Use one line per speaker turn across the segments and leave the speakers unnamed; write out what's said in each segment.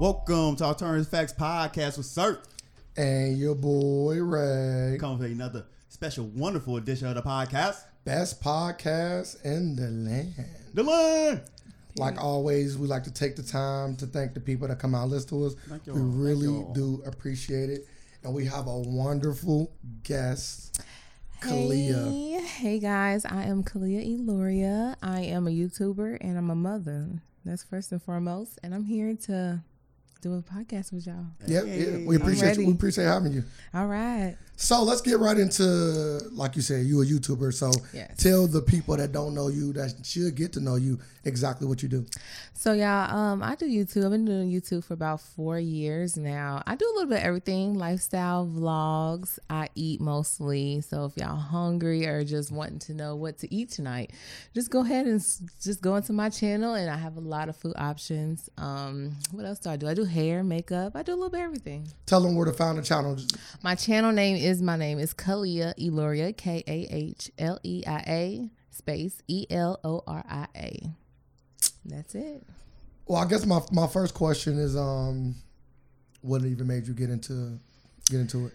to Alternative Facts Podcast with Sir.
And your boy Ray.
Coming for another special, wonderful edition of the podcast.
Best podcast in the land.
The Line.
Like always, we like to take the time to thank the people that come out and listen to us.
Thank y'all.
we
Thank
really
y'all.
do appreciate it. And we have a wonderful guest, Kalia.
Hey, hey guys, I am Kalia Eloria. I am a YouTuber and I'm a mother. That's first and foremost. And I'm here to do a podcast with y'all.
Yep, yeah, we appreciate you.
ready.
We appreciate having you.
All right.
So let's get right into, like you said, you a YouTuber. So
Yes.
tell the people that don't know you, that should get to know you, exactly what you do.
So y'all, um, I do YouTube. I've been doing YouTube for about four years now. I do a little bit of everything: lifestyle vlogs. I eat mostly. So if y'all hungry or just wanting to know what to eat tonight, just go ahead and s- just go into my channel, and I have a lot of food options. Um, what else do I do? I do hair, makeup. I do a little bit of everything.
Tell them where to find the channel.
My channel name is my name is Kalia Eloria, K A H L E I A space E L O R I A. That's it.
Well, I guess my my first question is, um, what even made you get into get into it?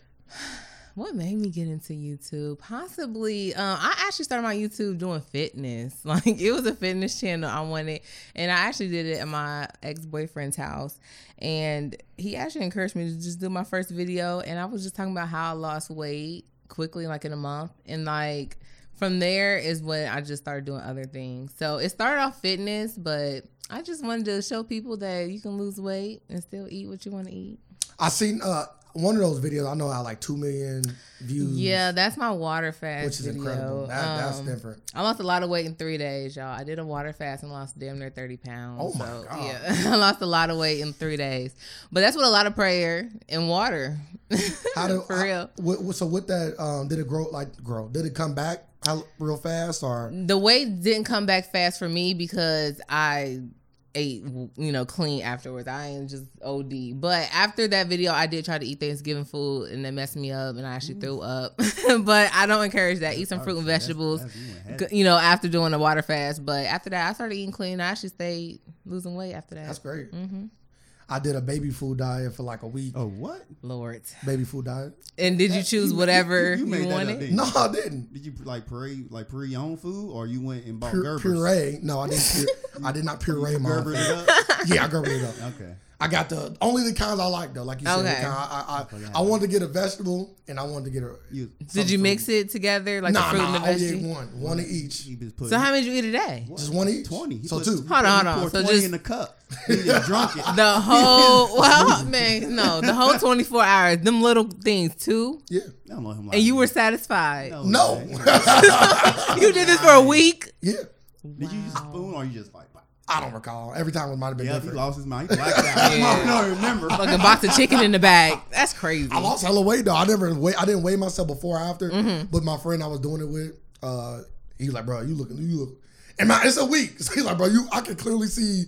What made me get into YouTube? Possibly, um, I actually started my YouTube doing fitness. Like it was a fitness channel I wanted, and I actually did it at my ex boyfriend's house, and he actually encouraged me to just do my first video, and I was just talking about how I lost weight quickly, like in a month, and like from there is when I just started doing other things. So it started off fitness, but I just wanted to show people that you can lose weight and still eat what you want to eat.
I seen uh one of those videos. I know I like two million views.
Yeah, that's my water fast.
Mm. which is
video.
incredible. That, that's
Um,
different.
I lost a lot of weight in three days, y'all. I did a water fast and lost damn near 30 pounds.
Oh my
so,
God.
Yeah, I lost a lot of weight in three days. But that's with a lot of prayer and water.
How do
For
I-
real.
what- what- so with that, um, did it grow like grow? Did it come back how, real fast or?
The weight didn't come back fast for me because I ate, you know, clean afterwards. I ain't just OD. But after that video, I did try to eat Thanksgiving food and it messed me up and I
Mm.
actually threw up. but I don't encourage that. Eat some
Oh,
fruit and vegetables. g- you know, after doing the water fast. But after that, I started eating clean. I actually stayed losing weight after that.
That's great.
hmm
I did a baby food diet for like a week.
Oh, what?
Lord.
Baby food diet?
And did you
That-
choose
you-
whatever
you- you
you,
made that up,
wanted?
didn't
No, I didn't.
Did you like puree like puree your own food or you went and bought
Pur-
Gerber's?
puree? No, I didn't. Pure, I did not puree
You
my.
Gerbered
own
it
food.
up?
Yeah, I gerbered it up.
Okay.
I got the only the kinds I like though. Like you said, the
Okay.
kind I, I, I, I wanted to get a vegetable and I wanted to get a
You,
Did you mix it together like the
nah
fruit
nah.
and
I
the
only ate
veggies?
one, one of each.
he just put
So how many did you eat today?
Just one each.
20. He
So
put-
two.
he put-
Hold on,
he
hold on.
poured
So
20
just-
in the cup. He just drunk it.
The whole well, man, no, the whole twenty four hours. Them little things too,
Yeah.
I don't know him like
and you
that.
were satisfied.
No.
man.
You did this for a week.
yeah.
Did you use a
Wow.
spoon or you just like?
I don't recall. Every time it might have been
Yeah, he
different.
lost his mind. He blacked out.
Yeah.
I don't remember.
Like a box of chicken in the bag. That's crazy.
I lost hella weight though. I never weigh. I didn't weigh myself before or after.
Mm-hmm.
But my friend I was doing it with, uh, he like, bro, you looking, you look, and my it's a week. So he's like, bro, you, I can clearly see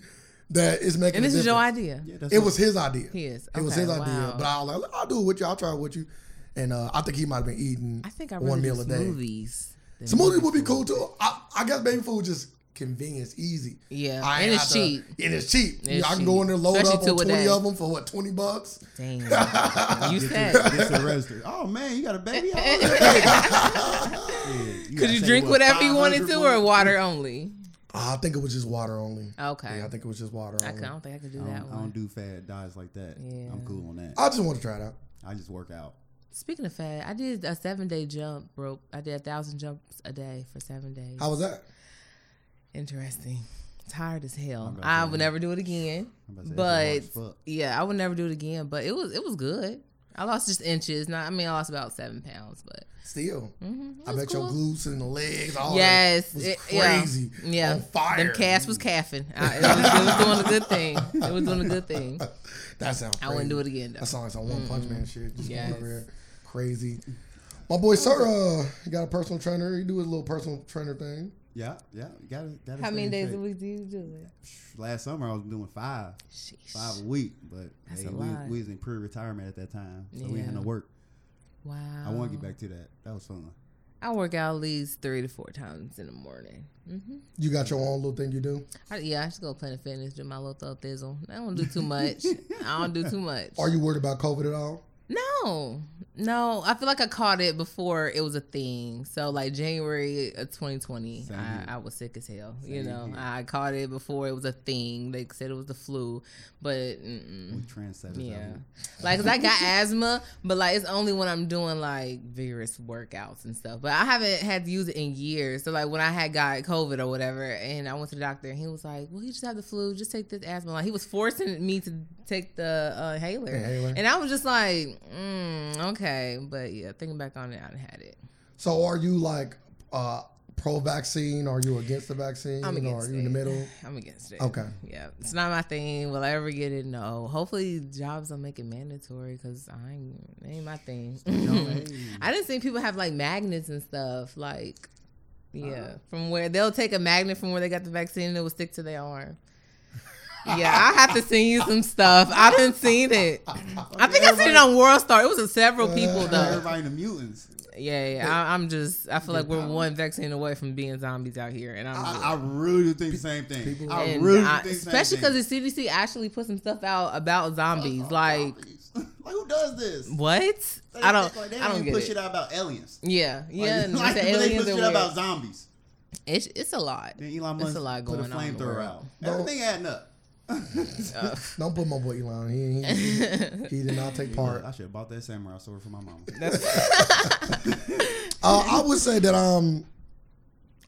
that it's making.
and
a
this is your
difference."
idea.
Yeah, that's
It
what-
was his idea.
His.
It was
Okay,
his idea.
wow.
But I was like, I'll do it with you. I'll try it with you. And uh, I think he might have been eating
I think I really
one meal
do
a day.
smoothies. than
Smoothie would be cool too. I, I guess baby food just convenience, easy.
Yeah,
I
and
ain't
it's
have to-
cheap.
and it's cheap.
It's
I can
cheap.
go in there, load
Especially
up
two
on
a
twenty
day.
of them for what twenty bucks.
Dang. you said.
Gets arrested. Oh man, you got a baby. out? Yeah,
Could
gotta
you
say,
drink
what,
whatever you
500
wanted to or water only?
I think it was just water only.
Okay.
Yeah, I think it was just water
I,
only.
could, I don't think I could do
I
that
don't, I
one.
don't do fad diets like that.
Yeah.
I'm cool on that.
I just want to try it out.
I just work out.
Speaking of fat, I did a seven day jump rope. I did a thousand jumps a day for seven days.
How was that?
Interesting. Tired as
I'm
hell.
about to
I
say-
would never do it again.
I'm about to say,
But
that's hard as fuck.
yeah, I would never do it again. But it was it was good. I lost just inches. Not I mean I lost about seven pounds, but
Still,
mhm, it
I
was
bet your
cool.
glutes and the legs,
Oh,
all
Yes,
that was
it- yeah,
crazy.
yeah.
on fire.
Them calves was caffing. I, it, was, it was doing a good thing. It was doing a good thing.
That sounds.
I wouldn't do it again
That
though.
sounds like some One Punch Man shit. Just
Mm-hmm. Yes.
going over here, crazy. My boy Sir, uh, he got a personal trainer. He do his little personal trainer thing.
Yeah, yeah. You gotta, gotta
How
stay
many
in
days
shape.
a week do you do it?
Last summer I was doing five,
Sheesh.
five a week. But
That's
hey,
a
we,
lot.
we was in pre-retirement at that time, so we
Yeah. Uh-huh.
had no work.
Wow.
I want to get back to that. That was fun.
I work out at least three to four times in the morning. hmm
You got your own little thing you do.
I, yeah, I just go Planet Fitness, do my little throw thizzle. I don't do too much. I don't do too much.
Are you worried about COVID at all?
No, no. I feel like I caught it before it was a thing. So like January of 2020,
Same here.
I, I was sick as hell. you
Same
know,
here.
I caught it before it was a thing. They said it was the flu, but mm-mm.
We transcended.
yeah, like 'cause I got asthma, but like it's only when I'm doing like vigorous workouts and stuff. But I haven't had to use it in years. So like when I had got COVID or whatever, and I went to the doctor, and he was like, "Well, you just have the flu. Just take this asthma." Like he was forcing me to take the uh, inhaler.
Inhaler.
And I was just like, mm, okay, but yeah, thinking back on it, I done had it.
So are you like uh, pro vaccine? Are you against the vaccine?
I'm against
or are you in the
it.
middle?
I'm against it.
Okay.
Yeah, it's not my thing. Will I ever get it? No. Hopefully, jobs don't make it mandatory because I ain't, it ain't my thing. I didn't see people have like magnets and stuff. Like, yeah,
Uh-huh.
from where they'll take a magnet from where they got the vaccine and it will stick to their arm. Yeah, I have to send you some stuff. I've been seeing it. I think I seen it on World Star. It was a several people though.
Everybody in the mutants.
Yeah, yeah. I, I'm just. I feel like we're one vaccine away from being zombies out here, and I'm. good.
I, I really do think the same thing.
People-
I
And
really do
I-
think the same
especially
thing.
because the CDC actually put some stuff out about zombies. like
like who does this?
what?
They
I don't.
act like they
I don't
even
get
push
it.
it out about aliens.
Yeah, yeah.
Like,
and
like, but
the
they
aliens
push
are
it
weird.
out about zombies.
it's it's a lot.
Then Elon
It's
Musk
a lot
put a
going on in the
flamethrower
world.
out.
Don't-
Everything adding up.
Uh,
Don't put my boy Elon. He, he, he did not take part.
I should have bought that samurai sword for my mama.
Uh, I would say that um,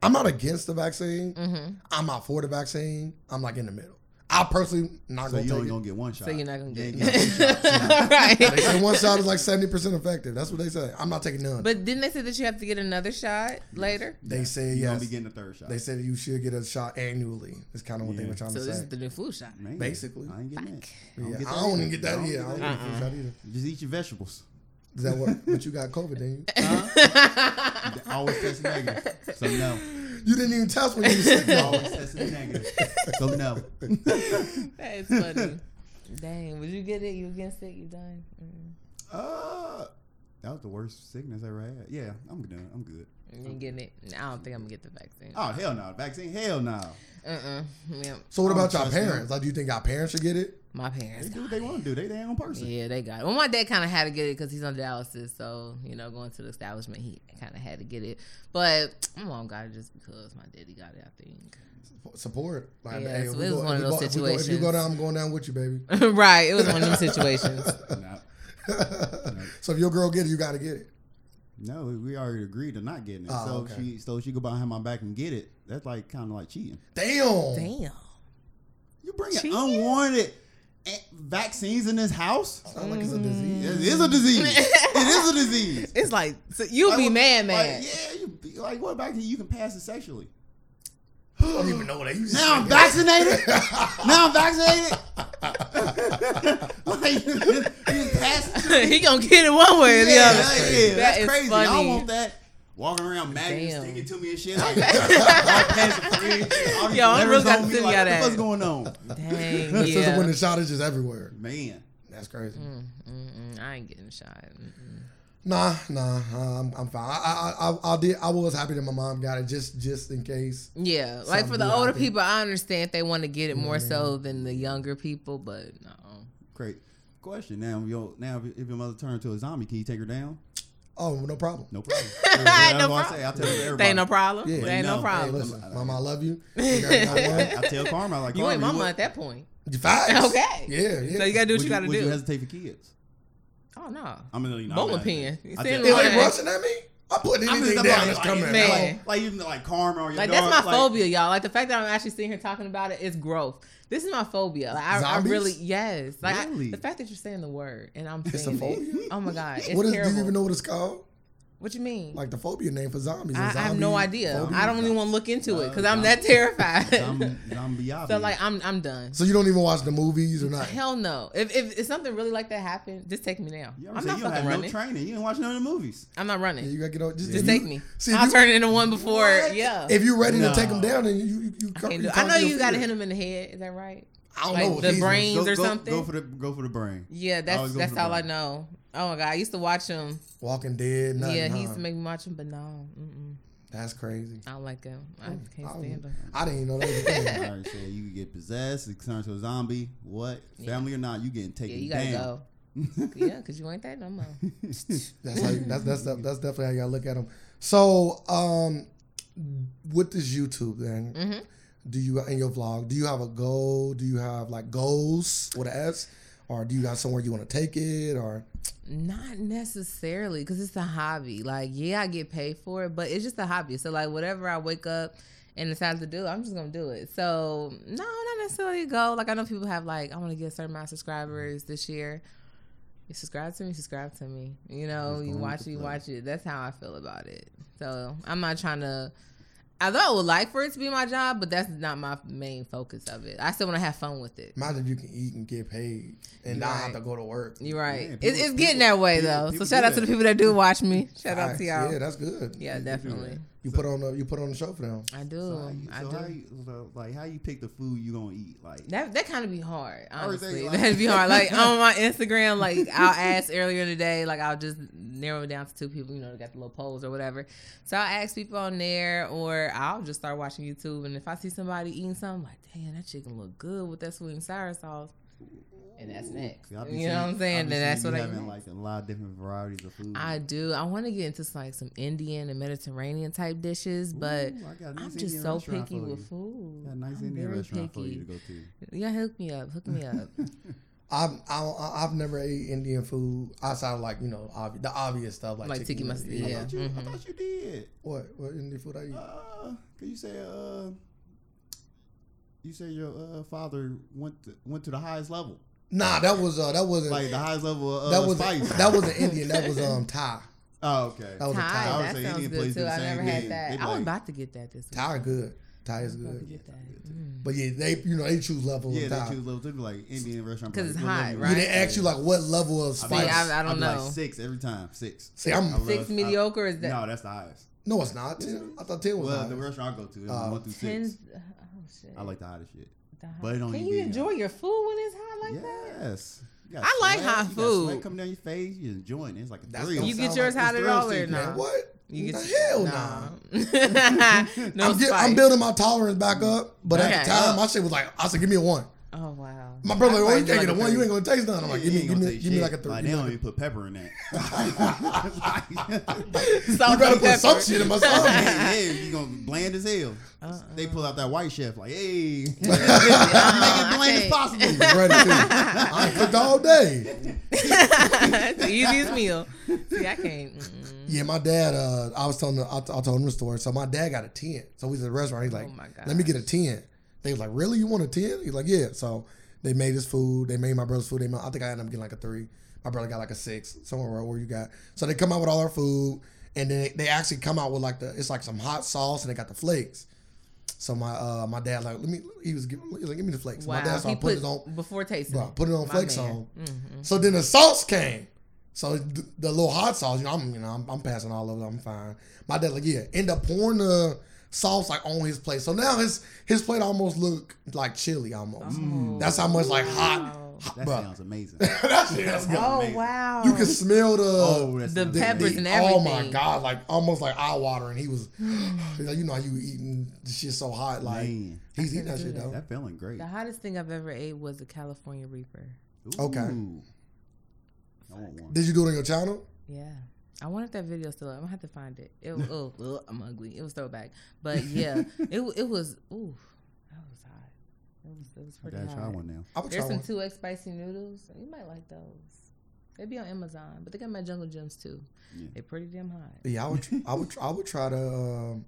I'm not against the vaccine.
Mm. Mm-hmm.
I'm not for the vaccine. I'm like in the middle. I personally not
so
gonna
you
take
only
it.
gonna get one shot.
so you're not gonna
Yeah,
get
you got two shots.
They
right.
say one shot is like seventy percent effective. That's what they say. I'm not taking none.
But didn't they say that you have to get another shot later?
they say
You gonna
yes.
be getting the third shot.
They said you should get a shot annually. It's kind of what they
Yeah.
were trying
So
to
this
say.
is the new flu shot.
Man,
basically.
I ain't getting that. I
Yeah,
don't, get
I don't even get that.
either.
Yeah, I don't get the shot either.
Just eat your vegetables.
Is that what? But you got COVID, didn't you?
Always test negative. So no.
You didn't even test when you were sick. though.
Always testing negative. So no.
That is funny. Dang, would you get it? You against it? You done? Mm.
Uh, that was the worst sickness I ever had. Yeah, I'm done. I'm good.
You ain't getting it? I don't think I'm gonna get the vaccine.
Oh hell no, vaccine. Hell no.
Uh-uh. Yeah.
So what
I don't
about your
Oh, trust them.
parents? Like, do you think our parents should get it?
My
They
parents.
do what they want to do. They their own person.
Yeah, they got it. Well, my dad kind of had to get it because he's on dialysis. So, you know, going to the establishment, he kind of had to get it. But my mom got it just because my daddy got it, I think.
Support. Like,
Yeah,
if
so
we
it was
go-
one
if
of
we
those
go- if we go- If you go
situations.
down, I'm going down with you, baby.
right. It was one of them situations.
Nah.
So if your girl get it, you got to get it.
No, we already agreed to not getting it.
Oh,
so
okay.
if she, so if she go behind my back and get it. That's like kind of like cheating.
Damn.
Damn.
You bring
Cheating?
unwanted eh, vaccines in this house.
Sound like it's a disease.
It is a disease. it is a disease.
It's like, so you'll
Like,
be
what- like,
mad, mad.
yeah, you be- like what vaccine you can pass it sexually?
I don't even know that. You
Now I'm vaccinated. now I'm vaccinated. like you just- you just pass. it.
he going to get it one way or the
Yeah,
other.
yeah,
That
that's
is
crazy. I
funny.
don't want that. Walking around, magnets
Damn.
sticking to me and shit. Like, all pants are free. All these
Yo, I
levers
really got
on
to
me,
send
like,
y'all
what the
that.
fuck's going on,
Dang.
This is when
Yeah.
the shot is just everywhere.
man?
That's crazy.
Mm-mm, I ain't getting shot. Mm-mm.
Nah, nah, uh, I'm, I'm fine. I, I, I, I did. I was happy that my mom got it just, just in case.
Yeah, like for
Something
the
will
older
happen.
people, I understand if they want to get it more so than the younger people, but no.
Great question. Now, yo, now if- if your mother turned to a zombie, can you take her down?
Oh, no problem.
No problem.
No
what I
problem.
say. I tell
They
everybody.
ain't no problem.
Yeah.
They ain't no
No,
Hey,
problem.
listen, mom, I love you. You got me on
I tell Karma like
You
Karma,
ain't mama
would-
at that point.
one. Facts.
Okay.
Yeah, yeah.
So you gotta do what
would
you, gotta
would
do.
You hesitate for kids.
oh no.
I'm gonna you know,
Bowling
I'm not-
pin. You
I
see
tell-
It
like-
ain't rushing at me. I'm putting
I'm just
anything
about like,
down that's coming.
Like,
Man.
Like,
like, like even like karma on your
Like
dog,
that's my
like,
phobia, y'all. Like the fact that I'm actually sitting here talking about it, it's growth. This is my phobia. Like I, I
Zombies?
really yes. Like I-
Really?
the fact that you're saying the word and I'm
It's a
saying it.
phobia?
Oh my god, it's
what is?
terrible.
Do you even know what it's called?
what you mean?
Like the phobia name for zombies.
I, I
Zombie
have no idea.
phobia.
I don't even want to look into it because
Uh,
I'm
zom-
that terrified.
Zom- zombie
so like I'm I'm done.
So you don't even watch the movies or not?
Hell no. If, if if something really like that happened, just take me now.
you ever
I'm
say
not
you don't have
fucking running.
no training. You didn't watch none of the movies.
I'm not running.
Yeah, you gotta get on. Just,
just
if
take
you-
me.
See, if
I'll
you,
turn it into one before.
What?
Yeah.
If you're ready
No.
to take them down, then you you, you, come-
Can't
you
do- I
conquer
know
your
you got to
fear.
hit him in the head. Is that right?
I don't know
like
what
the
he's
brain-
go,
or
go-
something?
Go for the go for the brain.
Yeah,
always
that's
go
that's
for the
all I
brain.
know. Oh my god, I used to watch him.
Walking Dead. Nothing,
yeah, he
huh?
used to make me watch him, but no, mm-mm,
That's crazy.
I don't like him.
Oh,
I can't
I don't-
stand him.
I didn't even know that was a
All
thing.
right, so you get possessed, it turns to a zombie. What family or not? You getting
Yeah,
taken
you gotta
down.
go. yeah, cause you ain't that no more.
That's how you, that's that's that's definitely how you gotta look at them. So, um, with this YouTube then,
Mhm.
do you in your vlog? Do you have a goal? Do you have like goals with an S, or do you got somewhere you want to take it? Or
Not necessarily, because it's a hobby. Like, yeah, I get paid for it, but it's just a hobby. So, like, whatever I wake up and decide to do, I'm just gonna do it. So, no, not necessarily a goal. Like, I know people have like, I want to get a certain amount of subscribers this year. You subscribe to me, subscribe to me. You know,
Just
you
going
watch
with
it,
the
you
flow.
watch it. That's how I feel about it. So, I'm not trying to. Although I would like for it to be my job, but that's not my main focus of it. I still want to have fun with it.
imagine you can eat and get paid and not have
Right.
to go to work.
You're right.
Yeah,
It's-
people-
it's getting
people-
that way
people-
though.
people
So
do
shout out to
that.
the people that do watch me. Shout out
Facts.
to y'all.
Yeah,
Yeah,
that's good.
definitely.
You put on the you put on the show for them.
I do.
So how you,
I
so
do.
How you, so, like how you pick the food you gonna eat? Like
that that kind of be hard,
I was
honestly.
thinking, like-
That'd be hard. Like on my Instagram, like I'll ask earlier in the day, like I'll just narrow it down to two people, you know, they got the little polls or whatever. So I'll ask people on there, or I'll just start watching YouTube. And if I see somebody eating something, like, damn, that chicken look good with that sweet and sour sauce, and that's next.
see,
You
I
know
be
what
seeing-
I'm
I
saying?
be
Then that's
seeing
what I
you having
eat.
like a lot of different varieties of food.
I do. I want to get into like some Indian and Mediterranean type dishes, but
Ooh, I got a nice Indian
I'm just so
restaurant
picky
for you.
with food.
Got a nice
I'm
Indian
very
restaurant for you to go to.
Yeah, hook me up. Hook me up.
I've I, I- I've never ate Indian food outside of like you know obvi- the obvious stuff like,
Like
chicken
tikka masala,
I
Yeah,
thought you, I
mhm.
thought you did.
What what Indian food I eat?
Uh, could you say uh, you say your uh, father went to, went to the highest level,
Nah, that was uh that wasn't
like the highest level of uh,
that was
spice.
that wasn't Indian. That was um Thai.
oh okay.
That was a Thai.
I would
Thai, that
say
sounds
Indian place do
good too.
the
I
same
never had
thing.
that.
They
I was
like-
about to get that this week.
Thai are good. Thai is
About to
good.
get that. Mm.
But yeah, they you know they choose levels
yeah,
of
they
Thai.
choose level. They be like Indian restaurant
'Cause
like,
it's
what
hot,
level you
Yeah,
right?
they ask you like what level of
I'd
spice.
be like-
I- I don't
I'd be like
know.
six every time. Six.
See, I'm
I love-
Six
I-
mediocre is that?
No, that's the highest.
no, it's not ten. I thought ten was
Well,
high.
the restaurant I go to is
Oh.
one through
Ten.
six.
Oh shit.
I like the hottest shit.
The hot-
but it don't
Can
even
you
be-
enjoy your food when it's hot like that?
Yes. You got
I like
you
hot
got Sweat
food.
coming down your face, you're enjoying it. It's like a
That's
thrill.
don't
You get
sound
yours
like
hot
it's
at all
thrill
or
seeking.
not?
Man, what?
You get
hell no.
nah. no
I'm, get- I'm
spice.
building my tolerance back up, but at the
Okay.
time my shit was like I said, give me a one.
Oh wow.
My brother,
I
like, well, you
probably
can't
do
get a one.
like three.
You ain't gonna taste nothing. I'm like, give
You
me,
ain't
give
gonna
me,
taste
give me
shit.
like a three.
Like,
give
they
me
don't
like
even put pepper in that.
Salt
a- you better
and
put some
pepper.
shit in my
Oh,
stomach.
yeah, yeah, you gonna be bland as hell.
Uh-uh.
They pull out that white chef, like, hey, make it
I
bland as
can't.
possible.
Ready to. I cooked all day.
it's the easiest meal. See, I can't. Mm-mm.
Yeah, my dad. Uh, I was telling. The, I, I told him the story. So my dad got a tent. So we was at a restaurant. He's like,
Oh my
"Let me get a tent." They was like, "Really? You want a tent?" He's like, "Yeah." So they made his food. They made my brother's food. They made, I think I ended up getting like a three. My brother got like a six. Somewhere where, where you got. So they come out with all our food, and then they actually come out with like the. It's like some hot sauce, and they got the flakes. So my uh my dad like let me. He was giving. He was like, "Give me the flakes."
Wow.
My dad
he
started
put
putting it on.
before tasting.
Bro, put it on
My
flakes
man. Mm-hmm.
on. So then the sauce came. So the, the little hot sauce, you know, I'm you know, I'm, I'm passing all over. I'm fine. My dad like, yeah, end up pouring the sauce like on his plate. So now his his plate almost look like chili almost.
Oh,
Mm, That's how much like hot.
wow.
hot
That
bro.
sounds amazing.
that shit is good.
Oh
amazing.
wow.
You can smell the
Oh, that
The
sounds
peppers
amazing.
and
oh my
everything.
god, like almost like eye watering. He was, you know, how you eating the shit so hot, like
Man,
he's eating that shit though.
that feeling great.
the hottest thing I've ever ate was a California Reaper.
Okay.
Ooh. I want one.
Did you do it on your channel?
Yeah. I wanted that video still. up. I'm gonna have to find it. It was, oh, ugh, I'm ugly. It was throwback, but yeah, it wa- it was. Ooh, that was hot. It was it was
I
pretty
gotta try
hot.
one now.
I would try
There's some
one.
two X spicy noodles. You might like those. They be on Amazon, but they got my Jungle Gems too.
Yeah.
They're pretty damn hot.
Yeah, I would, I would, I would try to, um,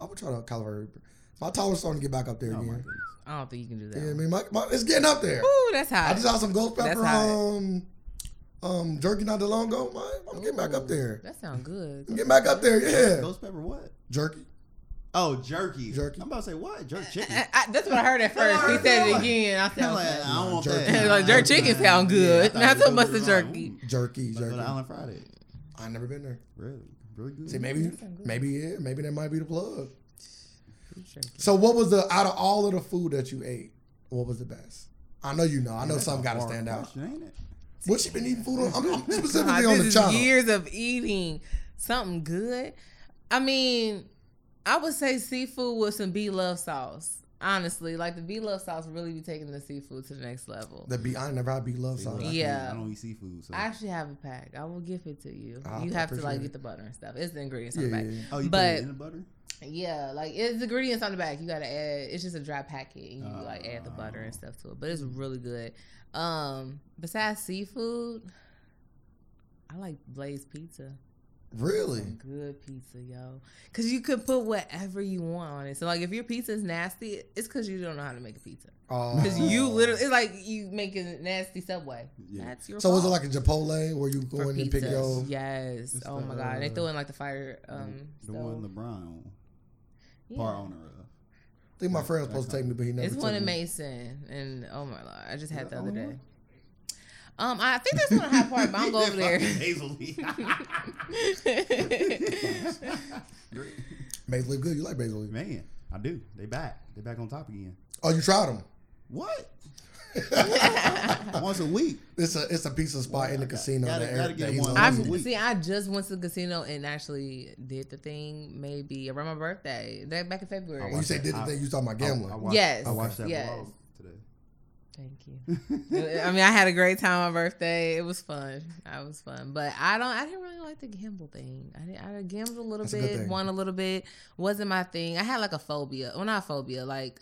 I would try to California Reaper. My tolerance starting to get back up there
Oh my
again.
goodness.
I don't think you can do that.
Yeah, I
one.
mean, my, my, it's getting up there.
Ooh, that's
I
hot.
just had some ghost
That's
pepper,
hot.
um, um, jerky not that long ago. My, I'm getting back up
Ooh,
there.
That sounds good.
I'm getting back up there. Yeah,
Ghost pepper what?
jerky.
Oh, jerky.
Jerky.
I'm about to say what? Jerk chicken.
I, I, that's what I heard at first. He said it again. I said,
I'm like,
okay.
I don't want
Jerky.
that.
Like, jerk chicken sound good. Not so much the jerky.
Jerky,
Like
jerky.
on Island Friday.
I never been there.
Really? Really good.
See, maybe,
That sound good.
maybe, yeah, maybe that might be the plug.
Sure.
So, what was the out of all of the food that you ate? What was the best? I know you know. I know
That's
some
a
got to
hard
stand out.
question, ain't it?
What she been eating food on? I'm, I'm
God,
specifically on
this
the
is
channel.
years of eating something good. I mean, I would say seafood with some B love sauce. Honestly, like the B love sauce really be taking the seafood to the next level.
The be I ain't never had be love
See, look, I
sauce.
can't-
Yeah.
I don't eat seafood. So.
I actually have a pack. I will give it to you.
I-
you
I
have to
appreciate
like
it.
get the butter and stuff. It's the ingredients
Yeah,
on the
yeah,
back.
yeah.
oh, you put
but-
it in the butter?
Yeah, like it's the ingredients on the back. You gotta add. It's just a dry packet, and you like add the butter and
Oh.
stuff to it. But it's really good. Um, besides seafood, I like Blaze Pizza.
Really?
Some good pizza, yo. Cause you could put whatever you want on it. So like, if your pizza's nasty, it's cause you don't know how to make a pizza.
Oh.
Cause you literally, it's like you making a nasty Subway.
Yeah.
That's your.
So was it
fault
like a Chipotle where you
for
go in and pick
pizzas.
your?
Yes.
It's
oh
the,
my god, they
uh,
throw in like the fire.
The-
Um,
the one
stove.
LeBron
Yeah.
part owner of.
I think my friend was supposed to take me, but he never.
It's
took
one in
me.
Mason, and oh my lord, I just
Is
had
that the
the other
only
day.
one?
Um, I think there's one in High Park, but I'm going over there.
Basil leaf good. You like basil leaf?
Man, I do. They back. They back on top again.
Oh, you tried them.
What? Once a week.
It's a it's a pizza spot in the casino.
gotta-
that
gotta
Eric-
get
that he
one.
loves.
Once
I've
a week.
see. I just went to the casino and actually did the thing. Maybe around my birthday, that back in
Oh,
February.
When you say did the
I-
thing, you talking about gambling.
I, I watched,
Yes.
I watched that
Yes.
vlog today.
Thank you. I mean, I had a great time on my birthday. It was fun. I was fun, but I don't. I didn't really like the gamble thing. I did, I gambled a little
That's a good
bit,
thing.
won a little bit. Wasn't my thing. I had like a phobia. Well, not a phobia. Like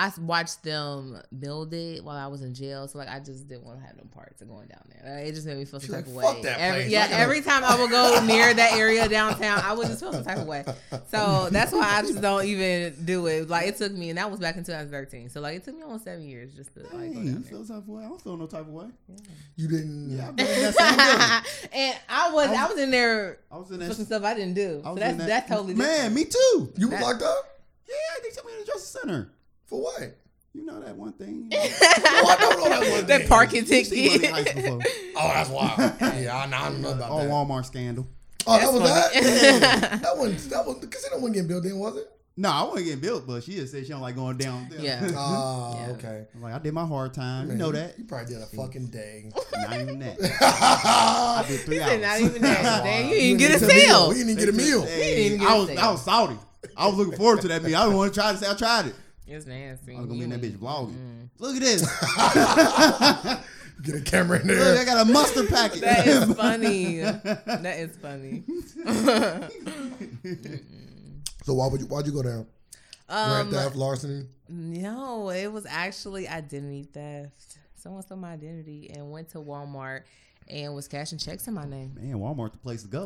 I watched them build it while I was in jail. So like I just didn't want to have no parts of going down there. Like, it just made me feel some
She's
type
like,
of
"Fuck
way.
that
every,
place.
Yeah.
Look at
Every time I would go near that area downtown, I would just feel some type of way. So that's why I just don't even do it. Like it took me, and that was back in 2013. So like it took me almost seven years just to like go
Dang, you
down there.
feel type of way? I don't feel no type of way.
You didn't.
Yeah, I,
Yeah,
been in that same building.
and I was I was in there
I was in
for
that.
some stuff I didn't do.
I
So
was
that's
in that.
that's totally
Man,
different.
me too.
you was
That-
locked up
Yeah, they took me to the Justice Center.
for what?
You know that one thing.
Oh, I don't know that one.
that
thing.
parking
You seen Money Heist
ticket.
before.
Oh, that's wild. yeah, I, know- I don't know about
Oh,
that.
Walmart scandal.
Oh, that was
That's funny.
that. Damn. that one. That one. The casino wasn't getting built in, was it?
No, I wasn't getting built, but she just said she don't like going down. there.
Yeah.
Oh,
Yeah.
okay.
I'm like, I did my hard time. Mm-hmm. You know that.
You probably did a fucking day.
Not even that. I did three
He
hours.
said not even that. Damn, you
You
didn't get a
meal.
sale.
You didn't get a meal.
Hey,
He didn't get
I
a
was
sale.
I was salty. I was looking forward to that meal. I didn't want to try this. I tried it.
It's nasty.
I was gonna be in that bitch
You-
vlogging.
Mm.
Look at this. Look,
Get a camera in
I
there.
got a mustard packet.
That is funny. that is funny.
So why would you? Why'd you go down? Grand
um,
theft, larceny.
no, it was actually identity theft. Someone stole my identity and went to Walmart and was cashing checks in my name.
Man, Walmart the place to go.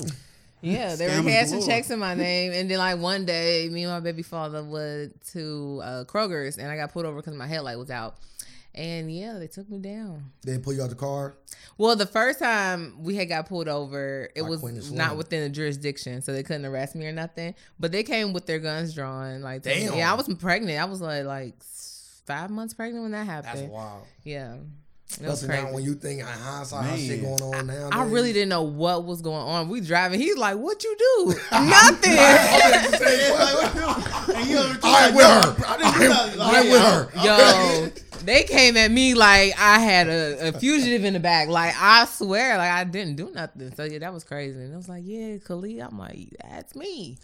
Yeah, they
Scammers
were cashing
galore.
checks in my name, and then like one day, me and my baby father went to uh, Kroger's, and I got pulled over because my headlight was out, and yeah, they took me down.
They pull you out the car.
Well, the first time we had got pulled over, it
By
was
Queen and Slim.
not within the jurisdiction, so they couldn't arrest me or nothing. But they came with their guns drawn. Like, they-
Damn.
yeah, I was pregnant. I was like like s- five months pregnant when that
That's
happened.
wild.
Yeah, it was
Especially now
crazy.
when you think in hindsight, how shit
Man.
going on now.
I really didn't know what was going on. We driving. He's like, "What you do? Nothing."
and you don't
I ain't
try
with
to-
her.
I didn't do nothing.
I ain't with her.
Yo, they came at me like I had a, a fugitive in the back. Like I swear, like I didn't do nothing. So yeah, that was crazy. And it was like, yeah, Khalid. I'm like, that's me.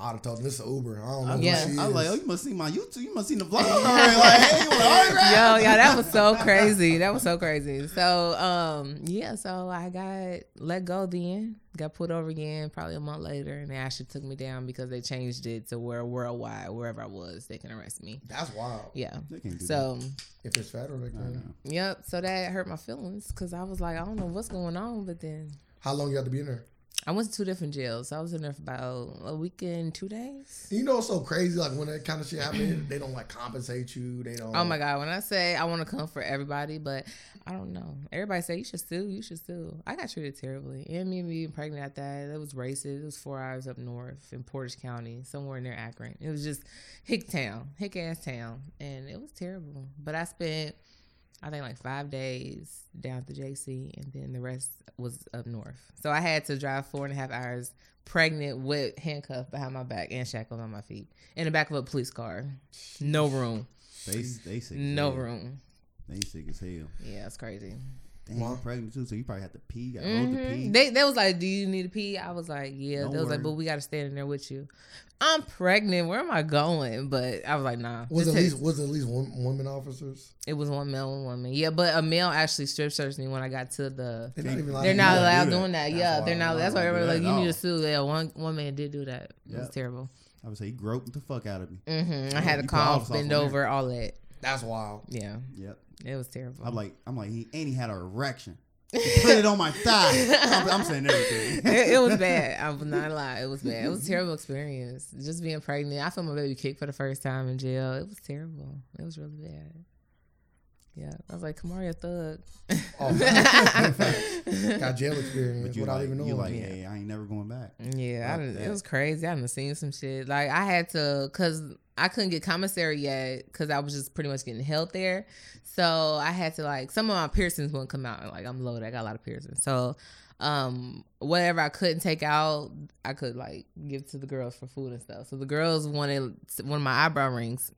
I'd have told them this is Uber. I don't know
Yeah.
who she is.
I was like, oh, you must see my YouTube. You must see the vlog already. Like, hey, you want an autograph?
Yo, yeah, that was so crazy. That was so crazy. So um, yeah, so I got let go then. Got pulled over again, probably a month later, and they actually took me down because they changed it to where worldwide, wherever I was, they can arrest me.
That's wild.
Yeah.
They can't do
So.
If it's federal, they
that. I
can.
know.
Yep. So that hurt my feelings because I was like, I don't know what's going on, but then
How long you have to be in there?
I went to two different jails. I was in there for about a week and two days.
You know, it's so crazy. Like when that kind of shit happens, they don't like compensate you. They don't.
Oh my god! When I say I want to come for everybody, but I don't know. Everybody say you should sue. You should sue. I got treated terribly, and me being pregnant at that, it was racist. It was four hours up north in Portage County, somewhere near Akron. It was just hick town, hick ass town, and it was terrible. But I spent, I think, like five days down at the JC, and then the rest was up north. So I had to drive four and a half hours, pregnant, with handcuffed behind my back and shackled on my feet, in the back of a police car, no room.
They they sick. as
No
hell.
room.
They sick as hell.
Yeah, it's crazy.
Damn,
Wow.
you pregnant too, so you probably have to pee. You gotta hold the pee.
Mhm. They they was like, "Do you need a pee?" I was like, "Yeah."
Don't
they was like,
worry.
"But we got to stand in there with you." I'm pregnant. Where am I going? But I was like, "Nah."
Was
Just
at
take-
least was at least one, women officers.
it was one male, one woman. Yeah, but a male actually strip searched me when I got to the.
They're not even allowed
They're
to
not
do that.
allowed
do that.
doing that.
That's
yeah,
why
they're not.
I'm
That's
not
why
gonna do
everybody like,
that
you
at
need
all."
to sue. Yeah, one one man did do that. It was
Yep.
terrible.
I would say he groped the fuck out of me.
hmm I
Yeah,
had to
you put
call,
olives off
bend
on there.
over, all that.
That's wild.
Yeah,
Yep.
it was terrible.
I'm like, I'm like, he and he had an erection. He put it on my thigh. I'm, I'm saying everything.
it, it was bad. I will not lie. It was bad. It was a terrible experience. Just being pregnant. I felt my baby kick for the first time in jail. It was terrible. It was really bad. Yeah. I was like, Kamaria Thug.
Oh, got jail
But
experience
you
without
like,
even knowing.
you like,
Yeah.
hey, I ain't never going back.
Yeah, I
Fuck
done, it
that.
was crazy. I done seen some shit. Like I had to, cause I couldn't get commissary yet, cause I was just pretty much getting held there. So I had to like some of my piercings wouldn't come out. Like I'm loaded. I got a lot of piercings. So, um, whatever I couldn't take out, I could like give to the girls for food and stuff. So the girls wanted one of my eyebrow rings,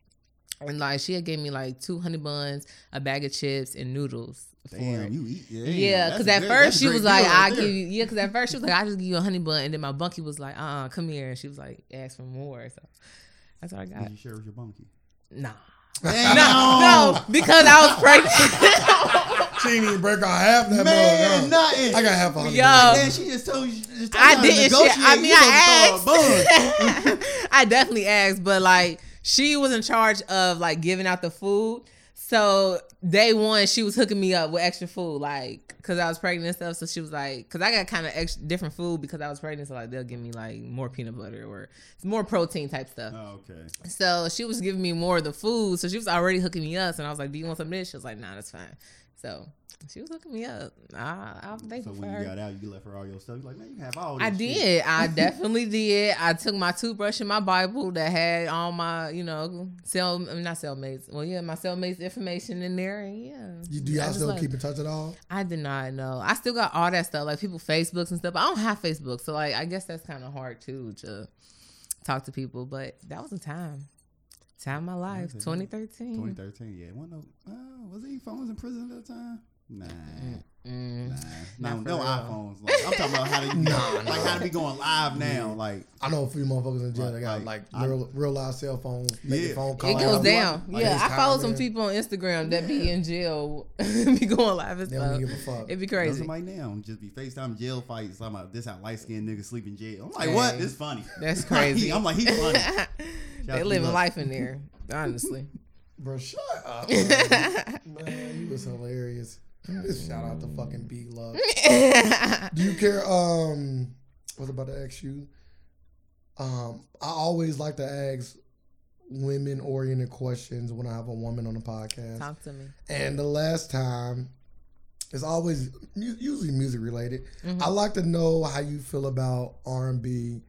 and like she had gave me like two honey buns, a bag of chips, and noodles. for it.
Damn, you eat. Yeah,
Yeah,
that's
because
a
at
good- that's
first
a
she
great
was like,
deal right
"I
there.
give you." Yeah, because at first she was like, "I just give you a honey bun," and then my bunkie was like, "Uh, uh come here," and she was like, "Ask for more." So that's all I got.
Did you share with your bunkie?
Nah,
Damn.
no, because I was pregnant.
She didn't even break out half that
man,
mug. huh?
nothing.
I got half on.
Yo.
Man, she just told you. Just told
Uh, I
y'all to
didn't. Shit.
negotiate.
I mean,
You supposed to throw a bun.
I asked. I definitely asked, but like she was in charge of like giving out the food. So day one, she was hooking me up with extra food, like because I was pregnant and stuff. So she was like, because I got kind of extra different food because I was pregnant. So like they'll give me like more peanut butter or more protein type stuff.
Oh, okay.
So she was giving me more of the food. So she was already hooking me up, and I was like, "Do you want some of this?" She was like, "Nah, that's fine." So she was hooking me up. I, I'm
So
thankful for
when
her.
you got out, you left her all your stuff. You're like, man, you can have all. This
I
shit."
did. I definitely did. I took my toothbrush and my Bible that had all my, you know, cell I mean, not cellmates. Well, yeah, my cellmates information in there, and yeah.
You, do
I
y'all
just
still
like-
keep in touch at all?
I did not know. I still got all that stuff, like people Facebooks and stuff. I don't have Facebook, so like I guess that's kind of hard too to talk to people. But that was a time, time of my life,
was a time.
2013.
2013. Yeah, one of uh, was he phones in prison at that time? Nah.
Mm.
Nah, no,
for
no
real.
iPhones. Like, I'm talking about how to
Nah,
like how to be going live now. Like
I know a few motherfuckers in jail.
Like-
that got like
like,
real, real live cell phones, making
Yeah.
phone calls.
It goes
out.
down.
Like,
yeah,
it's
I follow
time,
some
man.
people on Instagram that be in jail, be going live and
They don't
stuff.
give a fuck.
It'd be
know
crazy.
somebody now just be FaceTime jail fights. talking about this how light skinned niggas sleep in jail. I'm like,
Hey.
what? This funny.
That's
Like,
crazy.
I'm like, he funny.
they
to
living
Elon.
life in there, honestly.
Bro, shut up. man. Man, you was hilarious. Shout out to fucking B Love. Do you care? Um, I was about to ask you. Um, I always like to ask women oriented questions when I have a woman on the podcast.
Talk to me.
And the last time, it's always mu- usually music related.
Mm-hmm.
Mhm.
I like to know how you feel about R and B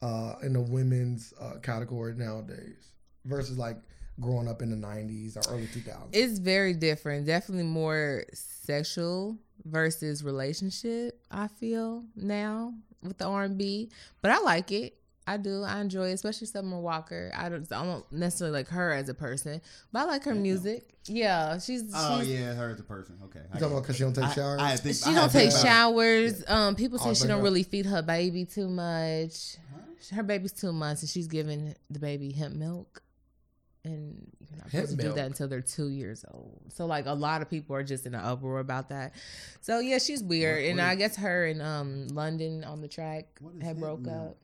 uh, in the women's uh, category nowadays versus like growing up in the '90s or early 2000s.
It's very different. Definitely more sexual versus relationship. I feel now with the R and B, but I like it. I do. I enjoy, it, especially Summer Walker. I don't. I don't necessarily like her as a person, but I like her
Yeah.
music. Yeah, she's.
Oh
she's
yeah, her as a person. Okay.
you talking about because she don't take showers?
I, I think
She
I had
don't take
to-
showers. Um, people say
Oh,
she
bring it
don't
up.
really feed her baby too much. Her baby's two months, and she's giving the baby hemp milk, and you're not
Hemp
supposed to do
milk.
that until they're two years old. So, like, a lot of people are just in an uproar about that. So, yeah, she's weird,
What-
and
what
I
is-
guess her and um London on the track
What is
had
hemp
broke
milk?
up.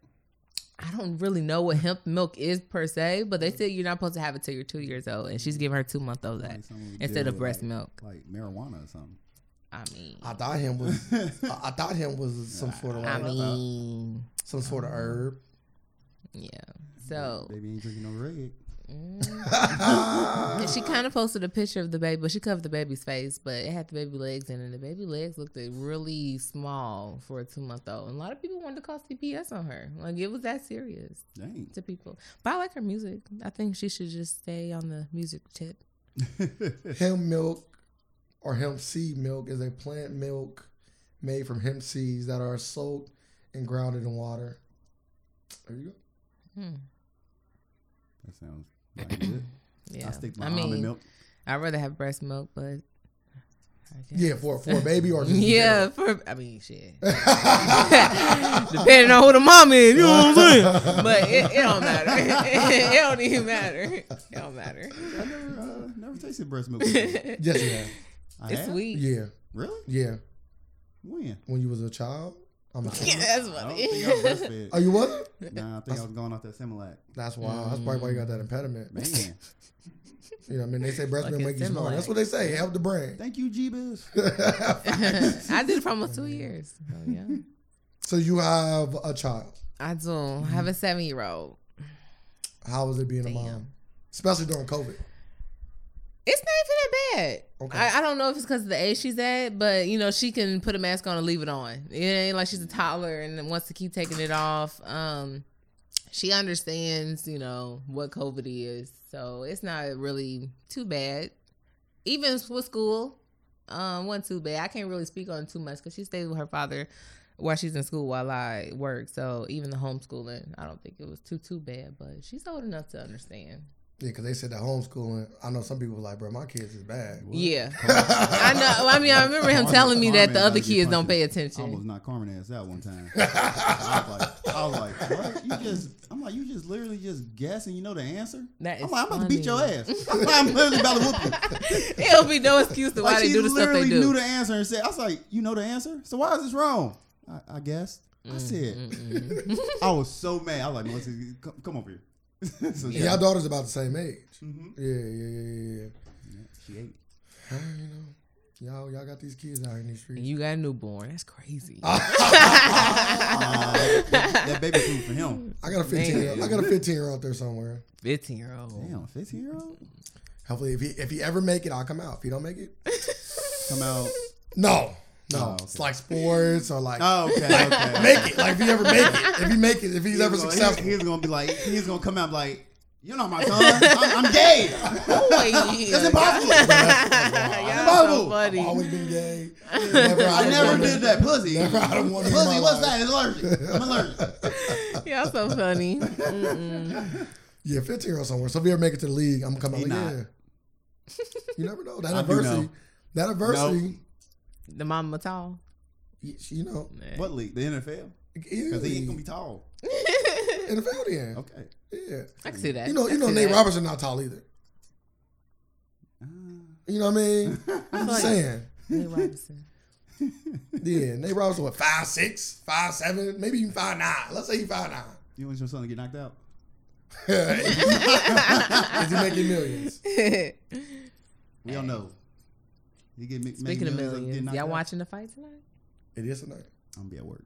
I don't really know what hemp milk is per se, but they said you're not supposed to have it till you're two years old, and she's giving her two month old that
Like someone would
instead
deal
of
with,
breast
like-
milk.
Like marijuana or something.
I mean,
I thought him was. I I thought him was some sort of
I
like,
mean,
some sort of herb.
yeah. So mm.
baby ain't drinking no red.
Yeah, she kind of posted a picture of the baby, but she covered the baby's face, but it had the baby legs in it. and The baby legs looked really small for a two month old. And a lot of people wanted to call CPS on her. Like it was that serious
Dang.
to people. But I like her music. I think she should just stay on the music tip.
hemp milk or hemp seed milk is a plant milk made from hemp seeds that are soaked and grounded in water. There you go.
Hmm.
that sounds like good.
Yeah.
I stick my
I
almond
mean,
milk.
I'd rather have breast milk, but I guess-
Yeah, for for a baby or just in
yeah. For I mean, shit. Depending on who the mom is, you know what I'm saying. But it, it don't matter. it don't even matter. It don't matter.
I never, uh, never tasted breast milk. before.
general? Yes, you have.
I
It's
have?
sweet.
Yeah,
Really?
yeah.
When?
When you was a child, I'm not.
Yeah, that's
I don't
funny.
think I breastfed.
Oh, you wasn't?
Nah, I think I was going off that Similac.
That's why. That's probably why you got that impediment.
Man,
You know, what I mean, they say breast
Mm. Like
milk
a
make you smart.
Similac.
That's what they say. Help the brain.
thank you, Jeebus.
I did it for almost two years. So yeah,
so you have a child.
I do. I have a seven year old.
How was it being a mom,
Damn.
especially during COVID?
It's not even that bad.
Okay.
I, I don't know if it's because of the age she's at, but you know she can put a mask on and leave it on. It ain't like she's a toddler and wants to keep taking it off. Um, she understands, you know, what COVID is, so it's not really too bad. Even with school, um, wasn't too bad. I can't really speak on too much because she stays with her father while she's in school while I work. So even the homeschooling, I don't think it was too too bad. But she's old enough to understand.
Yeah, because they said that homeschooling. I know some people were like, bro, my kids is bad.
Yeah. I know. I mean, I remember him telling me that the other kids don't pay
I was
attention.
not Carmen ass that one time. I was like, I was like, what? You just, I'm like, you just literally just guessing. You know the answer.
That is
I'm like, I'm about to beat your
funny.
ass. I'm, like, I'm literally about to whoop you.
It'll be no excuse to why
Like,
they
she
do the stuff
literally
they
knew
do.
the answer and said, I was like, you know the answer, so why is this wrong? I, I guessed.
Mm,
I said, I was so mad. I was like, Melissa, come, come over here. so
Yeah. Y'all daughter's about the same age.
Mhm.
Yeah, yeah, yeah, yeah, yeah.
she ate.
Well, you know, y'all, y'all got these kids out in these streets.
You got a newborn. That's crazy.
Ah. Uh, that, that baby food for him.
I got a 15.
Man.
I got a 15 year old there somewhere.
15 year old.
Damn, 15 year old?
Hopefully, if he if he ever make it, I'll come out. If he don't make it,
Come out.
no, no.
Oh, okay.
It's like sports or like
Oh, okay, okay.
make it. Like if he ever make it, if he make it, if he's ever
gonna-
successful,
He's, he's gonna be like, he's gonna come out like, you're not my son. I'm, I'm gay. That's impossible.
Y'all so
Impossible.
I've
funny.
always been gay. Never,
I never
wanted-
did that pussy.
Never, I don't want it in my
Pussy, what's
life.
that? It's allergic. I'm allergic.
Y'all so funny. Mm-mm.
Yeah, 15 year old somewhere. So if you ever make it to the league, I'm coming out.
He
Like,
not.
yeah. You never know. That
I do
adversity.
know.
That adversity.
The mama tall.
y- You know. e,
What league? The NFL? Because he ain't gonna be
Easily.
tall.
NFL then.
Okay.
Yeah.
I can see that.
You know,
I
you know,
see
Nate
that.
Robertson not tall either.
Uh,
You know what I mean? I'm just
feel like-
saying.
Nate Robinson.
Yeah, Nate Robertson what five six, five seven, maybe even five nine. Let's say he five nine.
you want your son to get knocked out?
Is he making millions?
We don't know. You get ma-
Speaking of
millions get
millions,
knocked
y'all
out?
watching the fight tonight?
It is tonight.
I'm gonna be at work.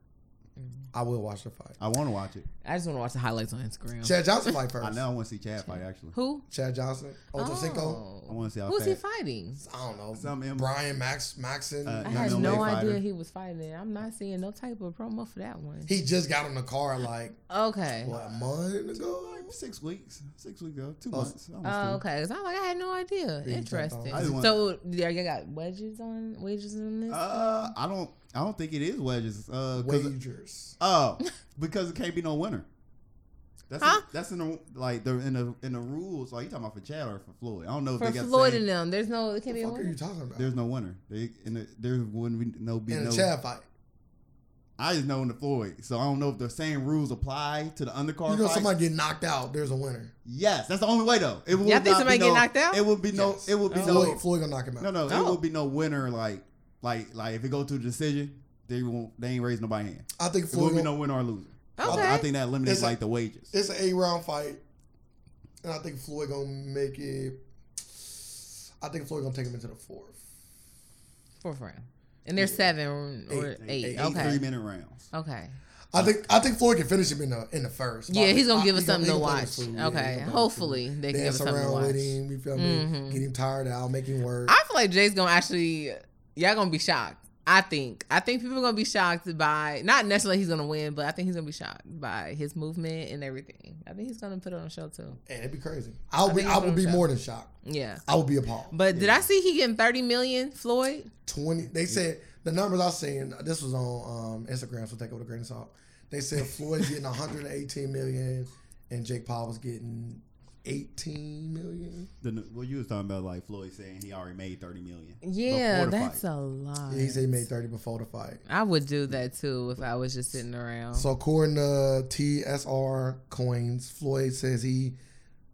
I will watch the fight.
I want to watch it.
I just want to watch the highlights on Instagram.
Chad Johnson fight first.
I know Oh. I want to see Chad fight actually.
Who? Oh.
Chad Johnson, Ocho Cinco.
I want to see how
Who's he
fast.
fighting?
I don't know.
Some M-
Brian Max Maxon.
Uh,
I
Yeah,
had
MMA
no
fighter.
idea he was fighting. I'm not seeing no type of promo for that one.
he just got on the car like
Okay.
what a month ago.
Six weeks. Six weeks ago. Two
Oh,
months. Almost
Oh,
two.
okay. Cause I'm like, I had no idea.
Yeah, you jumped on.
Interesting.
I just want-
So, yeah, you got wedges on wages on this?
Uh, I don't. I don't think it is wedges. Uh, 'cause-
Wagers.
oh, because it can't be no winner. That's
Huh?
that's in the like the in the in the rules. Like you talking about for Chad or for Floyd? I don't know if
for
they got the
Floyd
same-
and them, there's no. It
What
can't
the
be a
fuck are you
winner.
talking about?
There's no winner. They in the, there wouldn't be no be
In
no.
a Chad fight.
I just know in the Floyd, so I don't know if the same rules apply to the undercard.
You know
fight.
somebody get knocked out, there's a winner.
Yes, that's the only way though. It would
Y'all
not
think
be
somebody
no,
get knocked out?
It would be no.
Yes.
It would be
Floyd, Floyd gonna knock him out.
no. No, no. It
Oh.
would be no winner. Like like like if it go to the decision, they won't. They ain't raise nobody hand.
I think
It would
Floyd.
be
gonna-
no winner or loser.
Okay.
I, I think that eliminates
It's a-
like the wages.
It's an eight round fight, and I think Floyd gonna make it. I think Floyd gonna take him into the fourth.
Fourth round. And there's seven or eight.
Eight. Eight.
okay.
three minute rounds.
okay.
Uh,
I think I think Floyd can finish him in the in the first.
Yeah, he's gonna
I-
give us
he gonna-
something to
he gonna
watch.
play with food. Yeah, he
Okay.
gonna play with
Hopefully,
food.
they can give
Dance
us something to
around with
watch.
him. You feel me? Get him tired out. Make him work.
Mm-hmm. I feel like Jay's gonna actually y'all gonna be shocked. I think. I think people are gonna be shocked by not necessarily he's gonna win, but I think he's gonna be shocked by his movement and everything. I think he's gonna put on a show too.
and it'd be crazy. I'll be
think
I
he's
will be
gonna
more than shocked.
Yeah.
I will be appalled.
But did I see he getting thirty million, Floyd?
Twenty. They said the numbers I was seeing. This was on um, Instagram, so take it with a grain of salt. They said Floyd getting 118 million, and Jake Paul was getting eighteen million.
The, well, you was talking about like Floyd saying he already made thirty million.
Yeah,
Before the
that's
fight.
a lot.
He said he made thirty before the fight.
I would do that too if I was just sitting around.
So according to TSR Coins, Floyd says he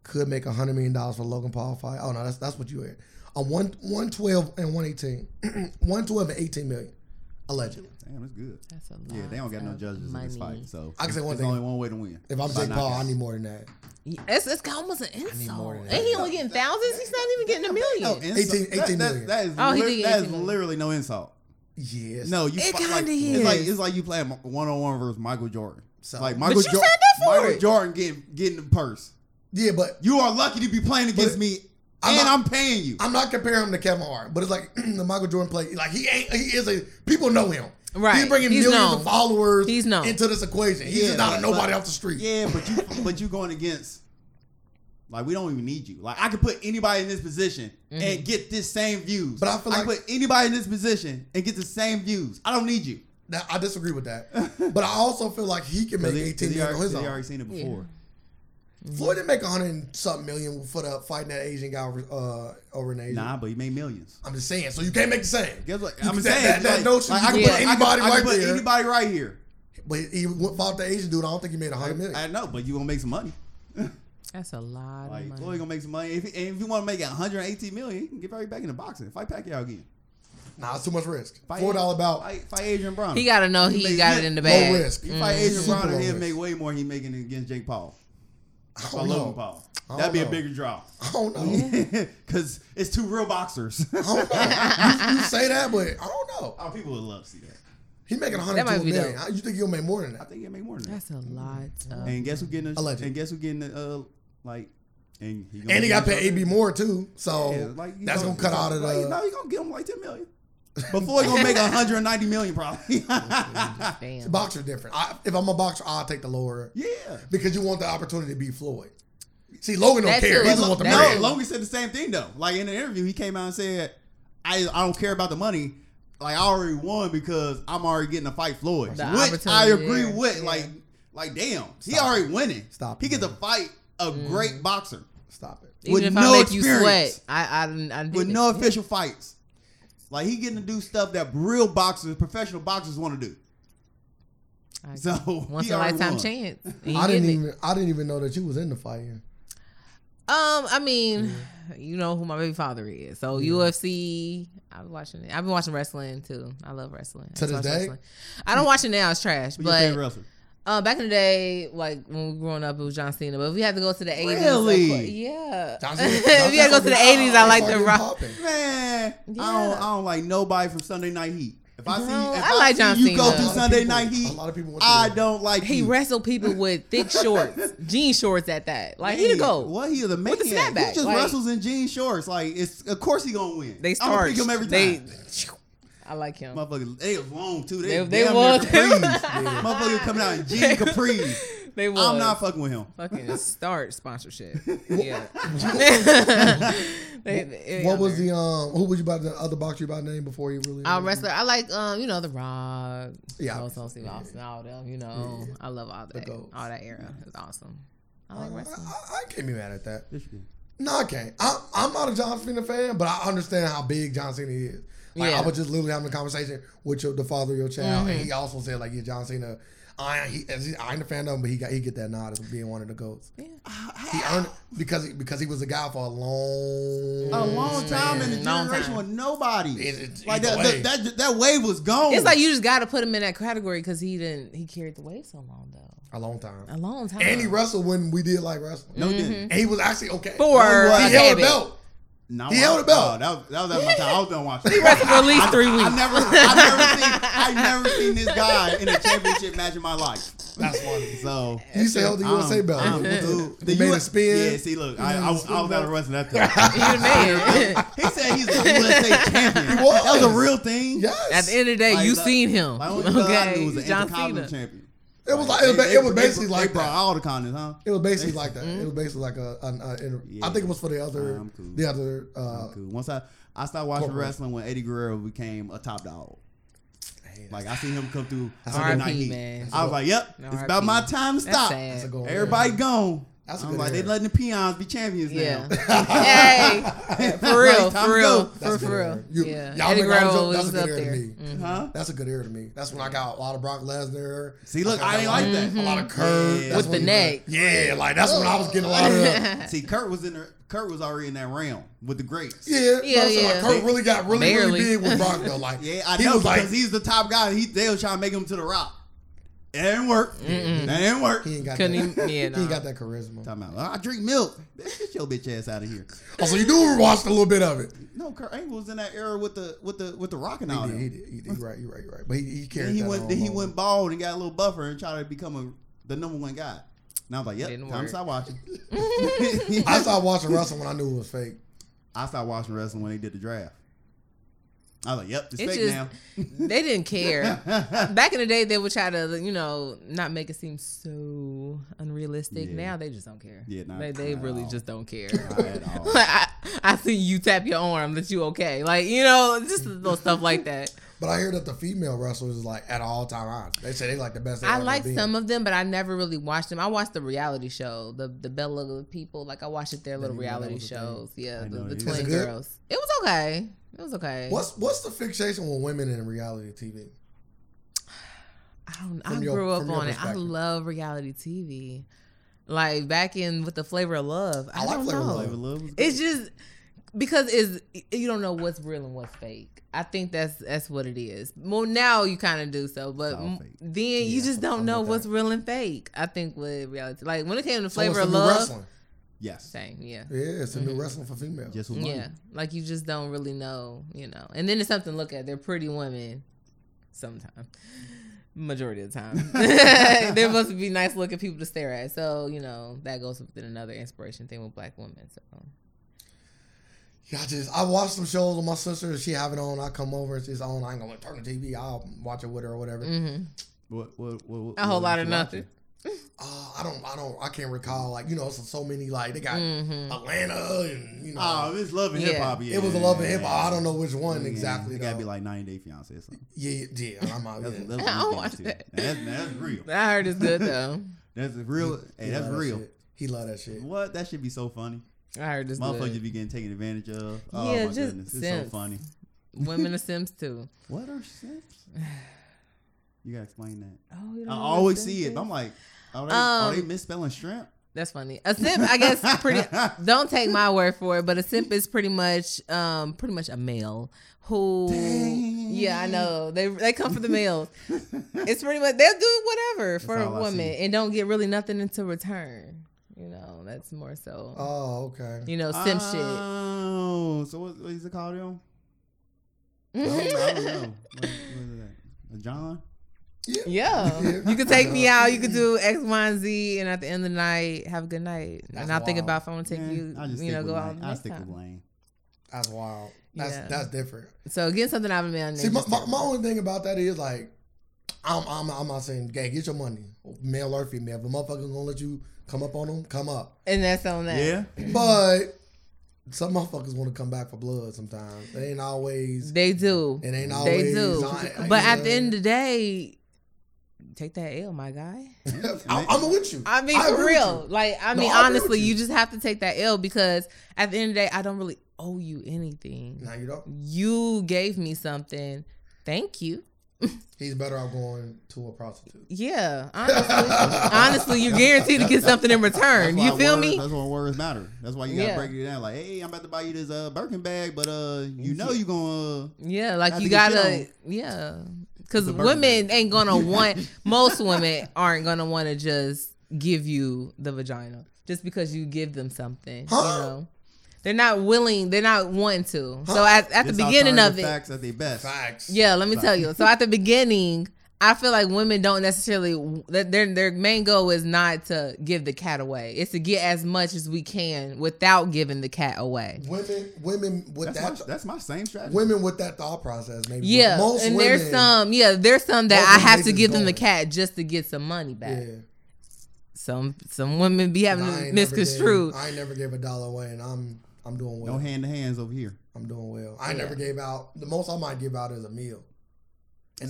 could make hundred million dollars for Logan Paul fight. Oh no, that's that's what you had. A one one twelve and one eighteen, one twelve and eighteen million, allegedly.
Damn, that's good.
that's a lot.
Yeah, they don't got no
of
judges in this
money.
fight, so
I can say one
there's
thing.
only one way to win.
If I'm
By
Jake Paul, I
knockout.
need more than that.
It's, it's almost an
more
insult.
than
And
that.
he only getting thousands. He's not even getting a
no
million.
insult.
18
That- that-
18 million.
that is
Oh, he
lit-
did get
that
18
is
million.
literally no insult.
Yes.
No, you.
It
fi- like,
kinda
It's like
is.
it's like you playing one on one versus Michael Jordan.
So-
like
Uh, But
Michael
you
Jor-
signed up for
Michael
it.
Jordan getting getting the purse.
Yeah, but
You are lucky to be playing against
But
me,
I'm
and
not-
I'm paying you.
I'm not comparing him to Kevin Hart, but it's like the Michael Jordan play. Like he ain't. He is a people know him.
Right.
He's bringing
He's
millions
known.
of followers.
He's known.
into this equation. He's
Yeah,
just not a
but-
nobody off the street.
yeah, but you but you going against. Like we don't even need you. Like I could put anybody in this position
Mm-hmm.
and get this same views.
But I feel
I
like-
put anybody in this position and get the same views. I don't need you.
Now, I disagree with that, but I also feel like he can make
Because he-
18
because he
million
already-
on his
because he
own.
already seen it before.
Floyd didn't make 100 and something million for the fighting that Asian guy over, uh, over in Asia.
Nah, but he made millions.
I'm just saying. So you can't make the same.
Guess what?
You
I'm
can-
saying
that, that
like,
notion.
like,
you
I
can
can
put
put,
anybody
I can, I
right
can put
there.
anybody right here.
But he, he went- fought the Asian dude. I don't think he made 100 million.
I know, but you gonna make some money.
That's a lot of
Like
money.
Floyd gonna make some money. If, he- and if you want to make 118 million, he can get right back into boxing. Fight Pacquiao again.
nah, it's too much risk.
Fight
Four dollar bout.
Fight, fight Adrian Brown.
he got to know he
made-
got
yeah,
it in the
low
bag.
risk.
You
Mm.
fight Adrian
Super
Brown,
low
he'll
risk.
make way more. He making against Jake Paul.
I
Or
don't
Logan
know.
Paul.
I don't
That'd be a
know.
bigger draw.
I don't know.
Because it's two real boxers.
I don't know. you, you say that, but I don't know.
oh, people would love to see that.
He making 100
That
to
might
a
be
million.
dope.
How- You think he'll make more than
I
that?
think he'll make more than that.
That's uh, a lot of.
And guess who getting the
Allegedly.
and guess who getting the uh like and he, gonna
And he got
get
paid AB more too, so
Yeah, like, he's
that's gonna, cut
he's
out of the.
like, you know, he gonna give him like ten million. But Floyd gonna make 190 million probably. yeah.
Damn.
Boxer different. I, if I'm a boxer, I'll take the lower because you want the opportunity to beat Floyd. See, Logan don't
That
care. He
too.
just
But
want the
that-
No,
man.
Logan said the same thing though. Like in an interview, he came out and said, I I don't care about the money. Like I already won because I'm already getting to fight Floyd.
The
Which I
opportunity
agree
there.
with.
Yeah.
Like like damn. He
Stop
already winning.
Stop
He
it,
gets to
man.
fight a
Mm-hmm.
great boxer.
Stop it.
with
Even if
no
I make you
experience.
sweat, I I, I, I
with
didn't.
no official fights. Like he getting to do stuff that real boxers, professional boxers want to do.
I-
So
once
he
a
already
lifetime
won.
chance. He
I didn't
getting it.
even. I didn't even know that you was in the fight. Here.
Um, I mean, you know who my baby father is. So UFC, I've been watching it. I've been watching wrestling too. I love wrestling. I
To this
watch
day?
wrestling. I don't watch it now. It's trash.
Who your favorite
But
wrestler?
uh, back in the day, like when we were growing up, it was John Cena. But if we had to go to the eighties,
Really?
yeah.
John Cena-
if we had to go to the
John
eighties,
Cena
I like the
fucking
rock.
popping.
Man, I don't.
Yeah.
I don't like nobody from Sunday Night Heat. If I see, if
Girl, I
I,
like
see
John
you
Cena.
go
A
through
lot of
Sunday
people-
Night Heat,
a lot of people went
I
through that.
don't like
He
you.
wrestled people with thick shorts, jean shorts at that. Like he the
Man,
goat.
What he is a maniac.
the
He
snapback,
just
like-
wrestles in jean shorts. Like it's of course he gonna win.
They
I'm gonna
starch.
pick him every
They-
time.
I like him.
Motherfuckers, they was long too. They,
They-
they,
they
was.
was.
Capris. Motherfucker coming out in jean capris.
They was.
I'm not fucking with him.
fucking start sponsorship. Yeah. They- they
What
on
was
there.
the um? Who was you about the other boxer you about name before you really?
Our wrestler, I like um, you know, the Rock,
Yeah.
yeah, Stone Steve Austin, all them, you know, I love all that,
GOATs.
all that era, it's awesome. I
I,
Oh,
like wrestling.
I, I can't be mad at that.
Michigan.
No, I can't. I, I'm not a John Cena fan, but I understand how big John Cena is. Like
Yeah.
I was just literally having a conversation with your, the father of your child, and he also said like, "Yeah, John Cena, I he, as he, I ain't a fan of him, but he got he get that nod as being one of the goats.
Yeah.
He earned it because he, because he was a guy for a long,
a long time in the
Long
generation
time.
with nobody.
It- it-
like
either
that,
way.
that, that, that wave was gone.
It's like you just got to put him in that category because he didn't, he carried the weight so long though,
a long time.
a long time.
And he wrestled when we did like wrestling.
no, you didn't.
And he was actually okay.
For
he
a
held a
habit.
belt.
No,
He
I-
held a belt.
No, that, was, that was at my time. I was done watching.
Mm-hmm. wrestled for at least three
I
weeks.
never, I never seen, I never seen this guy in a championship match in my life.
That's funny.
So
He used to hold the
I'm-
USA belt.
I'm-
With the-
the
he made a
US
spin.
Yeah, see, look, I, I, was- I was out of wrestling that
He
time.
the man.
he said he's a USA champion.
was.
That was a real thing.
Yes.
At the end of the day,
Like,
you
the-
seen him,
My only thug I
okay?
knew was an
He's John
intercontinental
Cena.
champion.
It was like- it was ba- it was basically
they,
like
they brought
that.
all the continents, huh?
It was basically like that. It was basically like a. an- a- an- I think it was for the other,
Mm-hmm. I'm cool.
the other. Uh,
cool. Once I I started watching
Corporate.
wrestling when Eddie Guerrero became a top dog.
Damn.
Like I seen him come through
R.I.P.,
Sunday night heat.
man.
I was like, "Yep,
No,
it's about
R.I.P..
my time. to
That's
Stop.
sad.
That's a goal.
Everybody gone.
That's a
I'm
good
like, they
era.
letting the peons be champions
Yeah.
now.
hey, for real,
Right, time
for
to go.
real,
That's
for,
a good
for real.
era. You-
yeah,
y'all
Eddie
make all the jokes.
Guerrero
That's
was
a good
up
era to
there. Mm.
me.
Huh?
That's a good era to me. That's when I got a lot of Brock Lesnar.
See, look, I
got a
ain't
lot
like
of-
that. Mm-hmm.
A lot of Kurt.
Yeah.
That's
With
the
when you-
neck. Oh.
Yeah, like that's when I was getting a lot of.
See, Kurt was in there. Kurt was already in that realm with the greats.
Yeah, yeah,
Yeah,
yeah.
yeah.
Like, Kurt really got really,
Barely.
really big with Brock though. Like,
Yeah, I
he
know
was
because
like,
he's the top guy. He they was trying to make him to the rock. It didn't work. That didn't work.
he ain't got
Couldn't
that.
even- yeah,
He
nah.
ain't got that charisma.
Time out. I drink milk. Bitch, get your bitch ass out of here.
Oh, so you do watch a little bit of it.
No, Kurt Angle was in that era with the with the with the rock and all
He
that.
did, he did, he did. You're right, you're right, you're right. But he, he
Then Oh,
carried
he
that
went
on
then he
long.
went bald and got a little buffer and tried to become a the number one guy. And I was like, yep,
Didn't
time
work.
to stop watching.
I started watching wrestling when I knew it was fake.
I stopped watching wrestling when they did the draft. I was like, yep, it's
It
fake
just-
now.
They didn't care. Back in the day, they would try to, you know, not make it seem so unrealistic.
Yeah.
Now they just don't care.
Yeah, not-
they, they
not at
really
all.
just don't care.
Not at all.
like I, I see you tap your arm that you okay. Like you know, just little stuff like that.
But I hear that the female wrestlers is like at all time highs. They say they like the best. they
I
ever
like
been.
some of them, but I never really watched them. I watched the reality show, the the Bella people. Like I watched their little
even know that
reality
was a thing.
shows. Yeah,
I
the,
know
the
it is.
Is
twin
it good?
girls. It was okay. It was okay.
What's what's the fixation with women in reality TV?
I don't. I
From your-
grew up
from your
on it. I
perspective.
love reality TV. Like back in with the Flavor of Love. I,
I like
don't
Flavor of
know.
Love.
Flavor Love was good.
Oh. It's just because is you don't know what's real and what's fake. I think that's that's what it is. Well, now you kind of do so, but
It's all
m-
fake.
then you just don't
I'm
know
with
what's
that.
real and fake. I think with reality, like when it came to
So it's
Flavor
the
of
new
Love, Mm-hmm.
Wrestling.
yes.
same, yeah,
Yeah, it's a new wrestling for females.
Just with money.
yeah. Like you just don't really know, you know. And then it's something to look at. They're pretty women, sometimes. Majority of the time, they're supposed to be nice looking people to stare at. So you know that goes within another inspiration thing with black women. So
Yeah, I just I watch some shows with my sister. and She have it on. I come over. It's on. I ain't gonna turn the TV. I'll watch it with her or
Mm.
whatever.
Mm-hmm,
What, what, what, what,
a whole
what
lot
you watching?
of nothing.
Uh, I don't. I don't. I can't recall. Like you know, so, so many. Like they got
Mm. mm-hmm.
Atlanta and you know.
Oh, it's love and
Yeah.
hip hop.
it was a love and hip hop. I don't know which one exactly.
It gotta be
though.
like 90 Day Fiance or something.
yeah, yeah. I'm out.
That's,
yeah.
that's
I don't watch
what we
that.
that. That's, that's real.
I heard it's good though.
That's real. Hey,
He
that's
love that
real.
shit. He love that shit.
What? That should be so funny.
I heard it's
Motherfuckers
good.
be getting taken advantage of. Oh
Yeah,
my
just
goodness, it's so
simps.
funny.
Women are Sims too.
What are simps? You gotta explain that.
Oh, you
I always see it. but I'm like, are they, are they
Um,
misspelling shrimp?
That's funny. A simp, I guess, pretty. Don't take my word for it, but a simp is pretty much, um, pretty much a male who.
Dang.
Yeah, I know they they come for the males. it's pretty much they'll do whatever for a
all I
woman
see.
and don't get really nothing into return. You know, that's more so.
Oh, okay.
you know, simp
Uh,
shit.
Oh, so what, what is it called, yo? I don't, I don't know. What, what is that? A John?
Yeah. You could take me out. You could do X, Y, and Z. And at the end of the night, have a good night.
That's
and I'll think
wild.
about if I want to take
Yeah,
you,
I just
you
stick
know,
with
go out.
Lane. I
next
stick
time.
with Lane.
That's wild. That's
Yeah.
that's different.
So getting something out of a man.
See, my, my, my only thing about that is like, I'm I'm I'm not saying gay. Get your money, male or female. If a motherfucker gonna let you come up on them, come up.
and that's on that.
Yeah.
But some motherfuckers want to come back for blood. Sometimes they ain't always.
They do.
It ain't
They
always.
do.
I- I-
But at the end of the day, take that L, my guy.
I, I'm with you.
I mean, for
agree with
real.
you.
Like, I
No,
mean,
I agree
honestly,
with you.
you. just have to take that L because at the end of the day, I don't really owe you anything.
Now you don't.
You gave me something. Thank you.
He's better off going to a prostitute.
Yeah, honestly, honestly, you're guaranteed to get something in return.
That's
You
why
feel
words-
me?
That's why words matter. That's why you gotta
Yeah.
break it down. Like, hey, I'm about to buy you this uh Birkin bag, but uh, you know you gonna. uh,
Yeah, like
Have
you
to get shit
gotta,
on.
yeah, because
It's a burden.
women ain't gonna want. most women aren't gonna want to just give you the vagina just because you give them something.
Huh?
You know, they're not willing. They're not wanting to. So
Huh?
at, at the
This
beginning of
alternative
it,
facts at their best.
Facts.
yeah, let me tell you. So at the beginning, I feel like women don't necessarily that their their main goal is not to give the cat away. It's to get as much as we can without giving the cat away.
Women, women with
That's
that,
my, that's my same strategy.
women with that thought process. Maybe.
Yeah,
Most
and
women,
there's some. Yeah, there's some that
most
I
women
have to
niggas
give them the
don't.
cat just to get some money back.
Yeah.
Some some women be having
I
to
ain't never Uh,
misconstrued.
gave- I ain't never gave a dollar away, and I'm I'm doing well.
No hand to hands over here.
I'm doing well. I ain't never gave out. The most I might give out is a meal, and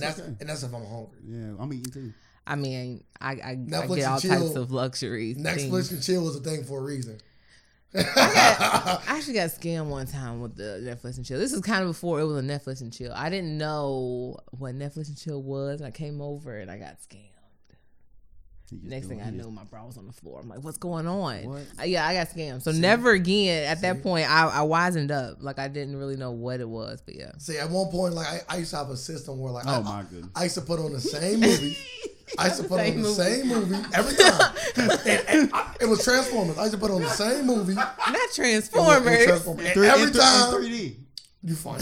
It's
that's
okay.
and that's if I'm hungry.
Yeah, I'm eating too.
I mean, I I, I
Netflix
get all
and
types
chill.
of luxuries.
Netflix
things.
and chill was a thing for a reason.
I actually got scammed one time with the Netflix and chill. This is kind of before it was a Netflix and chill. I didn't know what Netflix and chill was. I came over and I got scammed.
He just
Next
doing-
thing I
he just-
know, my bra was on the floor. I'm like, what's going on?
What?
Uh, yeah, I got scammed. So never again. At
See?
that point, I, I wisened up. Like I didn't really know what it was, but yeah.
See, at one point, like I, I used to have a system where, like, I,
Oh my goodness.
I used to put on the same movie. I used to put on the
Same movie.
same movie every time. And- and I- it was Transformers. I used to put on the same movie.
Not
It was
Transformers.
Transformers.
Three-
And
in
every
three- in
time,
3D.
you find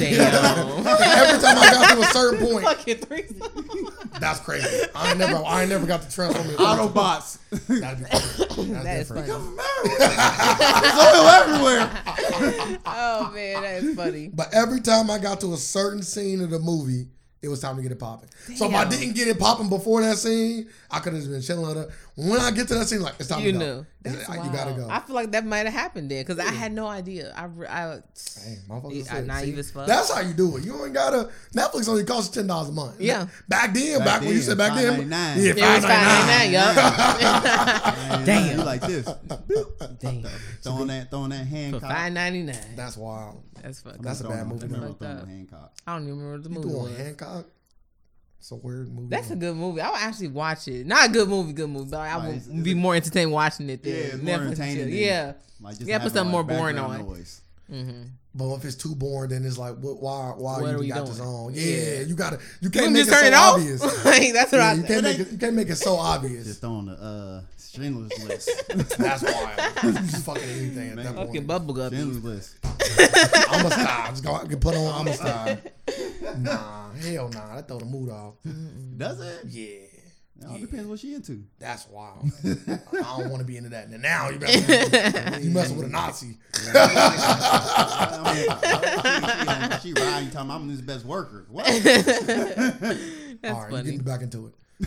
Damn.
every time I got to a certain point,
Fucking threesome.
that's crazy. I ain't never, I ain't never got to Transformers.
Autobots.
That'd be crazy. That's
That is
different.
funny.
There's oil everywhere.
Oh man, that is funny.
But every time I got to a certain scene of the movie, it was time to get it popping. So if I
Damn.
didn't get it popping before that scene, I could have just been chilling on it. When I get to that scene, like it's time
You
to go.
knew.
It's
That's
like, you gotta
wild.
go.
I feel like that might have happened there because I had no idea. I, re- I
Dang, motherfuckers
Yeah,
are sick.
naive
See?
as fuck.
That's how you do it. You ain't gotta. Netflix only costs you ten dollars a month.
Yeah.
Back then, back,
Back
when you
then,
said back
$5.99.
then, yeah,
yeah, it's
five ninety
fine right now, yup. Damn.
You like this.
Damn.
Throwing that, throwing that Hancock.
Five ninety nine.
That's wild.
That's fucking.
That's a bad movie.
I remember
Fucked
throwing
up.
Hancock.
I don't even remember what the movie.
Doing
Was.
Hancock. It's a weird movie.
That's a good movie. I would actually watch it. Not a good movie, good movie, but I
Like,
would
it's- it's
be
a-
more entertained watching it. Than
Yeah, it's more
Netflix and
entertaining
chill.
than-
Yeah,
Like just
Yeah, put
having,
something
like,
more boring
background
on.
Noise.
But if it's too boring, then it's like, what, why, why
What
you
are we
got
doing?
this on? Yeah,
Yeah.
you gotta. You
You
can't
can
make
just
it
turn
so
it
obvious.
off. like that's what
Yeah,
I
you
said.
can't make it. You can't make it so obvious.
Just on the uh, Schindler's List.
That's wild. Just fucking anything at that
Fucking
point.
bubble guppies.
Schindler's List.
I'm a star. Just go out and put on. I'm a star. Nah, hell nah. That throw the mood off.
Does it?
Yeah.
It all depends what she into.
That's wild. I don't want to be into that. And now you messing, you messing with a Nazi.
I mean, I- she, she, she riding time. I'm his best worker. What?
All right,
funny.
you getting back into it. she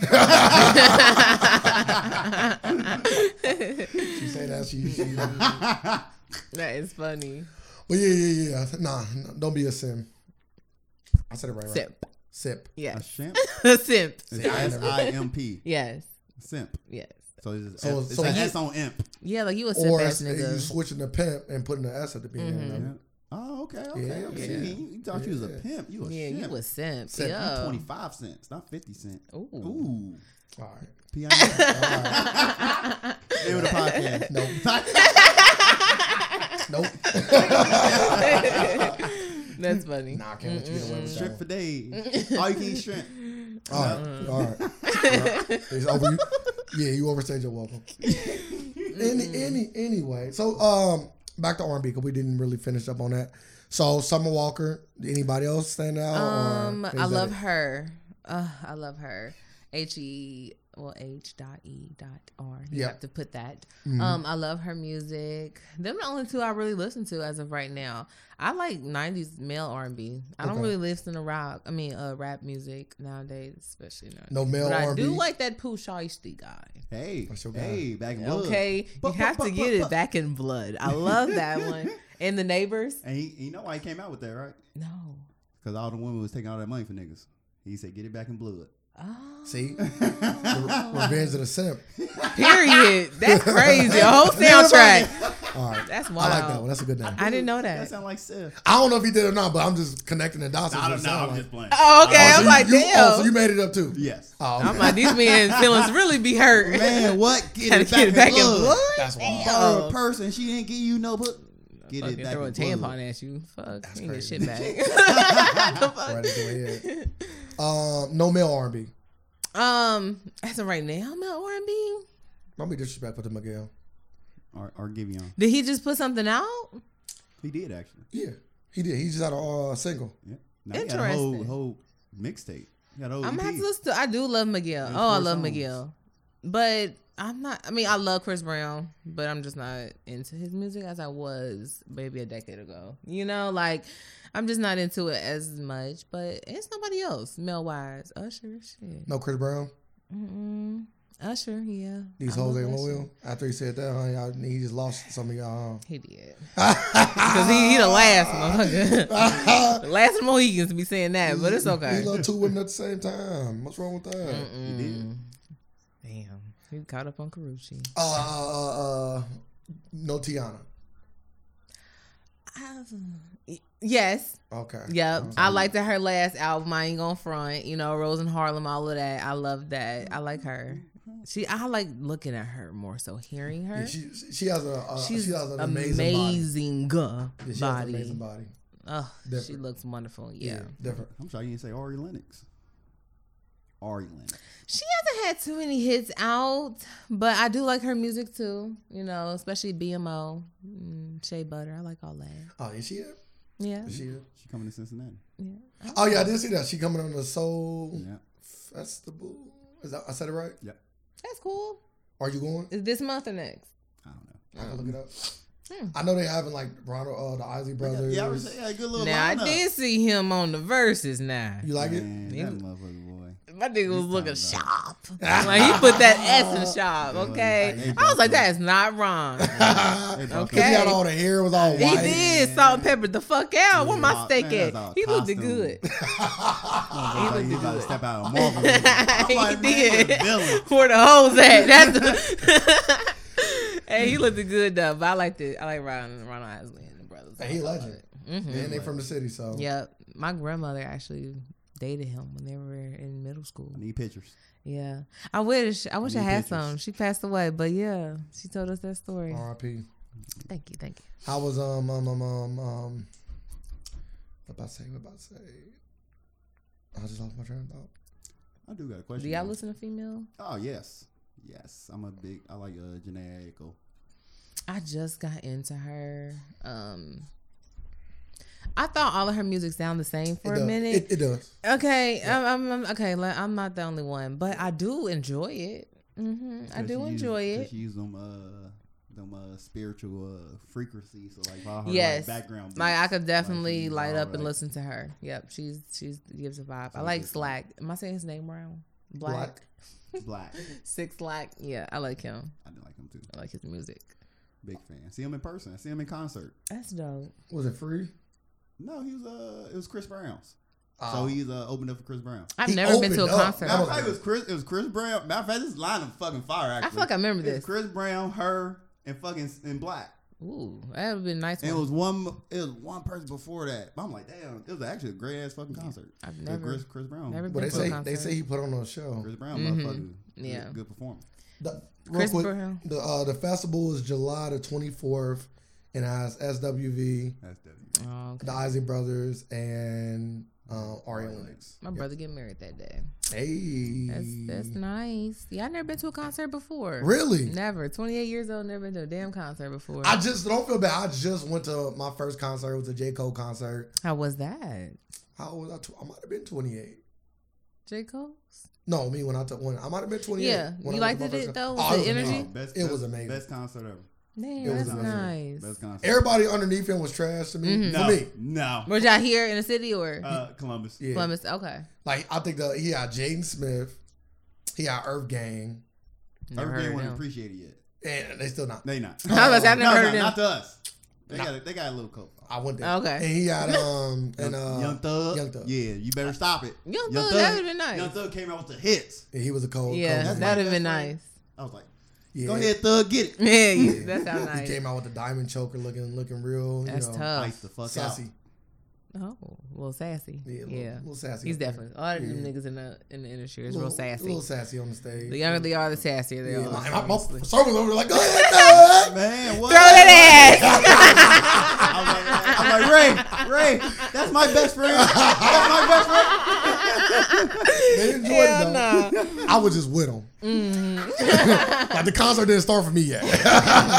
say that she, she. But
That is funny.
yeah, yeah, yeah. Nah, no, don't be a sim. I said it right, right?
Simp.
Sip.
A
Yes.
simp.
Simp.
It's
I ain't
S
never-
I M P.
Yes.
Simp.
Yes.
So it's, just
So-
F, it's
so
an
you-
S on imp.
Yeah, like you a simp
Or
ass
as- you
nigga.
switching the pimp and putting the S at the beginning. of it.
Oh, okay, okay,
Yeah,
okay.
yeah.
You, you thought you was a
Yeah.
pimp. You a
Yeah,
simp.
you a simp.
Simp, you
Yeah.
twenty five cents, not fifty cent.
Ooh.
Ooh.
Mm-hmm.
All right.
Piano. Name of the
Eh,
podcast.
Nope. nope.
That's funny.
Nah, I can't let you get away with that.
Shrimp
one.
for days. All you can eat shrimp.
All right, all right. It's over. You, yeah, you overstayed your welcome. any, any, anyway. So, um, back to R and B because we didn't really finish up on that. So, Summer Walker. Anybody else stand out?
Um,
or is
I
that
love
Uh-uh. it?
her. Ugh, I love her. H E well H dot E dot R. You
Yeah.
have to put that. Um, I love her music. Them the only two I really listen to as of right now. I like '90s male R and B. I don't
Okay.
really listen to rock. I mean, uh, rap music nowadays, especially not.
No male
But I
R&B.
do like that Pooh Shiesty guy.
Hey,
That's your guy.
hey, back in blood.
Okay,
But-
you have
but-
to
but-
get it
but-
back in blood. I love that one. And the neighbors.
And he, you know why he came out with that, right?
No.
Because all the women was taking all that money for niggas. He said, "Get it back in blood."
Oh.
See, The Re- Revenge of the Simp.
Period. That's crazy. A whole soundtrack.
All right,
That's
I
wild.
like that one. That's a good name.
I didn't know
That
that.
sound like Seth.
I don't know if he did or not, but I'm just connecting the dots.
I
That's
don't
what it
know.
sound
I'm
like.
just playing.
Oh, okay.
I
I'm
was-
like,
You, oh,
damn.
so you made it up too.
Yes.
Oh,
I'm
okay.
like, these men's feelings really be hurt.
Man, what? Get
Gotta
it back,
get it back in
in blood.
blood.
That's
You
wild.
borrow a purse and she didn't give you no book. Get it
Fucking
back
throw a
in blood.
tampon at you. Fuck. That's get
crazy.
shit back.
Right into the head. Um, no male R&B.
um, as of right now, I'm not R&B.
Don't be disrespectful to Miguel.
Or, or Giveon.
Did he just put something out?
He did actually.
Yeah, he did. He just had a uh, single.
Yeah. Now he had a whole,
Interesting.
whole mixtape. He had a whole
I'm gonna have
EP.
to listen to. I do love Miguel.
There's
Oh, I
four
love
songs.
Miguel, but I'm not. I mean, I love Chris Brown, but I'm just not into his music as I was maybe a decade ago. You know, like I'm just not into it as much. But it's nobody else male wise. Usher, shit.
No Chris Brown.
Mm-mm. Usher, yeah.
These
I love
hoes ain't
Usher.
loyal. After he said that, huh, y'all, he just lost some of y'all.
He did because he, he the last motherfucker.
huh?
the last Mohicans to be saying that, but it's
He
okay.
loved two women at the same time. What's wrong with that?
He did.
You caught up on Karuchi.
Uh, uh, uh, no Tiana.
Yes.
Okay. Um,
Yep. I liked that her last album. I ain't gonna front. You know, Rose in Harlem, all of that. I love that. I like her.
Uh-huh.
She. I like looking at her more so hearing her.
Yeah, she she has a uh,
she's
she has an amazing,
amazing,
body.
uh,
Yeah, she has an
body.
amazing body.
Ugh, she
Different.
looks wonderful. Yeah.
different.
I'm sorry you didn't say Ari Lennox. Ari Lennox.
She hasn't had too many hits out, but I do like her music too. You know, especially BMO, mm, Shea Butter. I like all that.
Oh, is she? Here?
Yeah.
Is she? Here?
She coming to Cincinnati.
yeah.
Oh yeah, I did see that. She coming on the Soul
Yeah.
Festival. Is that I said it right?
That's cool.
Are you going?
Is this month or next?
I don't know.
I can look it up.
Hmm.
I know they having like Ronald, uh, the Isley brothers.
Yeah, I was yeah, good little
Now I
lineup.
did see him on the verses. Now
You like it?
Man,
Yeah.
that motherfucker boy.
my nigga was looking
talking
sharp. like he put that S in sharp.
Yeah, like,
Okay,
hey,
I was like,
bro.
that is not wrong.
Hey, bro,
He
Okay.
had all the hair was all
He
He
white.
did salt and pepper the fuck out. Oh, Where my
Yeah.
steak
Man,
at?
that's all
He looked
costume.
good.
motherfucker
looked
like he about to
good.
step out of Marvel. movie. I'm
he
like, man,
did.
you're a villain.
Where the hoes at? That's hey, he looked good though. But I liked it. I like Ron, Ron Isley and the brothers.
And he legend.
Mm-hmm.
And they from the city, so
Yep. My grandmother actually dated him when they were in middle school.
I need pictures.
Yeah. I wish I wish I
Need
had
pictures.
some. She passed away, but yeah, she told us that story.
R.I.P.
Thank you, thank you.
How was um um um um um? What about to say? What about to say? I just lost my train of thought.
I do got a question.
Do y'all
though.
listen to female?
Oh yes, yes. I'm a big. I like uh, Janae Aiko.
I just got into her. Um I thought all of her music sound the same for
it
a
does.
minute.
it, it does.
Okay, I'm, I'm, I'm okay. like, I'm not the only one, but I do enjoy it. hmm I
She
do
use-
enjoy
'cause
it.
She use them uh them uh spiritual uh frequencies. So like all her
Yes.
like, background. Beats,
Like I could
she
definitely
use
light
all
up and
that.
listen to her. Yep, she's she's gives a vibe. I
Sounds
like
good.
Slack. Am I saying his name wrong? Black,
Black.
Black.
Six Slack. Yeah, I like him.
I didn't like him too.
I like his music.
Big fan. See him in person. I see him in concert.
That's dope.
Was it free?
No, he was uh it was Chris Brown's.
Ah.
so he's uh opened up for Chris Brown.
I've
He
never been to a
opened up.
concert.
Matter of
was-
fact, it was Chris. It was Chris Brown. Matter of fact, this line of fucking fire.
I
Actually,
feel like I remember
It was
this.
Chris Brown, her, and fucking and Black.
Ooh, that would have been a nice.
And it
one.
was one. It was one person before that. But I'm like, damn, it was actually a great ass fucking concert.
I've
With
never-
Chris, Chris Brown.
never
But they
Been to
say
a
they
Um, concert.
say he put on a show.
Chris Brown,
Mhm.
motherfucker.
Yeah.
good, good performance.
The, real
Chris
quick,
Brown.
the uh, the festival is July the twenty fourth, and it has SWV,
That's W.
Oh, okay.
the Isley Brothers, and um, Ari Lennox.
My brother get married that day.
E
Hey,
That's that's nice. Yeah, I never been to a concert before.
really?
Never. 28 years old, never been to a damn concert before.
I just don't feel bad. I just went to my first concert. It was a J Cole concert.
How was that?
How old was I? Tw- I might have been twenty eight.
J. Cole's?
No, me when I took one, I might have been twenty eight.
Yeah. You liked it, though, with the energy?
best,
Oh, It
best-
was amazing.
Best concert ever.
Damn,
It was
that's
amazing.
nice.
Best concert.
Everybody underneath him was trash to me.
Mm-hmm.
For
no,
me,
no.
Were y'all here in the city or
Uh, Columbus.
yeah.
Columbus? Okay.
Like I think the he had Jaden Smith, he had Earth Gang,
Never
Everything
heard
wasn't
of them.
appreciated yet.
and they still not.
They not.
I was about to say, I've
no,
never heard
no,
of them.
not to us. They
Nah.
got a, they got a little coat.
I went there.
Okay.
And he had um and uh
Young, Young Thug.
Young Thug.
Yeah, you better stop it.
Young Thug, that would've been nice.
Young Thug came out with the hits.
and he was a cold.
yeah,
cold
that
man.
would have been nice.
That's I was like,
yeah.
go ahead, Thug, get it.
Yeah, you- that sounds
He
nice.
came out with the diamond choker, looking looking real. You
That's
know,
Ice
tough.
the fuck
Sassy.
out.
Oh, a little sassy.
Yeah,
Yeah.
a little, little sassy.
He's
up there.
definitely, a lot of them niggas in the, in the industry is real
Little-
sassy.
Little sassy on the stage.
the younger they are, the sassier they
yeah,
are.
my, my, my
honestly.
server was over there like, go ahead, Thug.
Man, what?
Throw that ass!
I'm like, I'm like, Ray, Ray, that's my best friend. That's my best friend.
They enjoyed
Hell
it
nah.
though. I was just with him.
Mm-hmm.
like the concert didn't start for me yet.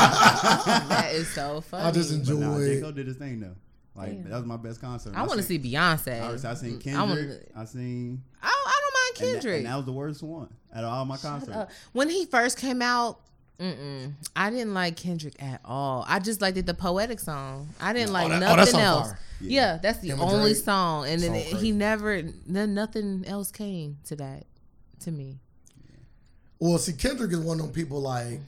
That is so funny.
I just
But nah, J.
enjoyed.
Cole did his thing though. Like
Yeah.
that was my best concert.
I want to see
seen-
Beyonce.
I, was- I seen
I wanna-
Kendrick. I, seen
I, I don't
and
mind
that-
Kendrick.
and that was the worst one out of all my concerts.
Uh, when he first came out, mm-mm, I didn't like Kendrick at all. I just liked it, the poetic song. I didn't like
that- oh, that
nothing
song
else.
fire.
Yeah. that's the
Him and
only
Drake.
song, and then
Song
it-
crazy.
he never, then nothing else came to that, to me.
Well, see, Kendrick is one of them people like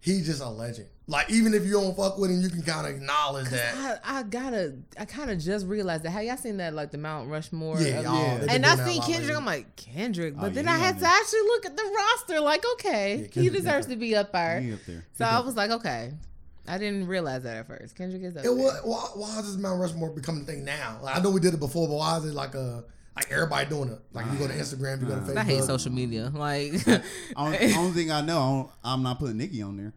he just a legend. Like even if you don't fuck with him, you can kind of acknowledge that.
I, I gotta, I kind of just realized that. Have y'all seen that, like the Mount Rushmore?
Yeah,
of-
y'all,
yeah.
they've been
And
doing
I
that a
seen
lot lately.
Kendrick, I'm like Kendrick,
Oh,
but then
yeah,
I
he
had
on
to
there.
actually look at the roster, like
Yeah,
okay, he
Kendrick
deserves to be up there.
He up there.
So I was like, okay, I didn't realize that at first. Kendrick is up
It
there.
was, why, why is this Mount Rushmore becoming a thing now? Like, I know we did it before, but why is it like a like everybody doing it? Like if you go to Instagram, you go to Facebook.
I hate social media. Like,
only, only thing I know, I don't, I'm not putting Nicki on there.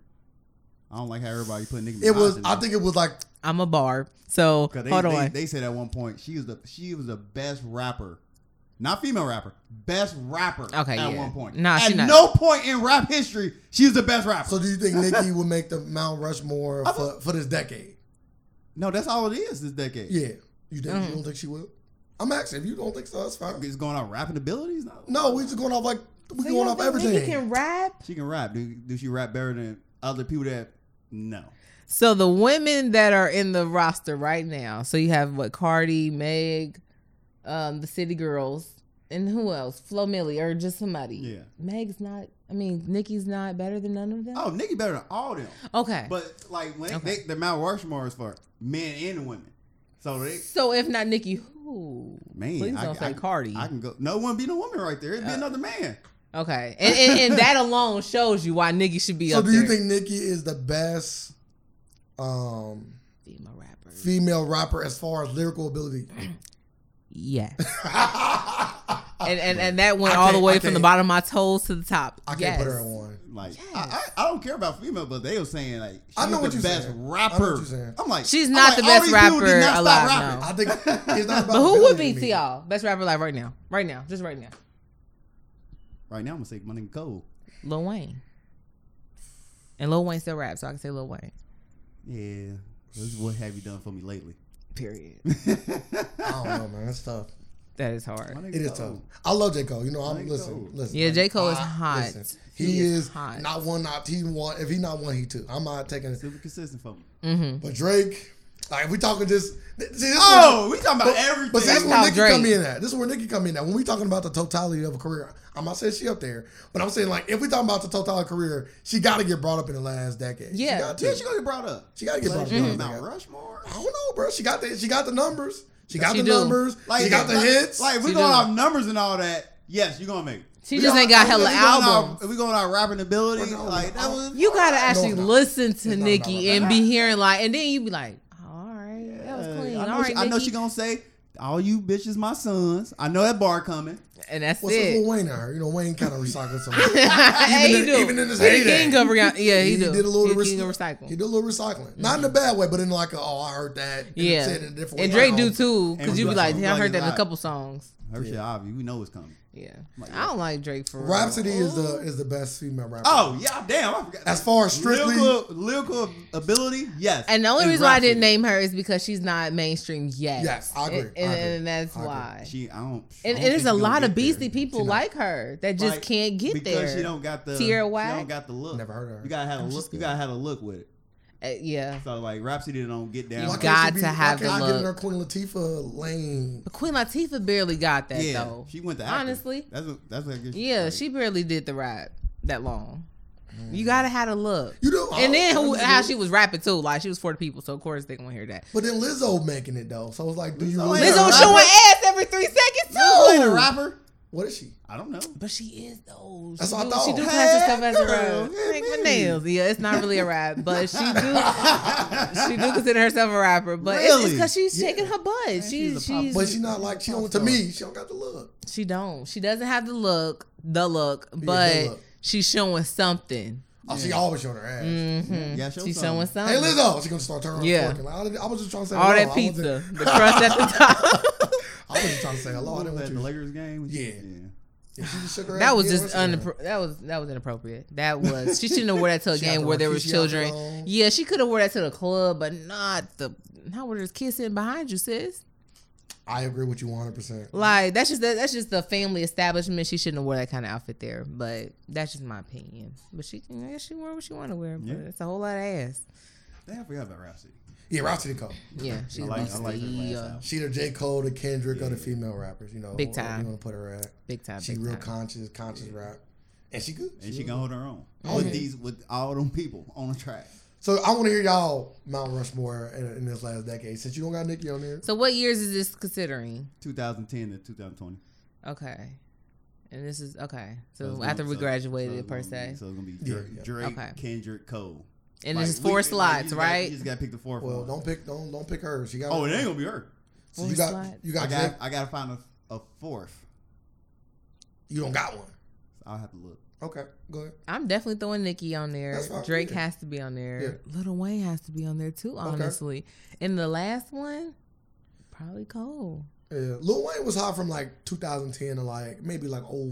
I don't like how everybody put Nicki.
It was.
Minaj in
I
there.
think it was like
I'm a barb. So
'Cause
hold
they,
on.
they, They said at one point she was the she was the best rapper, not female rapper, best rapper.
Okay,
at
yeah.
one point.
Nah,
at
she not-
no point in rap history she was the best rapper.
So do you think Nicki would make the Mount Rushmore for, for this decade?
no, that's all it is this decade.
Yeah. You, think,
Mm.
you don't think she will? I'm asking. If you don't think so, that's fine.
It's going on rapping abilities. No,
No, we just going off like we
So
going
y'all
off
think
everything.
Nicki can rap.
she can rap. Do, do she rap better than other people that? No.
So the women that are in the roster right now. So you have what Cardi, Meg, um, the City Girls, and who else? Flo Millie or just somebody.
Yeah.
Meg's not. I mean, Nicki's not better than none of them.
Oh, Nicki better than all them.
okay.
But like when
Okay.
they, the Mount Rushmore is for men and women. So they
so if not Nicki, who?
man,
Please
I,
don't say
I-
Cardi.
I can go. No, it wouldn't be no woman right there. It'd be another man.
okay, and, and and that alone shows you why Nicki should be
so
up
do you
there.
think Nicki is the best um,
female rapper?
female rapper as far as lyrical ability?
Yes.
I
and and, and that
I
went all the
can't- I
way from the
can't-
bottom of my toes to the top.
can't
yes.
put her in one.
Like
Yes.
I, I, I don't care about female, but they were saying like she's
I know
the
what you're
best
saying. I know
rapper.
what you're saying.
am like
She's
I'm
not
like,
the
all
best
these people did
rapper
not stop
alive,
rapping.
no.
I think it's not about.
But who would
ability
be
to me.
T.I. best rapper alive right now? Right now, just right now.
Right now, I'm gonna say my nigga Cole.
Lil Wayne. And Lil Wayne still raps, so I can say Lil Wayne.
Yeah, this is what have you done for me lately?
Period.
I don't know, man. That's tough.
That is hard.
It is tough. I love J. Cole. You know, I'm
J.
listen,
Cole.
listen.
Yeah,
like,
J. Cole is
I-
hot.
He,
He
is,
is hot.
not one, not he one. If he not one, he two. I'm not taking it.
Super consistent for me.
Mm.
But Drake, like if we talking just th- see, this is
Oh,
where-
we talking about everything.
But that's
We
where
talk
Nicki
Drake.
come in at. This is where Nicki come in at. When we talking about the totality of a career, I'm not saying she up there, but I'm saying like if we talking about the totality of career, she got to get brought up in the last decade.
Yeah.
she got to.
Yeah, she gonna get brought up.
She gotta get
Like,
brought up.
Mm-hmm.
she's
Mhm.
Mount Rushmore.
I don't know, bro. She got the she got the numbers. She got
She
the
do.
numbers. she got the
like,
hits.
Like if we
She
going
do.
off numbers and all that. Yes, you gonna make. it.
She
We
just
going-
ain't got
if we
hella
going off-
albums.
If we going off rapping ability,
Well, no,
like that
I-
was.
You gotta actually
it's not.
listen
not
to
about
Nikki
that.
and be hearing like, and then you be like, all right, that was clean.
I know,
all right,
she, I know
Nicki."
she gonna say, "All you bitches, my sons." I know that bar coming.
and that's
What's up
it.
with Wayne? and Her, you know, Wayne kind of recycled some.
hey,
Even
he
in-
do.
even in his
He the
heyday.
king of rea- yeah, he,
he,
do.
did a little
He the
recy-
king of recycle.
He did a little recycling, not in a bad way, but in like, a, oh, I heard that. and
yeah,
said it in a different
and
way.
Drake do too,
And
because you be
Bless
like,
Him,
"Damn, I
Bless
heard
His
that in a
Eye.
couple songs.
Her shit obvious. We know it's coming.
Yeah, I don't like Drake for real.
Rhapsody is the is the best female rapper.
Oh yeah, damn! I forgot.
as far as strictly,
lyrical, lyrical ability. Yes.
And the only
It's
reason why I
Rhapsody.
didn't name her is because she's not mainstream yet.
Yes, I agree,
And,
I
and,
agree,
and that's
I agree.
why.
She, I don't. I
and
don't
it is
think
a
she
lot
gonna get
of
there.
beasty people
She not-
like her that just
Like,
can't get
because
there.
she don't got the
Tierra
She
Whack?
don't got the look.
Never heard of her.
You gotta have a
She's
look. You
good.
gotta have a look with it.
Uh, yeah.
So like, Rhapsody don't get down.
You
why
like-
can't
got
she be-
to
why
have
can't
the
I get in
look.
her Queen Latifah lane.
But Queen Latifah barely got that
yeah,
though.
she went to acting.
Honestly.
That's what, that's what I guess
yeah,
like, Mm.
she barely did the rap that long. You gotta have a look.
You
Oh,
know, I-
and then who,
I mean,
how she was rapping too. Like she was for the people, so of course they gonna hear that.
But then Lizzo making it though, so it's like, do you?
Lizzo
Really
ain't
Lizzo
a
was
rapper.
showing ass every three seconds
Lizzo ain't a
too.
rapper.
What is she?
I don't know.
But she is though. She
That's
do,
what I thought.
She do
Hey,
classic stuff as a
girl,
rap.
yeah,
Make my
me.
nails. Yeah, it's not really a rap, but she do. she do consider herself a rapper, but it's
Really?
just because she's
Yeah.
shaking her butt.
she's a
she's
pop-
she's
But she not like she
Oh,
don't. To me, she don't got the look.
she don't. She doesn't have the look, the look, but
look.
she's showing something. Mm-hmm.
Oh, she always showing her ass.
Yeah, show
She's
something.
showing
Hey
something.
Lizzo, she gonna start turning.
Mm. Yeah.
Yeah. Like, I, didn't- I was just trying to say
All
hello.
that
I wasn't-
pizza, the crust at the top.
I was just trying to say hello. I
What was
didn't want
that,
you.
the
to-
Lakers game?
Yeah. If she just shook her ass
That was
again,
just
what's her name?
unappro- that was that was inappropriate. That was she shouldn't have wore that to a
She out
game
the
where there
room.
was
She out the
children.
room.
Yeah, she could have wore that to the club, but not the not where there's kids sitting behind you, sis.
I agree with you 100. percent
Like that's just the, that's just the family establishment. She shouldn't have wore that kind of outfit there, but that's just my opinion. But she, I guess she wore what she wanted to wear. But
Yeah.
it's a whole lot of ass.
Damn, I forgot about Rhapsody.
Yeah, Rhapsody Cole.
Yeah, she's
like- I
beastie,
like her last
uh,
album.
She the J Cole, the Kendrick, or the female rappers. You know,
Big
wherever
time.
You want to put her at?
big time.
She
big
real
time.
conscious, conscious rap, and she good.
And
She
she
good. Oh,
can hold her own with these with all them people on the track.
So I want to hear y'all Mount Rushmore in, in this last decade. Since you don't got Nikki on there,
So what years is this considering?
2010 to 2020.
Okay. And this is okay. So
it's gonna-
after we
so-
graduated
so it's
per
gonna be-
se.
So it's gonna be
Yeah,
Drake,
yeah.
Drake
Okay.
Kendrick, Cole.
and
Like,
this is
we-
four
like,
slots,
you just gotta-
right?
you just gotta pick the fourth
well,
one.
don't pick don't don't pick hers. You got
oh, it ain't gonna be her.
So you
Four
got
slots.
you
I
got,
got
Drake.
I gotta find a, a fourth.
you don't got one.
I'll have to look.
Okay, go ahead.
I'm definitely throwing Nicki on there.
That's fine,
Drake
yeah.
has to be on there. Little Wayne has to be on there too, honestly. And the last one, probably Cole.
Yeah, Lil Wayne was hot from like 2010 to like maybe like oh,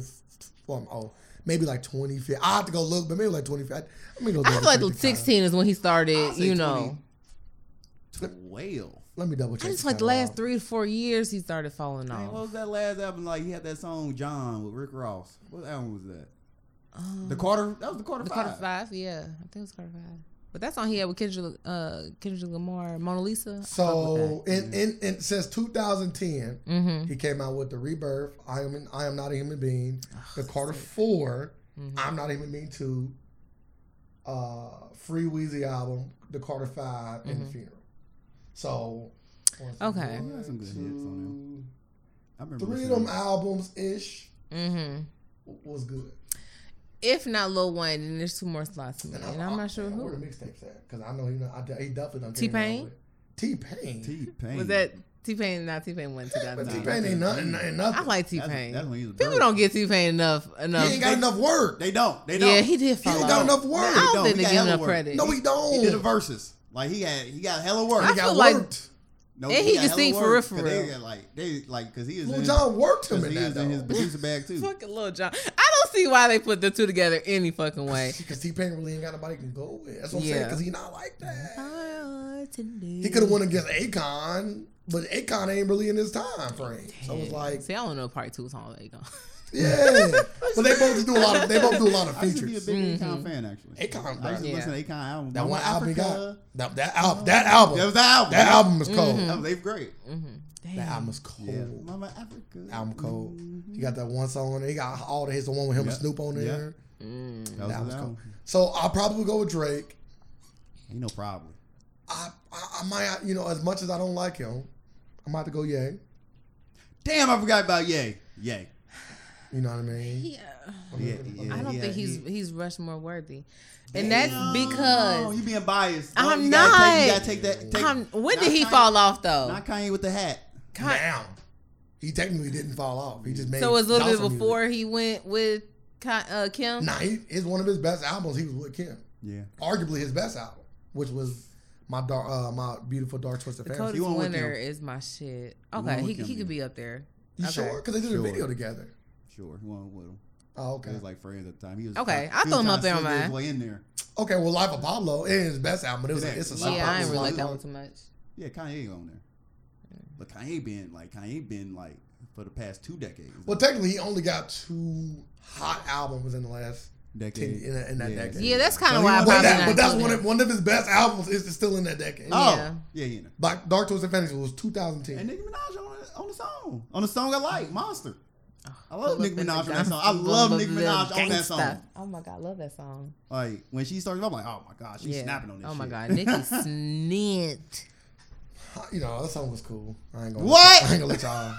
um, oh maybe like 2015. I have to go look, but maybe like 2015. I mean, go
I feel like
double check the time.
16 is when he
I'll
started,
say
you know.
2012.
Let me double check.
I just
the
like the
catalog.
last three to four years he started falling
Dang, what
off.
was that last album? Like he had that song John with Rick Ross. What album was that?
Um,
The Carter. That was the Carter
the
Five.
Carter Five, yeah. I think it was Carter Five. But that song he had with Kendrick, uh, Kendrick Lamar, Mona Lisa.
So in, in in since 2010,
mm-hmm.
he came out with the Rebirth. I am I am not a human being.
Oh,
the Carter Four.
Mhm.
I'm not a human being two. Uh, Free Wheezy album. The Carter 5 and the Funeral. So. one, two,
Mm-hmm. Okay.
one,
Yeah, some good hits on I remember
Three of
listening
them
to
albums ish
Mm-hmm.
was good.
If not Lil Wayne, then there's two more slots, to me, and I'm not sure
man, Where
who.
the mixtapes at? Because I know he, not, I, de- he definitely done.
T-Pain?
T Pain. T
T-Pain.
Was that T Pain? Not T Pain went to
Pain.
Nah,
T
that.
Pain ain't nothing. Ain't nothing.
I like T
That's- that's
Pain.
when he was
People
broke.
don't get T Pain enough.
he
Enough.
ain't got enough work.
They don't. They don't.
yeah, he did
He
fall
ain't
off.
got enough work.
I don't
They don't. He
think they give
got
enough
hella work.
credit.
no, he don't.
He did the verses. Like he had. He got hella work.
I
He got
feel like-
worked.
No,
And he
got
can
hella
sing for
work,
real, for
'cause They
real.
got like they like because he was
Lil
in
Jon worked him
'cause
in
he
that
was in his
though.
producer bag too.
Fucking Lil John. I don't see why they put the two together any fucking way.
Because T Pain really ain't got nobody can go with. That's what I'm saying.
Yeah.
Because he not like that. He
he
could have won against Akon, but Akon ain't really in his time frame. So it's like,
see, I don't know. Part two was on Akon.
yeah. but they both do a lot of they both do a lot of
I used to be a
features.
big Akon fan actually.
Akon,
I used to
Mm-hmm. yeah.
listen to Akon album.
That
Mama
one album he got.
Africa.
That, that, al- that album.
That was the album.
That album is cold.
Oh, they great.
That
Damn.
album is cold.
Yeah, Mama Africa.
Album cold. He got that one song on there. He got all the hits. The one with him and
Yeah.
Snoop on
Yeah.
there.
That was
That
his
was cold.
album.
So I'll probably go with Drake.
Ain't no problem.
I, I, I might, you know, as much as I don't like him, I might have to go Ye.
Damn, I forgot about Yay. Yay.
You know what I mean?
Yeah.
Yeah, yeah,
I don't
yeah,
think he's
he-
he's Rushmore worthy, and that's because
No, you being biased. No,
I'm
you gotta Take, you
not.
gotta take that. Take,
Um, when
not
did he
Kanye-
fall off though?
Not Kanye with the hat.
Con-
Now. He technically didn't fall off. He just made
so it was a little
salsa
bit
music.
before he went with Con- uh, Kim.
Nah, he, it's one of his best albums. He was with Kim.
Yeah.
Arguably his best album, which was my dark, uh, my beautiful dark twisted
The
fantasy.
coldest
You went with
winter
Kim.
is my shit.
went
Okay, he,
with
he
Kim,
could
yeah.
be up there.
You
okay.
sure? Because they did a
Sure.
video together.
Sure. He wasn't with him.
Oh, okay.
They was like friends at the time. He was
Okay,
trying-
I'll
he
throw
was
him
trying
up
to
there on
slither his
mine.
way in there.
Okay, well, Life of Pablo it is his best album, but it was a,
Yeah.
it's a
Life
song.
of
Yeah, I ain't
Pablo
really like
was
that
on-
one too much.
Yeah, Kanye on there. But Kanye been like Kanye been like for the past two decades.
Well, technically, he only got two hot albums in the last.
decade.
in that- in that decade.
Yeah, that's kind
So
of
he
why. I
went
But,
with
probably
that,
not
but that's
included
one
him.
of, one of his best albums. Is still in that decade.
Oh, yeah,
Yeah.
yeah. you know.
Like Dark Twisted Fantasy was
And
2010.
Nicki Minaj on, on the song, on the song I like, Monster. I love
Pull
Nicki
up in the
Minaj on that
dance-
song. I
pull
love
up
Nicki
the
Minaj on that
gangsta.
song.
Oh my god, I love that song.
Like when she started, I'm like, oh my god, she's
yeah.
snapping on this.
Oh my
shit.
god, Nicki snit.
You know that song was cool. I ain't gonna
What?
I ain't gonna let y'all.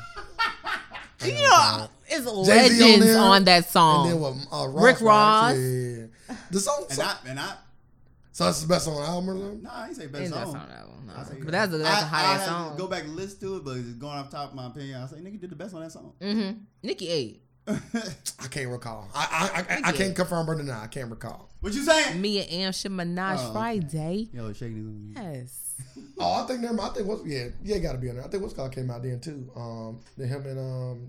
You know, it's
Jay-Z on
legends
there,
on, that song.
And then what? Uh, Ross
Um, Rick Ross.
Yeah. The song.
And
so,
I and I,
so that's his best song on the album or something.
no, I ain't say best
Ain't that
song.
song album, no.
I say-
But that's a, that's a
I-
hot
I
ass
had to
song.
Go back and listen to it, but it's going off the top of my opinion, I say Nicki did the best on that song.
Mm-hmm. Nicki eight.
I can't recall. I I, I, I, I
Thank you.
can't confirm or deny. I can't recall.
what you saying?
Mia and Sha Minaj
Oh, okay.
Friday.
Yo, shaking his.
Yes.
Oh, I think never mind. I think what's yeah yeah got to be on there. I think what's called came out then too. Um, the him and um,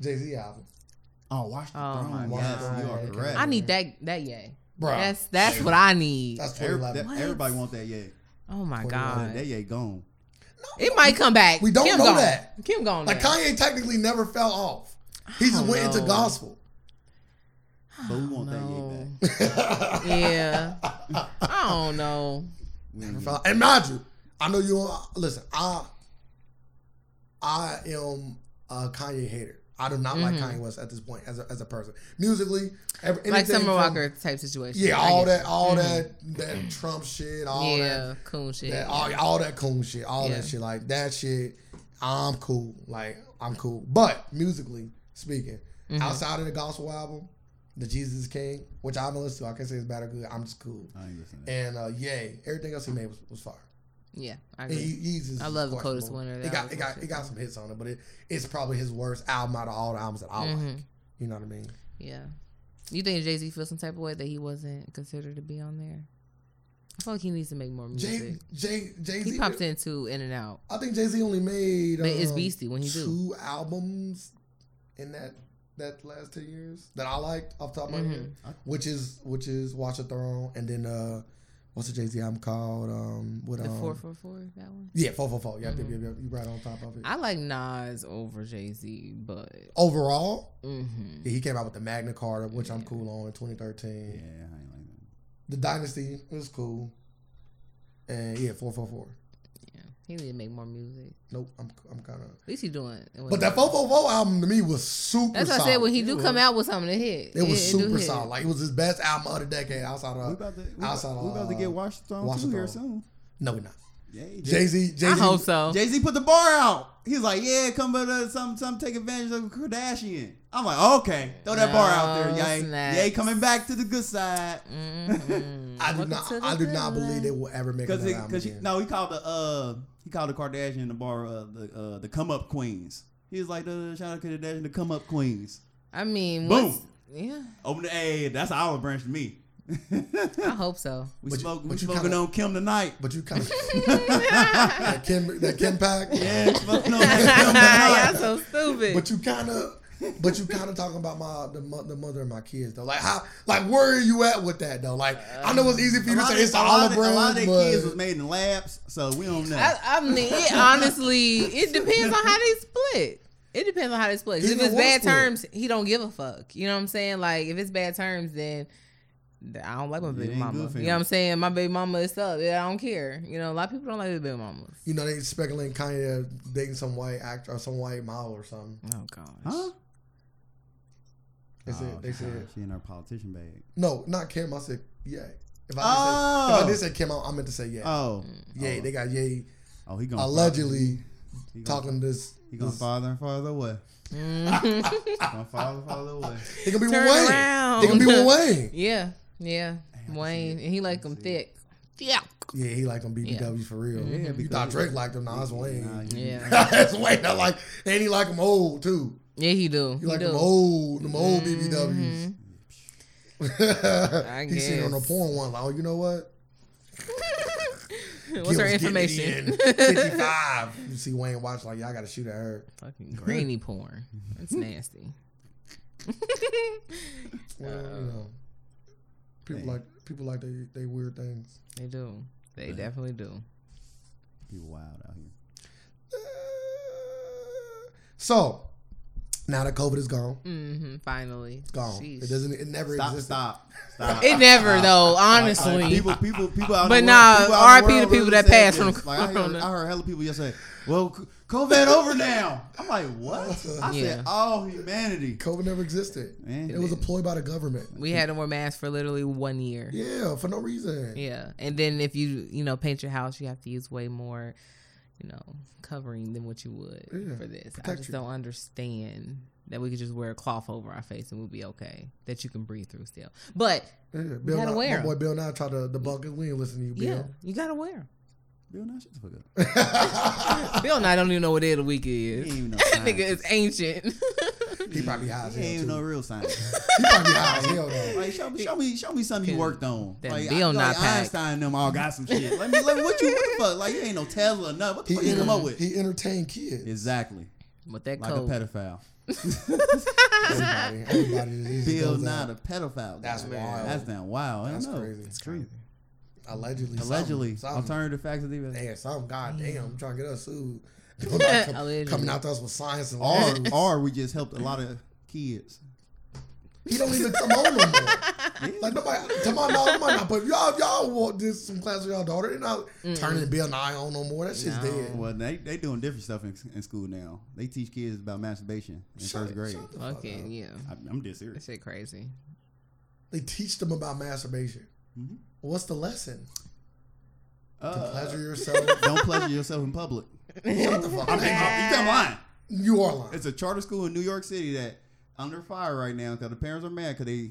Jay Z album.
Oh, watch the
Oh my
throne.
God.
Yes, you are
Okay.
correct.
I need that that yay.
Bro,
That's that's what I need.
That's
Every-
2011.
that- everybody want that yeah.
Oh my
What
god.
That yeah gone.
It might come back.
We don't
Kim
know
gone.
that.
Kim gone.
like
now.
Kanye technically never fell off. He just
don't
went into
know.
gospel.
But we want
No.
that
yeah. I don't know.
yeah
Never
back.
fell- And mind you, I know you. Listen, I I am a Kanye hater. I do not like Kanye West at this point as a, as a person. Musically, ev-
Mm-hmm. like
anything
Summer
from-
Walker type situation.
Yeah,
I
all
get
that, all that, that Trump shit,
it.
all that,
yeah, cool shit.
that all, all that coon shit, all
Yeah.
that shit, like that shit. I'm cool, like I'm cool. But musically speaking,
Mm-hmm.
outside of the gospel album, the Jesus is King, which I haven't listened to, I can't say it's bad or good. I'm just cool.
I ain't listening.
And uh, yay, everything else he made was, was fire.
yeah, I
He,
agree.
he's just
I love The
questionable.
Coldest Winter.
It
That
got
was
it
my
got
shit,
it got some hits on it, but it it's probably his worst album out of all the albums that I like.
Mhm.
You know what I mean?
Yeah. You think Jay Z feels some type of way that he wasn't considered to be on there? I feel like he needs to make more music.
Jay Jay Jay
he
Z.
pops into in and out.
I think Jay Z only made
But it's
um,
beastie when he do.
two albums in that that last two years that I liked off the top of my head,
Mm-hmm.
which is which is Watch the Throne and then uh, what's the Jay Z album called? Um, what
The
um,
four four four that one.
Yeah, four four four. Yeah, yep, yep, yep, you right on top of it.
I like Nas over Jay Z, but
Overall,
hmm
yeah, he came out with the Magna Carta, which I'm cool on in 2013.
Yeah, I ain't like that.
The Dynasty was cool, and yeah, four four four.
yeah, he need to make more music.
Nope, I'm I'm kind of.
At least he doing. it
But that four four four album to me was super.
That's what I
solid.
said. When he
It
do
was-
come out with something to hit,
It was
do
super
hit.
solid. Like it was his best album of the decade outside
We
of.
about to we,
outside
about, we about to
of,
get
uh,
Washington
Washington.
too here soon.
No, we're not.
Yeah,
Jay Z. Jay
I
Z.
hope so.
Jay Z put the bar out. He's like, yeah, come with us, some some take advantage of Kardashian. I'm like, okay, throw that bar out there,
No, Mm,
yay,
snacks.
yay, coming back to the good side.
Mhm.
I do
Welcome
not.
to the
I do not
good
believe
life.
they will ever make
Because
another album
because
again.
no, he called the uh he called the Kardashian the bar uh, the uh the come up queens. He was like, uh, shout out to Kardashian the come up queens.
I mean,
Boom.
what's- Yeah,
Open the hey, that's an olive branch to me.
I hope so.
We
But you-
smoke, we
but you
smoking
kinda-
on Kim tonight.
But you kind of that Kim that Kim pack.
Yeah, smoking on that Kim tonight.
Y'all so stupid.
But you kind of. But you kind of talking about my the, mo- the mother of my kids though. Like how like where are you at with that though? Like I know it's easy for
A
you to
lot of-
say it's
a
the
lot
olive
of- A lot of
branch,
their kids was
but
made in labs, so we don't know.
I, I mean, it honestly, it depends on how they split. It depends on how they split. 'Cause If
Either
it's
one
bad
split.
terms, he don't give a fuck. You know what I'm saying? Like if it's bad terms, then th- I don't like my baby
ain't
mama.
good for
You know what
him.
I'm saying? My baby mama is up. Yeah, I don't care. You know, a lot of people don't like their baby mamas.
you know they speculating Kanye dating some white actor or some white model or something.
Oh gosh.
huh?
They said they said
Oh, she in her politician bag.
no, not Kim. I said yeah. If I,
Oh.
did, say, if I did say Kim, I, I meant to say yeah.
Oh,
Mm.
Yeah,
oh,
they got Ye
oh, he gonna
allegedly
he gonna,
talking this.
He gonna
this-
father and father away.
Mm.
gonna father and father away.
He gonna be
Turn
with Wayne. He gonna be with
around.
Wayne.
yeah, yeah. Wayne and he like them
see
thick. Yeah.
Yeah, he like them BBW for real.
Yeah,
You
because-
thought Drake liked them? Nah, it's Wayne.
Nah, you-
Yeah.
That's Wayne. I like, and he like them old too.
Yeah, he do.
He like
do.
them old, them old BBWs.
I
he seen it on a
Mm-hmm. guess.
porn one. Like, oh, you know what? Gil's
What's her
getting
information?
in. Fifty-five. You see Wayne watch like, y'all gotta shoot at her.
Fucking grainy porn. That's nasty.
Well,
Uh,
you know, people
Dang.
like people like they they weird things.
they do. They definitely do.
People wild out here.
So now that COVID is gone,
hmm finally.
gone.
Sheesh.
It doesn't. It never
Stop,
existed.
stop, stop.
It never though,
Like,
honestly.
people, people, people out.
But
in the
nah,
world, people out in
RIP to
world
people
really
that
said
passed from
this. Like, I, heard,
corona.
I heard hella people yesterday. Well, c- COVID over now. I'm like, what? I
Yeah.
said, all humanity.
COVID never existed.
Man.
It was a ploy by the government.
we had to wear masks for literally one year. Yeah.
Yeah, for no reason.
And then if you, you know, paint your house, you have to use way more, you know, covering than what you would
Yeah,
for this. I
protect
just
you.
don't understand that we could just wear a cloth over our face and we'll be okay. That you can breathe through still. But
Yeah, Bill
gotta
Nye-
wear
my boy Bill Nye tried to debunk it. We ain't listening to you,
yeah,
Bill.
you gotta wear 'em.
Bill, now shut the fuck up.
Bill and I don't even know what day of the week it
He
is.
ain't even no
That nigga
scientist.
is ancient.
He probably high as
He ain't
hell
even no
too.
real scientist.
He probably high as hell though.
Like show me, show me, show me something you worked on.
That
like,
Bill
I,
Nye
like
pack.
Einstein and them all got some shit. Let me, let me what you what the fuck? Like you ain't no Tesla or nothing. What the
He,
fuck you come
enter-
up with?
he entertained kids.
exactly,
With that
like
code.
a pedophile.
Everybody, everybody just
Bill
goes
Nye,
out.
the pedophile.
That's
guy.
wild.
That's damn wild.
That's
I know.
crazy.
It's crazy.
allegedly.
Allegedly,
something, something.
alternative facts of the
Damn, something. God damn, I'm trying to get us sued. Bill Nye come-
Mm. Allegedly.
coming out to us with science and
or
laws.
or we just helped a lot of kids.
He don't even come on no more. Like nobody, to my knowledge, might not. But y'all, y'all want this some class with y'all daughter. They're not turning Bill Nye on no more. That shit's
No.
dead.
Well, they they doing different stuff in, in school now. They teach kids about masturbation in
Shut-
first grade.
shut the fuck
Okay,
up.
yeah.
I, I'm dead
That
serious.
shit crazy.
They teach them about masturbation.
Mhm.
What's the lesson? To
Uh,
pleasure yourself.
don't pleasure yourself in public.
Shut the fuck
I mean, you
up.
got lying.
You are lying.
It's a charter school in New York City that under fire right now because the parents are mad because they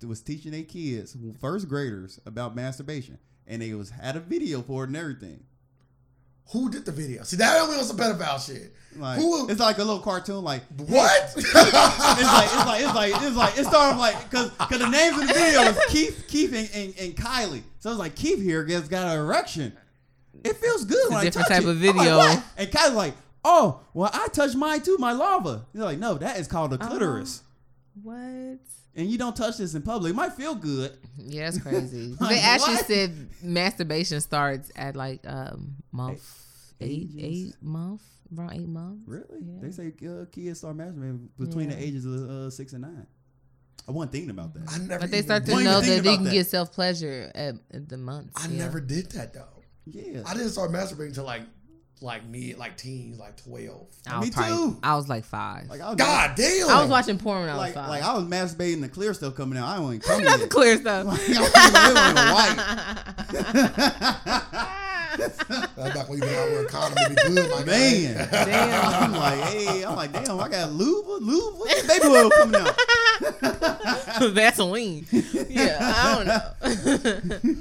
they was teaching their kids, first graders, about masturbation, and they was had a video for it and everything.
Who did the video? See, that was some pedophile shit.
Like
Who-
it's like a little cartoon, like
What?
it's like it's like it's like it's like it started like because because the names of the video is Keith Keith and, and, and Kylie, so it's like Keith here gets got an erection. It feels good when
a
I
different
touch
type
it.
of
I'm like,
video.
"What?" and Kylie's like, oh well, I touched mine too, my lava. You're like, no, that is called a
Oh.
clitoris.
What?
and you don't touch this in public, it might feel good.
Yeah, it's crazy.
Like,
they actually
what?
said masturbation starts at like um month eight,
Ages.
eight month, around eight months.
Really?
Yeah.
They say uh, kids start masturbating between
Yeah.
the ages of uh, six and nine. I wasn't thinking about that.
I never.
But they
even
start to
Why
did-
you
know
think
that they
about
can
that?
get self pleasure at, at the months.
I
yeah.
never did that though.
Yeah.
I didn't start masturbating until like, like mid, like teens, like twelve.
I was
Me too.
I was like five.
like I was
God damn.
I was watching porn when I was
like,
five.
like I was masturbating the clear stuff coming out. I don't even come
Not the
yet.
clear stuff.
Like, I
That's back when you been out wearing condoms to be
was even
good, my
white. Man.
Damn.
I'm like, hey, I'm like, damn, I got lube, lube, what's baby oil coming out.
Vaseline. Yeah, I don't know.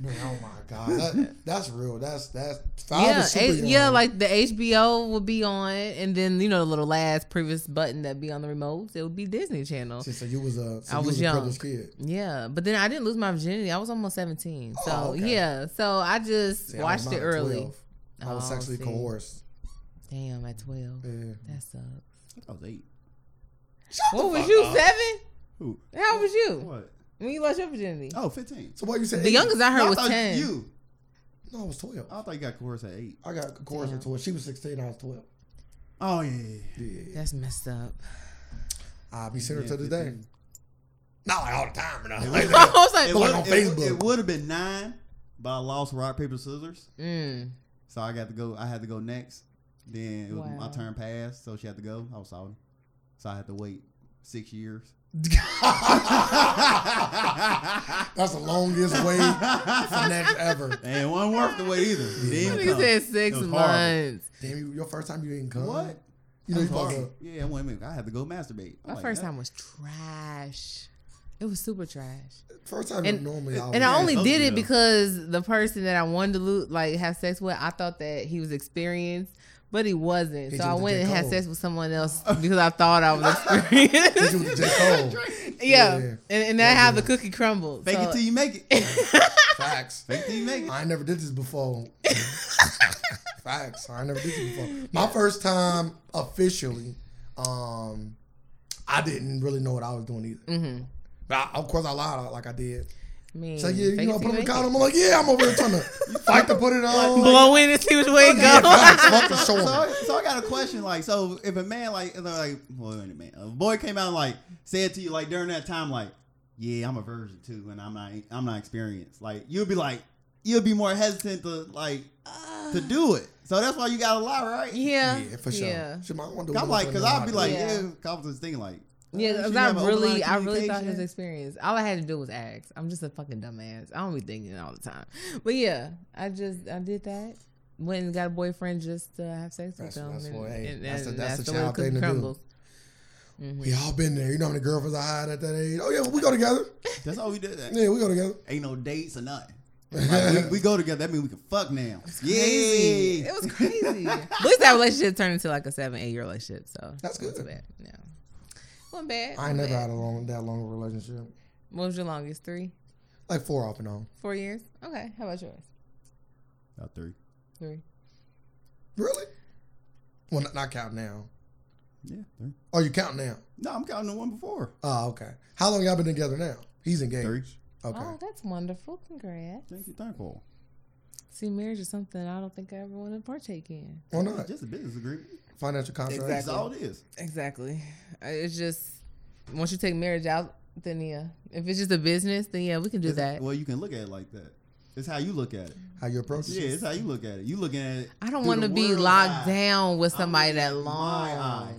Man, oh my god, that, that's real. That's that's five
yeah,
is super
H-
young.
yeah, like the HBO will be on, and then you know the little last previous button that be on the remotes, it would be Disney Channel.
So, so you was a, so
I
you
was
was,
young.
a privileged kid.
Yeah, but then I didn't lose my virginity. I was almost seventeen, so
Oh, okay.
yeah, so I just
See, I was
watched
mine
it
at
early.
12. I was
Oh,
sexually
see.
coerced.
Damn, at twelve,
Yeah.
that sucks.
I was eight.
What was
Oh.
you seven?
Who?
How was you
What?
when you lost your virginity?
Oh, 15.
So what you said?
The
eight?
youngest I heard
I
was
thought
ten.
you.
No, I was twelve.
I thought you got coerced at eight.
I got coerced
Oh, Damn.
at twelve. She was sixteen. I was twelve.
Oh, yeah, yeah. yeah.
Yeah.
That's messed up.
I'll be seeing her
Yeah,
to this day.
15.
Not like all the time or nothing.
I was like,
it
Like
would,
on
it would-
Facebook.
It would have been nine, but I lost rock paper scissors,
mm,
so I got to go. I had to go next. Then it was
Wow.
my turn passed, so she had to go. I was sorry, so I had to wait six years.
That's the longest wait for next ever.
and it wasn't worth the wait either. It didn't
you
come.
said six
It was horrible.
months.
Damn, you, your first time you didn't come.
What?
Uh, You know
It
you
was
supposed
horrible.
to.
Yeah, wait a minute. I had to go masturbate. I'm
My
like,
first
that-
time was trash. It was super trash.
First time
And-
normally. I
And I
Yeah,
only
those
did
are
it
them.
because the person that I wanted to lo- like have sex with, I thought that he was experienced, but he wasn't.
Hit
so
you
I
with the
went
J.
and had
Cole.
sex with someone else because I thought I was experienced.
Did you with the J. Cole.
yeah.
Yeah.
and and that's how the cookie crumbles.
Fake
So-
it till you make it.
Facts.
Fake it till you make it.
I ain't never did this before. Facts. I ain't never did this before. My first time officially, um, I didn't really know what I was doing either.
Mhm.
But I, of course, I lied like I did.
Man,
So yeah, you
Mm, fake
know,
it
I put
till
on
you
the
make it.
condom. I'm like, yeah, I'm over here trying to fight to put it on.
blow in and see which way it
Yeah,
goes.
facts. Fuck the
So,
show.
I- so I got a question. Like, so if a man like, if they're like, boy, wait a minute, a boy came out and, like said to you like during that time, like, yeah, I'm a virgin too, and I'm not, I'm not experienced. Like, you'll be like, you'll be more hesitant to like to do it. So that's why you gotta lie, right?
Yeah,
Yeah, for sure.
Yeah,
Shit, man, I wonder
'Cause I'm
what
like,
the
cause
fuck
I'll be like,
Yeah.
yeah, 'cause I was just thinking like,
yeah.
you
Because I
have an open line
really,
of
I really thought his
communication?
experience. All I had to do was ask. I'm just a fucking dumbass. I don't be thinking all the time. But yeah, I just I did that. Went and got a boyfriend just to have sex
That's-
with him.
that's
and,
what- hey,
and-
that's a-
and
that's a
the way
child
cookie
thing to do.
Mm-hmm.
We all been there. You know how many girlfriends I had at that age? Oh yeah, we go together.
that's all we did. That.
Yeah, we go together.
Ain't no dates or nothing. Like, we, we go together. That means we can fuck now.
Crazy.
Yeah.
It was crazy. At least that relationship turned into like a seven, eight year relationship. So
That's
it wasn't
good.
Bad. No, wasn't bad.
I ain't
wasn't
never
bad.
had a long that long of a relationship.
What was your longest? Three,
Like four off and on.
four years? Okay. How about yours?
About three.
Three.
Really? Well, not, not count now.
Yeah, three.
Oh, you count now?
No, I'm counting the one before.
Oh, okay. How long y'all been together now? He's engaged.
Three.
Okay.
Oh, that's wonderful. Congrats.
Thank you, thankful.
See, marriage is something I don't think I ever want to partake in.
Why not?
Just a business agreement.
Financial contract.
That's all it is.
Exactly. It's just once you take marriage out, then yeah. If it's just a business, then yeah, we can do
It's-
that.
Well, you can look at it like that. It's how you look at it.
How you approach it?
Yeah, it's how you look at it. You looking at it.
I don't
through
want to
the
be
world's eye.
locked down with
I'm
somebody
looking
that
at my eye.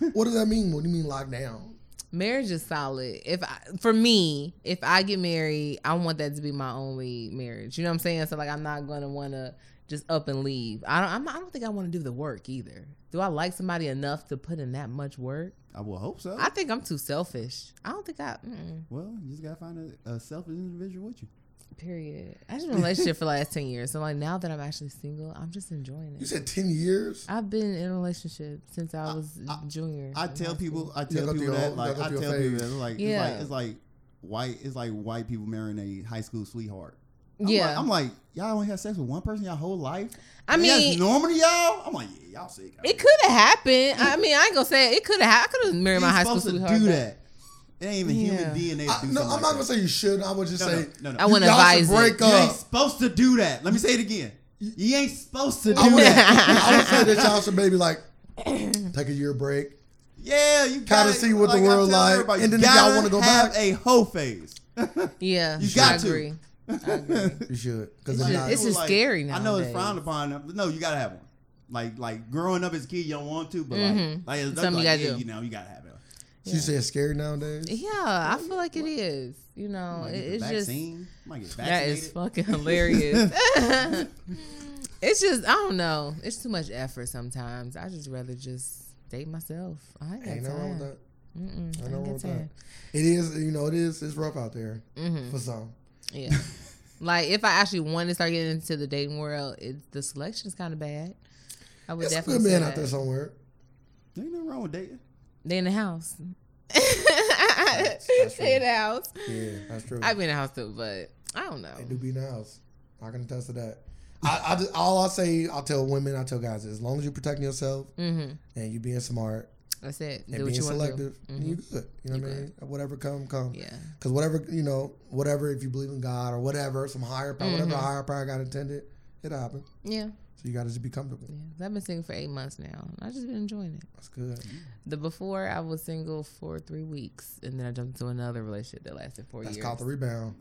long.
What does that mean? What do you mean locked down?
marriage is solid. If I, for me, if I get married, I want that to be my only marriage. You know what I'm saying? So like, I'm not gonna want to just up and leave. I don't. I'm, not- I don't think I want to do the work either. Do I like somebody enough to put in that much work?
I will hope so.
I think I'm too selfish. I don't think I. Mm,
well, you just gotta find a, a selfish individual with you.
period. I just been in a relationship for the last ten years. So like now that I'm actually single, I'm just enjoying
You
it.
said ten years.
I've been in a relationship since I was
I-
junior.
I
in
tell
high school.
people, I tell
go through
people
your
that,
whole-
like,
go
I
through
tell
your
people
phase.
that, like,
Yeah.
it's like, it's like white, it's like white people marrying a high school sweetheart. I'm
yeah,
like, I'm like, y'all only had sex with one person your whole life.
I
And
mean-
that's normal to y'all. I'm like, yeah, y'all sick.
It could have happened. I mean, I ain't gonna say it, it could have. I could have married my
Ain't
high school
supposed
sweetheart.
to do
but
that. It ain't even
Yeah.
human DNA. To do
I, no,
something
I'm
like
not
that.
gonna say you should. I would just
No,
say
no, no, no.
I wouldn't
y'all
advise
should break
You ain't
up.
supposed to do that. Let me say it again. You ain't supposed to do
I would,
that.
I would say that y'all should maybe like take a year break.
yeah, you
Kinda
gotta
see what the
I
world
tell
like,
everybody,
and
you
then if y'all
gotta
wanna go
have
back-
a hoe phase.
Yeah,
You got
I
to.
agree. I agree.
You should because if
It's just-
not,
it's just-
Like,
scary
I know it's
nowadays.
frowned upon, but no, you gotta have one. Like like growing up as a kid, you don't want to, but
Mhm.
like, like it's
Something you
like,
gotta
yeah,
do.
You know, you gotta have it.
you say it's scary nowadays.
Yeah, I feel like it is. You know,
Might
it,
get the
it's just
vaccine. Might get
that
vaccinated.
is fucking hilarious. it's just I don't know. It's too much effort sometimes. I just rather just date myself. I ain't got
Ain't
time.
nothing wrong with that.
Mm-mm, I
Ain't nothing
ain't
wrong
got
with that.
time.
It is, you know, it is. It's rough out there
Mm-hmm.
for some.
Yeah. like if I actually want to start getting into the dating world, it, the selection's kind of bad. I would
It's a
definitely
good man
say
out there
that.
somewhere.
Ain't nothing wrong with dating.
They in the house.
that's
they in
true.
the house.
Yeah, that's true.
I've been in the house too, but I don't know.
They do be in the house. I can attest to that. I, I just, all I say, I tell women, I tell guys, as long as you're protecting yourself
Mm-hmm.
and you being smart
That's it.
and
do what
being
you want to do. Mm-hmm.
selective, then you good. You know
You
what I mean? Whatever come, come.
Yeah.
Because whatever, you know, whatever, if you believe in God or whatever, some higher power, whatever
Mhm.
higher power God intended, it'll happen.
Yeah.
So you got to just be comfortable.
Yeah. 'Cause I've been single for eight months now. and I've just been enjoying it.
That's good.
The before I was single for three weeks and then I jumped into another relationship that lasted four
That's
years.
called the rebound.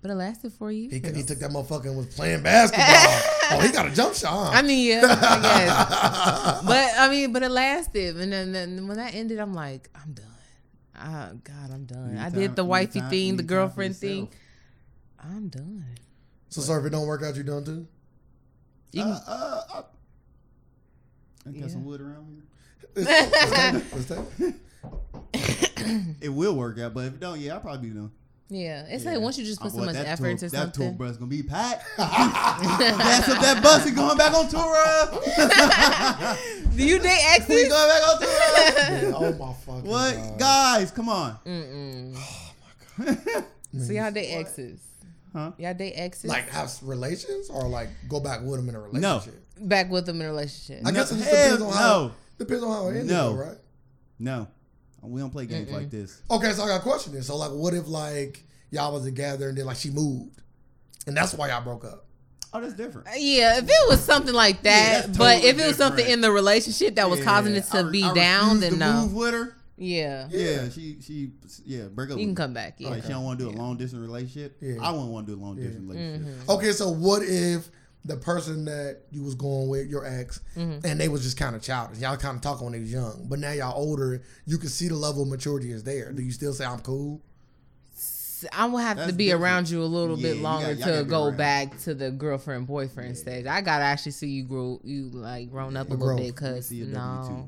but it lasted four years.
He, he took that motherfucker and was playing basketball. oh, he got a jump shot.
I mean, yeah, I guess. but I mean, but it lasted, and then, then when that ended, I'm like, I'm done. Ah, God, I'm done. I did the wifey thing, the girlfriend thing. I'm done.
so, sir, if it don't work out, you done too?
You can,
uh, uh, I, I got
Yeah.
some wood around
What's that?
here. It will work out, but if it don't, yeah, I'll probably be done.
yeah, it's
Yeah.
like once you just put
I
so
want
much
that
effort
tour-
into
That tour
something.
bus gonna be packed. That's up that bus is going back on tour. uh.
Do you date
we going
exes?
back on tour. uh.
Man, oh, my fucking
What
God.
guys? Come on.
Mm-mm.
Man,
So y'all date
what?
exes?
Huh?
Y'all date exes?
Like have relations or like go back with them in a relationship?
back with them in a relationship?
I
No,
guess it just
hell
depends on how.
no.
Depends on how it ended,
No.
though, right?
No, we don't play games like this.
Okay, so I got a question then. So like, what if like y'all was together and then like she moved, and that's why y'all broke up?
Oh, that's different.
Yeah, if it was something like that,
that's
but
totally
if it was something
different.
in the relationship that was causing it to
I-
be
I
down,
refuse
then
to
no.
Move with her.
Yeah.
Yeah,
Yeah.
she she yeah break up.
you
with
can
me.
come back. Yeah,
Like she don't want to do a long distance relationship.
Yeah.
I wouldn't want to do a long distance relationship.
Mm-hmm.
Okay, so what if the person that you was going with, your ex, and they was just kind of childish. Y'all kind of talking when they was young, but now y'all older. You can see the level of maturity is there. Do you still say I'm cool?
I will have to
That's
be
different.
around you a little
Yeah,
bit
you
longer
gotta- y'all gotta
to
be
go
around.
back to the girlfriend boyfriend stage. I gotta actually see you grow, you like grown up a little
growth.
bit, cause
See a
no,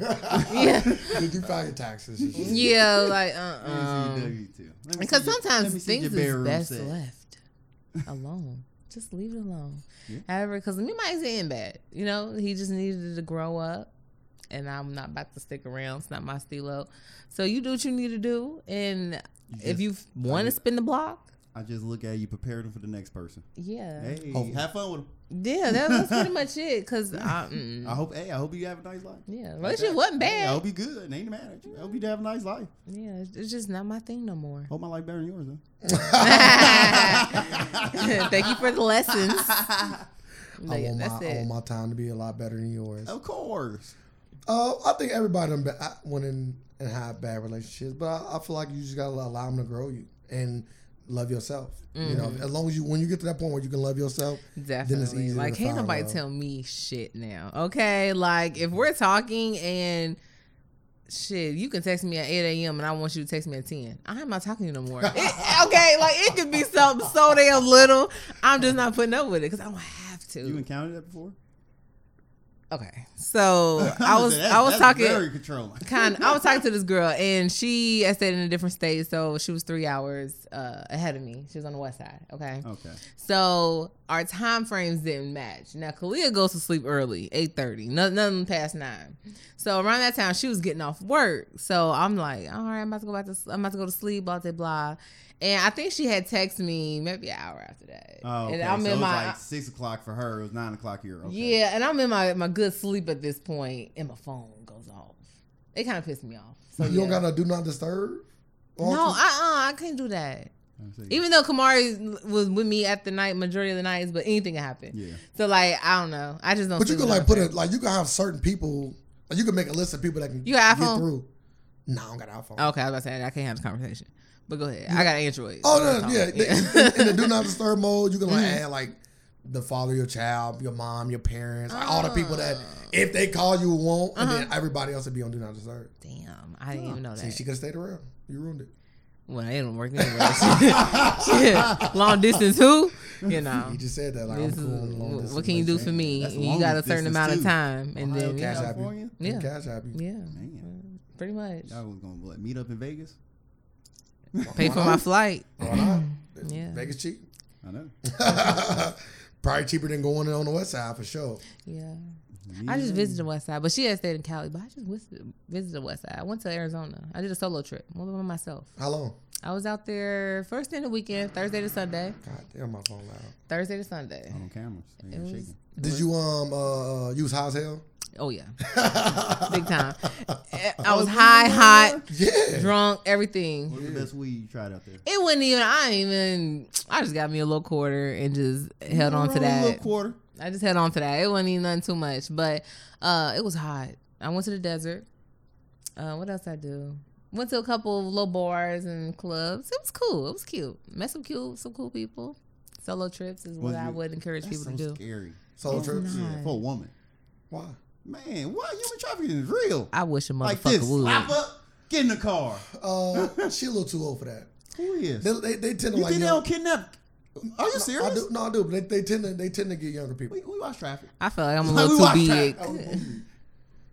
W
yeah,
Did you file your taxes? and shit?
yeah, like uh,
two.
Um,
Let me
uh
see W two. Let me
because
see your- let me
sometimes
see your
things is
bedroom
best
set.
left alone. Just leave it alone.
Yeah.
However, because me, and my ex ain't bad. You know, he just needed to grow up, and I'm not about to stick around. It's not my stilo. So you do what you need to do, and
just-
if you want to spin the block,
I just look at you, prepare them for the next person.
yeah.
Hey,
Oh.
have fun with them.
Yeah, that, that's pretty much it. Cause I, mm,
I hope. Hey, I hope you have a nice life.
yeah,
Like
relationship
that.
wasn't
Hey, I
bad.
hope you good. and ain't mad at you. I hope you have a nice life.
Yeah, it's- it's just not my thing no more.
Hope my life better than yours. Though.
Thank you for the lessons. But
I
yeah,
want my
that's
I want
it. Oh.
my time to be a lot better than yours. Oh,
Of course.
Uh, I think everybody done been, I went in and have bad relationships. But I, I feel like you just gotta allow them to grow you and love yourself. You know,
Mm-hmm.
as long as you when you get to that point where you can love yourself,
Definitely.
easier
Like,
to
can't
find
nobody
love.
tell me shit now. Okay. Like, if we're talking and shit, you can text me at 8 a.m. and I want you to text me at 10. I'm not talking to you no more. It- okay. Like, it could be something so damn little. I'm just not putting up with it because I don't have to.
You encountered that before?
okay. So I was,
That's-
I was
that's
talking.
very controlling.
kind I was talking to this girl and she I stayed in a different state, so she was three hours uh, ahead of me. She was on the west side. Okay.
Okay.
So our time frames didn't match. Now Kalia goes to sleep early, eight thirty, nothing past nine. So around that time, she was getting off work. So I'm like, all right, I'm about to go back to, I'm about to go to sleep, blah blah blah. And I think she had texted me maybe an hour after that.
Oh, okay.
And I'm
so it
in
was
my
like six o'clock for her. It was nine o'clock here. Okay.
yeah, and I'm in my my good sleep at this point, and my phone goes off. It kind of pissed me off. So
you
Oh, yeah.
don't gotta do not disturb.
No, I uh, I couldn't do that.
I see.
Even though Kamari was with me at the night majority of the nights, but anything can happen.
Yeah.
So like I don't know. I just don't.
But you
sleep
could
without
like put
her.
it like you can have certain people. Like you can make a list of people that can
You got
get
iPhone?
through. Nah, I don't got an iPhone.
Okay, I was about to say I can't have this conversation. But go ahead. I got Android.
Oh
so
no,
that's
yeah.
all.
In, in the do not disturb mode, you can like
Mm-hmm.
add like the father, of your child, your mom, your parents, like, all the people that
Ah.
if they call you won't, and then everybody else would be on do not disturb.
Damn, Uh-huh. I didn't even know
See,
that.
she could have stayed around. You ruined it.
well, it don't work anyway. Shit. Long distance, who? You know.
You just said that like
This
I'm
is,
cool. on long
what,
distance
what can you do for
relationship.
me?
That's
And You
long
got a certain
distance,
amount of
too.
time, and
Ohio,
then
Cash
yeah,
App you.
California?
You
Yeah.
Cash App you.
yeah,
Man,
pretty much.
y'all was gonna what, meet up in Vegas?
Pay for my flight.
Why not?
Yeah.
Vegas cheap.
I know.
Probably cheaper than going on the west side for sure.
Yeah. I just visited the West Side, but she had stayed in Cali. But I just visited, visited the West Side. I went to Arizona. I did a solo trip, one by myself.
How long?
I was out there first thing the weekend, Thursday to Sunday,
God damn, my phone loud.
Thursday to Sunday.
on cameras. They ain't
was-
shaking.
Did you um uh use high as hell?
Oh yeah, big time. I
Oh,
was high, hot,
Yeah.
drunk, everything.
What's the best weed you tried out there?
It wasn't even. I ain't even. I just got me a little quarter and just held on to
Throw a
that.
Little quarter.
I just held on to that. It wasn't even nothing too much, but uh, it was hot. I went to the desert. Uh, what else I do? Went to a couple of little bars and clubs. It was cool. It was cute. Met some cute, some cool people. Solo trips is what
Was
I
you-
would encourage
That's
people
so
to do.
scary.
Solo trips.
not.
Yeah, for a woman.
Why?
Man, what human trafficking is real?
I wish a motherfucker
like this,
would.
slap up, get in the car.
Uh, she a little too old for that.
Who is?
They, they, they tend to
you
like.
think they
young-
don't kidnap? Are you serious?
I do, no, I do. But they, they tend to they tend to get younger people.
We, we watch traffic
I feel like I'm a
Like, we
little
watch
too
that.
big.
I was-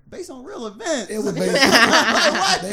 based on real events.
It was based. they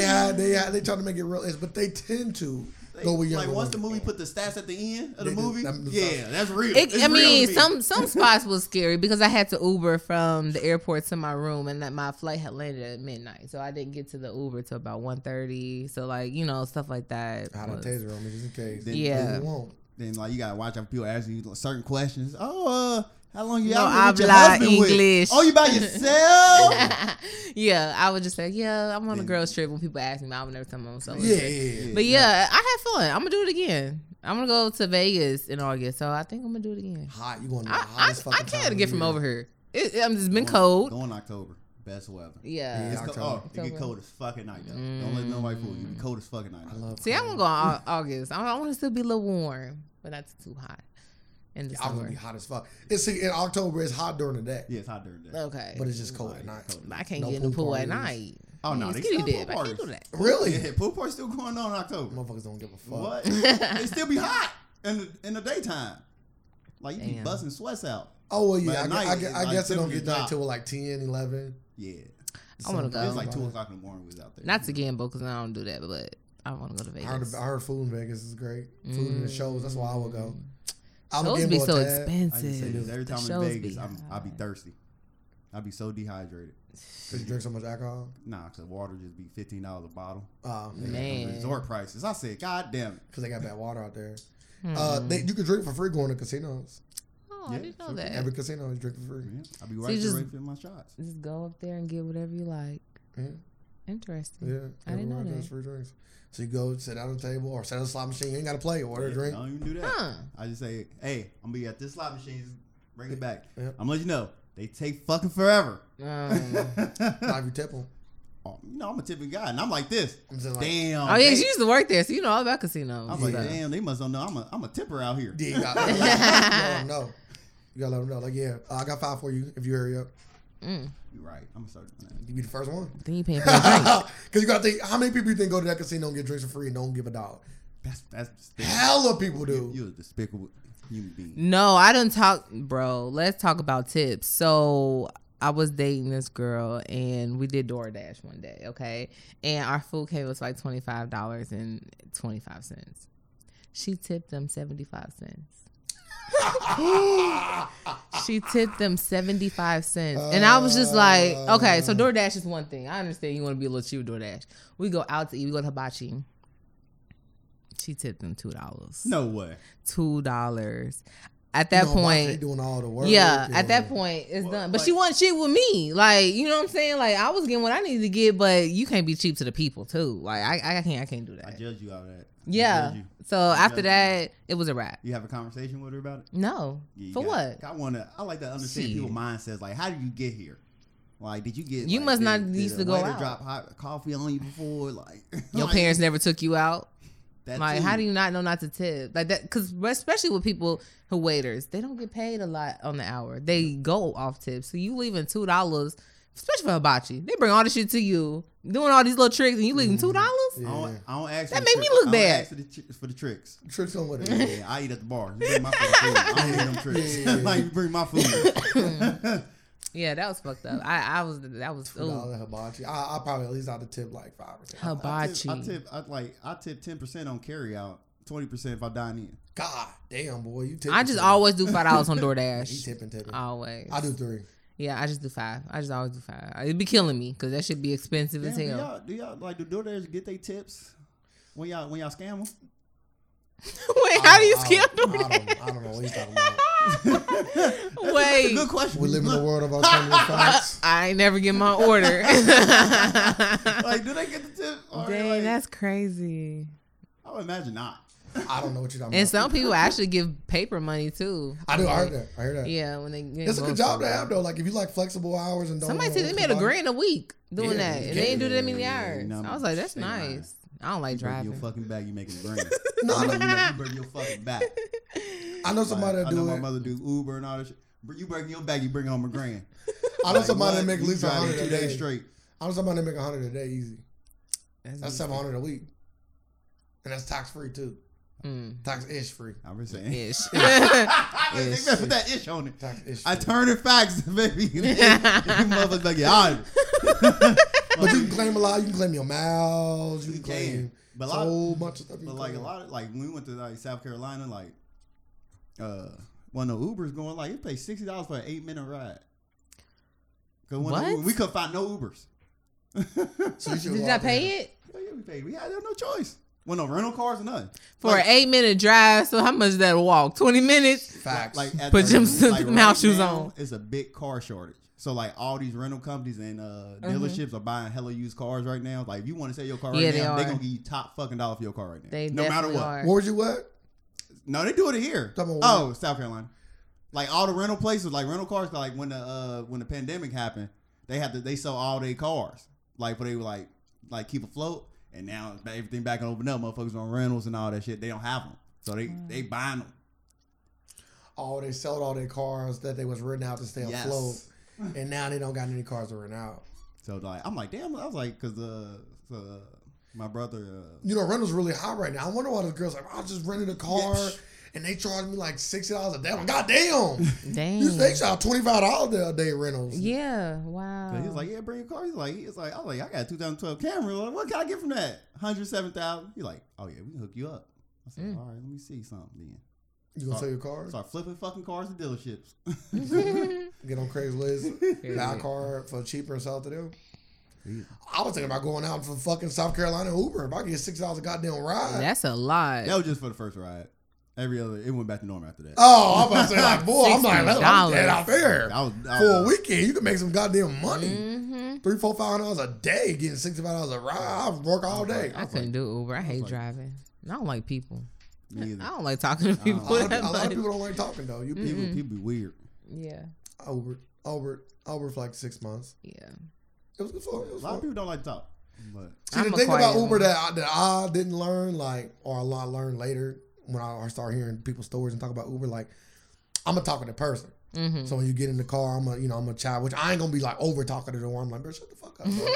had they had they trying to make it real, it's- but they tend to go with younger.
like once the
women.
movie put the stats at the end of the
They do.
movie,
That was-
yeah, that's real. It's
It, I
real
mean,
to me.
some some spots was scary because I had to Uber from the airport to my room, and that my flight had landed at midnight, so I didn't get to the Uber till about 1.30. So like you know stuff like that.
I had a
was-
taser on me just in case.
Then-
Yeah.
They won't.
then like you gotta watch out for people asking you certain questions. Oh, uh, how long you
No,
out here with your
habla
husband with?
English.
Oh, you by yourself?
yeah, I would just say, yeah, I'm on a girls trip. When people ask me, I would never tell them. So
Yeah, yeah, yeah.
but yeah, I had fun. I'm gonna do it again. I'm gonna go to Vegas in August, so I think I'm gonna do it again.
Hot. You going to the
I I,
hottest
I
fucking time
can't
of
get from
year.
over here. It, it, it's been
Go in-
cold.
Go in October, best weather.
Yeah.
It's
Yeah.
co-
October.
oh, it get
October.
cold as fuck at night though. Don't let nobody fool you. It be cold as fuck at night.
I love.
See, I'm gonna go on Au- August. I, I want to still be a little warm, but not too hot in the
I'm gonna
summer.
be hot as fuck. It's see, in October. It's hot during the day,
Yeah, it's hot during the day.
Okay,
but it's just cold at night.
I can't
no
get in the
pool
pool at
parties.
night.
Oh no,
Yeah,
they
skinny
still
dip.
pool
I can't do
parties.
that.
Really?
Yeah, pool parties still going on in October.
Motherfuckers don't give a fuck.
What? they still be hot in the, in the daytime. Like you be
Damn.
busting sweats out.
Oh well,
But
yeah. I,
at
gu-
night,
I, gu-
it's
I
like
guess it don't get
temperature
done
drop.
until like 10, 11.
Yeah,
I want to
Something.
it's
go.
It's
like two
Right.
o'clock in the morning. We was out there.
Not to gamble because I don't do that, but I want to go to
I
Vegas.
heard, I heard food in Vegas is great. Food and the shows. That's why I would go. I'm
Those
a
Mm. be
Gamble
so
Tad.
I just say
expensive.
this every
The
time I'm in
shows
Vegas,
be
I'm, I'll be
high.
thirsty. I'll be so dehydrated.
Cause you drink so much alcohol.
Nah, cause water just be fifteen dollars a bottle.
Uh,
Man,
Resort prices. I said, God damn it.
Cause they got bad water out there. Uh, they, you can drink for free going to casinos.
Hmm. oh, Mm-hmm. I
Yeah,
didn't know
so
that.
Every casino you drink for free.
Yeah, I'll be right there
just-
ready for my shots.
Just go up there and get whatever you like.
Yeah,
Interesting.
yeah.
I didn't know
everywhere does
that.
Free drinks. So you go sit down at the table or sit on the slot machine. You ain't got to play. Order
Yeah,
a drink.
I don't even do that.
Huh.
I just say, hey, I'm gonna be at this slot machine. Just Bring it back.
Yeah.
I'm gonna let you know they take fucking forever.
Um,
Not if you tip 'em.
oh, you know, I'm a tipping guy, and I'm like this.
I'm just like-
damn.
Oh yeah,
they-
she used to work there, so you know all about casinos.
I was like,
so.
damn, they must don't know I'm a I'm a tipper out here.
Yeah, you gotta, you gotta let 'em know. You gotta let them know. Like, yeah, I got five for you if you hurry up.
Mm.
You're right. I'm gonna start doing that.
You be the first one.
Then you paying for a drink.
Because you gotta think how many people you think go to that casino and get drinks for free and don't give a dollar.
That's that's despicable.
Hella people do.
You, you're a despicable human being.
No, I didn't talk, bro. Let's talk about tips. So I was dating this girl, and we did DoorDash one day, okay? And our food came was like twenty five dollars and twenty five cents. She tipped them seventy five cents. she tipped them seventy five cents, and I was just like, okay. So DoorDash is one thing. I understand you want to be a little cheap with DoorDash. We go out to eat. We go to Hibachi. She tipped them two dollars
No way.
two dollars. At that
No, why they
point,
doing all the work.
yeah,
you know,
at that point it's done. But
like-
she wasn't shit with me, like you know what I'm saying. Like I was getting what I needed to get, but you can't be cheap to the people too. Like I, I can't, I can't do
I
that.
judge you out of that. I
yeah.
judge you.
So
judge you.
after that, it was a wrap.
You have a conversation with her about it?
No,
Yeah, you
for
got-
what?
I wanna I like to understand
Shit.
people's mindsets. Like, how did you get here? Like, did you get?
You
like,
must
did-
not
did
used
a
to go
waiter
out.
Drop hot coffee on you before, like
Your
like,
parents never took you out.
that
Like,
too.
how do you not know not to tip? Like that, because especially with people who waiters, they don't get paid a lot on the hour. They go off tips. So you leaving two dollars, especially for hibachi. They bring all this shit to you, doing all these little tricks, and you leaving two dollars.
I don't, I don't ask. for
That
the
make me
tricks.
look
I don't
bad.
ask for the, tri- for the tricks.
Tricks on with it.
Yeah, I eat at the bar. You bring my fucking food. I don't need them tricks.
Yeah, yeah, yeah.
like, you bring my food.
Yeah, that was fucked up. I, I was that was
Two
ooh,
dollar hibachi. I, I probably at least out to tip like five or something.
I
hibachi.
tip, I tip I, like I tip ten percent on carry out, twenty percent if I dine in.
God damn boy, you tipping.
I just
tipping.
always Oh. do five dollars on
he
DoorDash.
tipping tipping.
Always.
I do three.
Yeah, I just do five. I just always do five. It'd be killing me because that should be expensive
Damn,
as
do
hell.
y'all do y'all like do DoorDash get they tips when y'all when y'all scam them?
Wait, how do you
I
skip
don't- I
DoorDash?
don't, I don't know what he's talking about.
Wait.
good question.
We live in a world of alternative facts.
I ain't never get my order.
like, do they get the tip? Or,
Dang,
like,
that's crazy.
I would imagine not.
I don't know what you're talking
And
about.
some people actually give paper money too.
I do. I heard that. I heard that.
Yeah, when they
It's a good job to have though. Like if you like flexible hours and don't.
Somebody
know
said they
what
made
to
a
buy.
grand a week doing
Yeah,
that,
you
and they didn't do that many
can't-
hours.
No,
I was like, that's
stay lying.
nice. I don't like
You break your
driving.
fucking back, you making a brain.
No,
you,
no,
know, you break your fucking back.
I know somebody
Like,
that
I know
do
my
it.
mother do Uber and all that shit. But you breaking your back, you bring home a grand.
I know
Like,
somebody
what?
that make at
You
least a
driving
hundred a
two days
day.
straight.
I know somebody that make a hundred a day easy. That's
That's nice.
seven hundred a week, and that's tax free too.
Mm.
Tax ish free.
I'm just saying.
Ish.
I didn't think
Ish.
that with that ish on it.
Tax ish.
I
free.
turn it facts, baby. you motherfucker, you out of it.
But you can claim a lot. You can claim your miles. You
You
can
can.
claim
But
a
a lot-
whole bunch of stuff. you
But
can
like a
claim.
lot of like when we went to like South Carolina, like uh when the Uber's going like you pay sixty dollars for an eight minute ride. Cause when the
What?
Uber- we could find no Ubers.
So you should
Did
go
I
out there.
pay it
Hell yeah, we paid. We had no choice. Well, no rental cars or nothing.
for an eight minute drive? So how much is that a walk? Twenty minutes.
Facts.
Like at
Put
the-
them some mouth shoes
now,
on.
It's a big car shortage. So like all these rental companies and uh, dealerships are buying hella used cars right now. Like if you want to sell your car right
Mm-hmm. Yeah, they
now,
are.
gonna give you top fucking dollar for your car right now.
They
no matter
definitely
what.
are.
Where would you what?
No, they do it here.
Talking about
Oh, South Carolina. Like all the rental places, like rental cars, like when the uh when the pandemic happened, they had to they sold all their cars. Like but they were like like keep afloat and now it's ba- everything back and open up, motherfuckers on rentals and all that shit. They don't have them. So they they buying them.
Oh, they sold all their cars that they was renting out to stay
Yes.
afloat, and now they don't got any cars to rent out.
So like I'm like, damn, I was like cuz uh, uh my brother uh,
You know, rental's really high right now. I wonder why those girls like I just rented a car. And they charged me like sixty dollars a day. I'm like, God damn! You
Damn.
they charge twenty five dollars a day rentals.
Yeah. Wow.
he was like, yeah, bring your car. He's like, he's like, I was like, I got a 2012 Camry. Like, what can I get from that? 107,000. He's like, oh yeah, we can hook you up. I said, all right, let me see something then.
You gonna sell your car?
Start flipping fucking cars at dealerships.
Get on Craigslist, buy a car for cheaper and sell it to them. I was thinking about going out for fucking South Carolina Uber. If I could get six dollars a goddamn ride.
that's a lot.
That was just for the first ride. Every other, it went back to normal after that.
oh, I'm about to say like, boy, I'm like, that's
$60.
dead out there.
I was, I
For a
was,
weekend, you can make some goddamn money.
hmm
Three, four, five hundred dollars a day, getting sixty five dollars a ride. I work all day.
I couldn't do Uber. I hate
like-
driving. And I don't like people.
me either.
I don't like talking to people.
A lot,
that
of, a lot of
much.
people don't like talking though. You
People,
people,
people be weird.
Yeah.
Uber, Uber, Uber for like six months.
Yeah.
It was good fun. It
A
was
lot of
fun.
people don't like to talk, but
See,
I'm
the
a
thing
quiet
about Uber
one.
that I, that I didn't learn, like, or a lot learned later when I start hearing people's stories and talk about Uber, like, I'm a talkative person.
Mm-hmm.
So when you get in the car, I'm a you know I'm a child, which I ain't gonna be like over talking to the one. I'm like, bro, shut the fuck up. bro."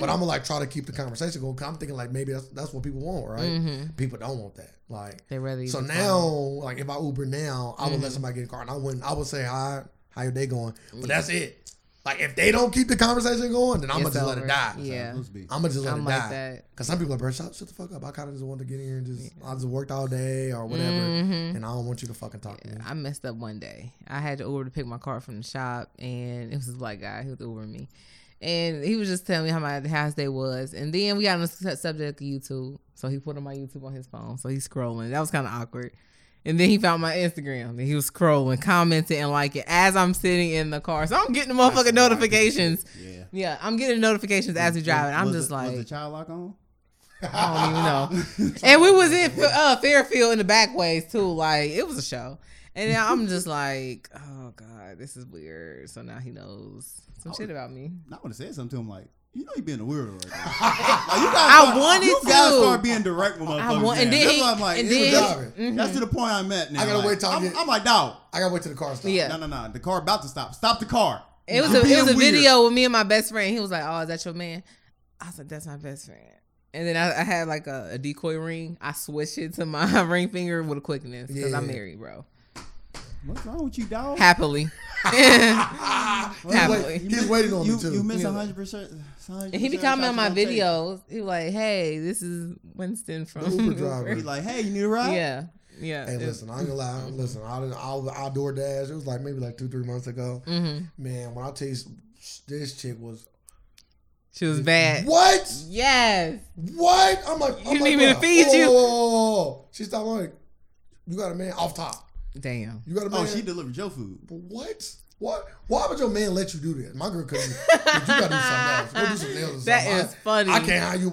but I'm gonna like try to keep the conversation going. Cause I'm thinking like maybe that's that's what people want, right?
Mm-hmm.
People don't want that. Like
They rather. use
so
the phone.
now, like if I Uber now, I would let
Mhm.
somebody get in the car and I wouldn't. I would say hi, how your day going? But that's it. Like if they don't keep the conversation going, then I'm gonna
It's
just let it
over.
die.
Yeah.
Supposed to be.
I'm gonna just let
I'm
it
like
die.
that.
Cause some people are, bro, shut, shut the fuck up. I kind of just want to get in here and just I just worked all day or whatever,
Mhm.
and I don't want you to fucking talk to me.
I messed up one day. I had to Uber to pick my car from the shop, and it was this black guy who was Ubering me, and he was just telling me how my how his day was. And then we got on the su- subject of YouTube, so he put on my YouTube on his phone, so he's scrolling. That was kind of awkward. And then he found my Instagram, and he was scrolling, commenting, and liking as I'm sitting in the car. So I'm getting the motherfucking notifications.
Yeah.
Yeah, I'm getting notifications as we driving. I'm
Was
just
the-
like,
was the child lock on?
I don't even know. and we was in uh, Fairfield in the back ways too. Like it was a show. And now I'm just like, oh god, this is weird. So now he knows some shit about me.
And I would have said something to him like, you know, you being a weirdo right now. Like, you gotta
I
start-
wanted
you gotta
to.
start being direct with motherfuckers.
I want, and
now.
then,
Oh, that's
he,
why I'm like,
and
it was
then,
driving.
just-
mhm.
that's to the point I'm at now.
Mm-hmm. I gotta
like,
wait till I
I'm,
get-
I'm like, dog,
I gotta wait till the car stops.
Yeah.
no, no, no, the car about to stop. Stop the car.
it was
You
a, it
being
was a
weird.
video with me and my best friend. He was like, oh, is that your man? I was like, that's my best friend. And then I, I had like a, a decoy ring. I switched it to my ring finger with a quickness because I'm
Yeah.
married, bro.
What's wrong with you, dog?
Happily.
Ah! He's,
Happily.
wait, he's waiting on
you,
me too.
You miss
Yeah.
hundred percent.
And he be commenting on my videos. He like, "Hey, this is Winston from
Uber driver.
He like, hey, you need a ride?
Yeah, yeah.
Hey, listen, I ain't gonna lie. Listen, I didn't. I, was- I door dash. It was like maybe like two, three months ago.
Mhm.
Man, when I tell you, s- this chick was
She was bad.
what?
Yes.
What? I'm like, I'm
You
like,
need me to
bruh,
feed
whoa,
you.
whoa, whoa, whoa, whoa. She stopped like, you got a man off top.
Damn.
You got a man.
Oh, she delivered your food.
what? What? Why would your man let you do this? My girl couldn't. Dude, you gotta do something else. Go do something else. Or
That
something.
is funny.
I, I can't. How you,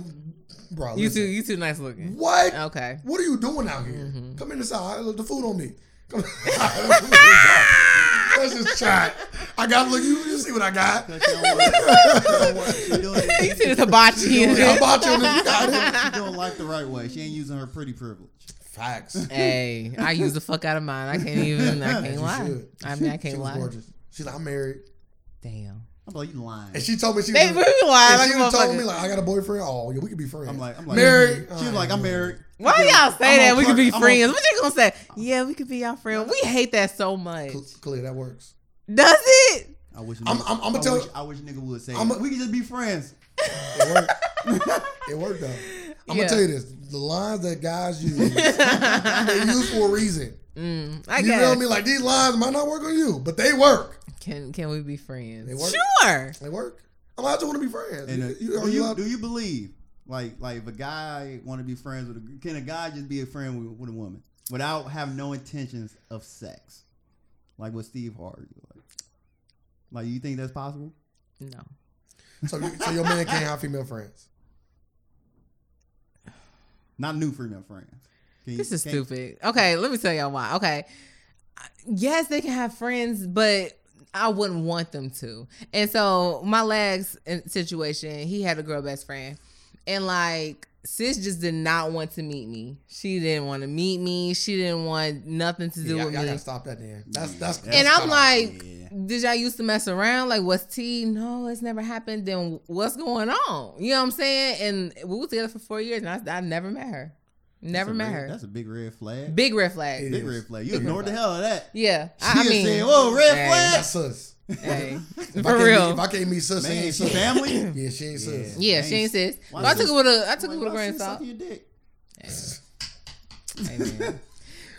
bro?
You
listen.
too. Oh. Mm-hmm. You too nice looking.
What?
Okay.
What are you doing out here? Come in this house. The food on me. Come That's just chat. I got look. You, you see what I got?
She don't want- she don't want- she doing-
you see the hibachi in
I
it.
bought you. You got it.
She doing life the right way. She ain't using her pretty privilege.
Facts.
Hey, I use the fuck out of mine. I can't even. I
You
can't lie.
should.
I mean, I
she
can't
was
lie.
gorgeous. She's like, I'm married,
Damn.
I'm like, you lying.
and she told me she.
They
was,
really lie
and
like
she
a
was telling
motherfucker.
me like, I got a boyfriend. Oh, yeah, we could be friends.
I'm like, I'm like,
married.
She was like, I'm married.
Why do y'all say
I'm
that?
on
We could be
par- I'm on-
friends. What you gonna say? Yeah, we could be our friend. We hate that so much.
Cl- Clear. That works.
Does it?
I wish.
Oh, I'm- I'm- I'ma tell-
I wish, I wish nigga would say.
I'ma-
we can just be friends.
It worked. it worked though. I'm
Yeah.
gonna tell you this: the lines that guys use, they use for a reason.
Mm, I
You
guess.
feel me? Like these lines might not work on you, but they work.
Can can we be friends?
They work.
Sure.
They work. I'm like, I just want to be friends.
And uh,
you, you, are
do,
you
you,
out-
do you believe like like if a guy want to be friends with a can a guy just be a friend with, with a woman without having no intentions of sex, like with Steve Harvey? Like, like you think that's possible?
No.
so, you- so your man can't have female friends.
Not new female friends. Can you-
This is
can-
stupid. Okay, let me tell y'all why. Okay. Yes, they can have friends, but I wouldn't want them to. And so my legs in- situation, he had a girl best friend. And like sis just did not want to meet me. She didn't want to meet me. She didn't want nothing to do
Yeah, I,
with me.
gotta stop that then. That's that's.
And
and
that's
I'm
kinda-
like,
Yeah.
did y'all used to mess around? Like, what's tea? No, it's never happened. Then what's going on? You know what I'm saying? And we were together for four years, and I, I never met her.
That's
Never
a
met
red-
her.
That's a big red flag. Big,
Big red flag.
Yeah.
red flag. You ignored the hell out of that.
Yeah,
She
I, I
is
mean,
saying, "Whoa, red
hey,
flag!"
that's sus.
Hey,
If I
for
can't Meet,
real.
if I can't meet sus, she
Man,
ain't
she
sus.
family.
Yeah, she ain't
Yeah.
sus.
yeah, she ain't sis.
Why
But I
is
took it with a, I took
Like,
it with
why
a
she
grain of salt.
sucking your dick?
Hey, man.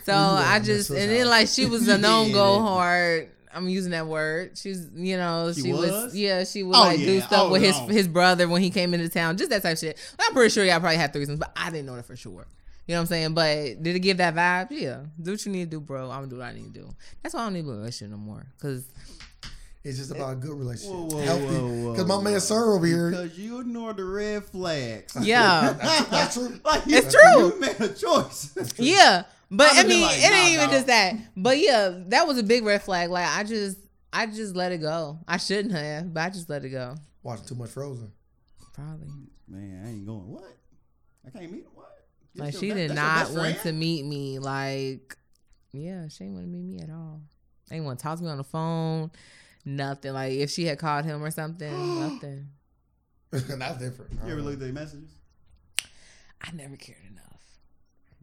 So
Well, you are
I
on
just
that
and then
social.
like she was a known
Yeah.
go hard. I'm using that word. She's you know she,
She
was?
was?
yeah she would
Oh,
like do
yeah.
stuff
Oh,
with his
no.
his brother when he came into town, just that type of shit. I'm pretty sure y'all probably had threesomes, but I didn't know that for sure. You know what I'm saying? But did it give that vibe? Yeah, do what you need to do, bro. I'm gonna do what I need to do. That's why I don't need to relationship no more. Cause
It's just about a good relationship,
Whoa, whoa,
healthy.
whoa, whoa,
Because my
whoa.
man Sir over here,
Because you ignored the red flags.
yeah,
that's, that's true.
Like you,
It's true.
You made a choice.
Yeah, but
I'ma
I
be
mean,
like,
it
nah,
ain't even
dawg.
just that. But yeah, that was a big red flag. Like I just, I just let it go. I shouldn't have, but I just let it go.
Watching too much Frozen.
Probably.
Man, I ain't going. What? I can't meet him. What? You're
Like
still-
she
that-
did
that's your
not
best
want to
friend?
meet me. Like, yeah, she didn't want to meet me at all. Ain't want to talk to me on the phone. Nothing. Like if she had called him or something, nothing.
That's different.
You ever look at their messages?
I never cared enough.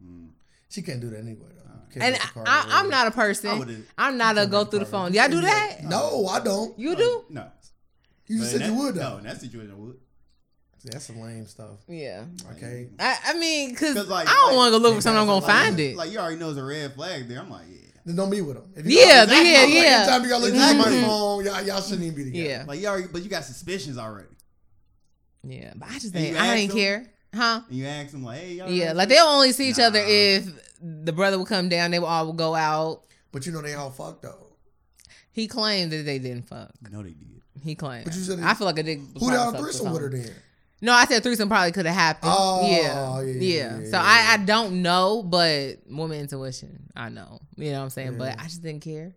Mm.
She can't do that anyway. Though. Can't
And
get the
I,
card
I, I'm
read.
not a
I
person.
wouldn't.
I'm not a go through the phone. Y'all do that?
No, I don't.
You do?
No.
You
But
just
in
said you
that-
would
No,
though.
in that situation, I would.
See, That's some lame stuff.
Yeah.
Okay.
I, I mean, cause,
'Cause, like,
I don't
like-
want to go look for
Yeah,
something. I'm gonna
that's like-
find it.
Like you already know it's a red flag there. I'm like, yeah.
Then don't be with them. If
Yeah,
y'all-
yeah,
like,
yeah.
Anytime you got look at my
Exactly.
phone, y'all, y'all shouldn't even be
yeah.
together.
yeah,
Like you already, but you got suspicions already.
But I just
And you
ain't. I
ask
ain't
them?
care, huh?
And you ask them like, hey, y'all.
Yeah,
know
like
this?
they'll only see each other
Nah.
if the brother would come down. They would all go out.
But you know they all fucked though.
He claimed that they didn't fuck.
No, they did.
He claimed.
But you said
I
it-
feel like a dick.
Who
probably
y'all
fucked
threesome with her
someone.
then?
No, I said threesome probably could have happened.
Oh,
yeah.
yeah,
yeah,
yeah, yeah,
So I, I don't know, but woman intuition, I know. You know what I'm saying? But
Yeah.
I just didn't care.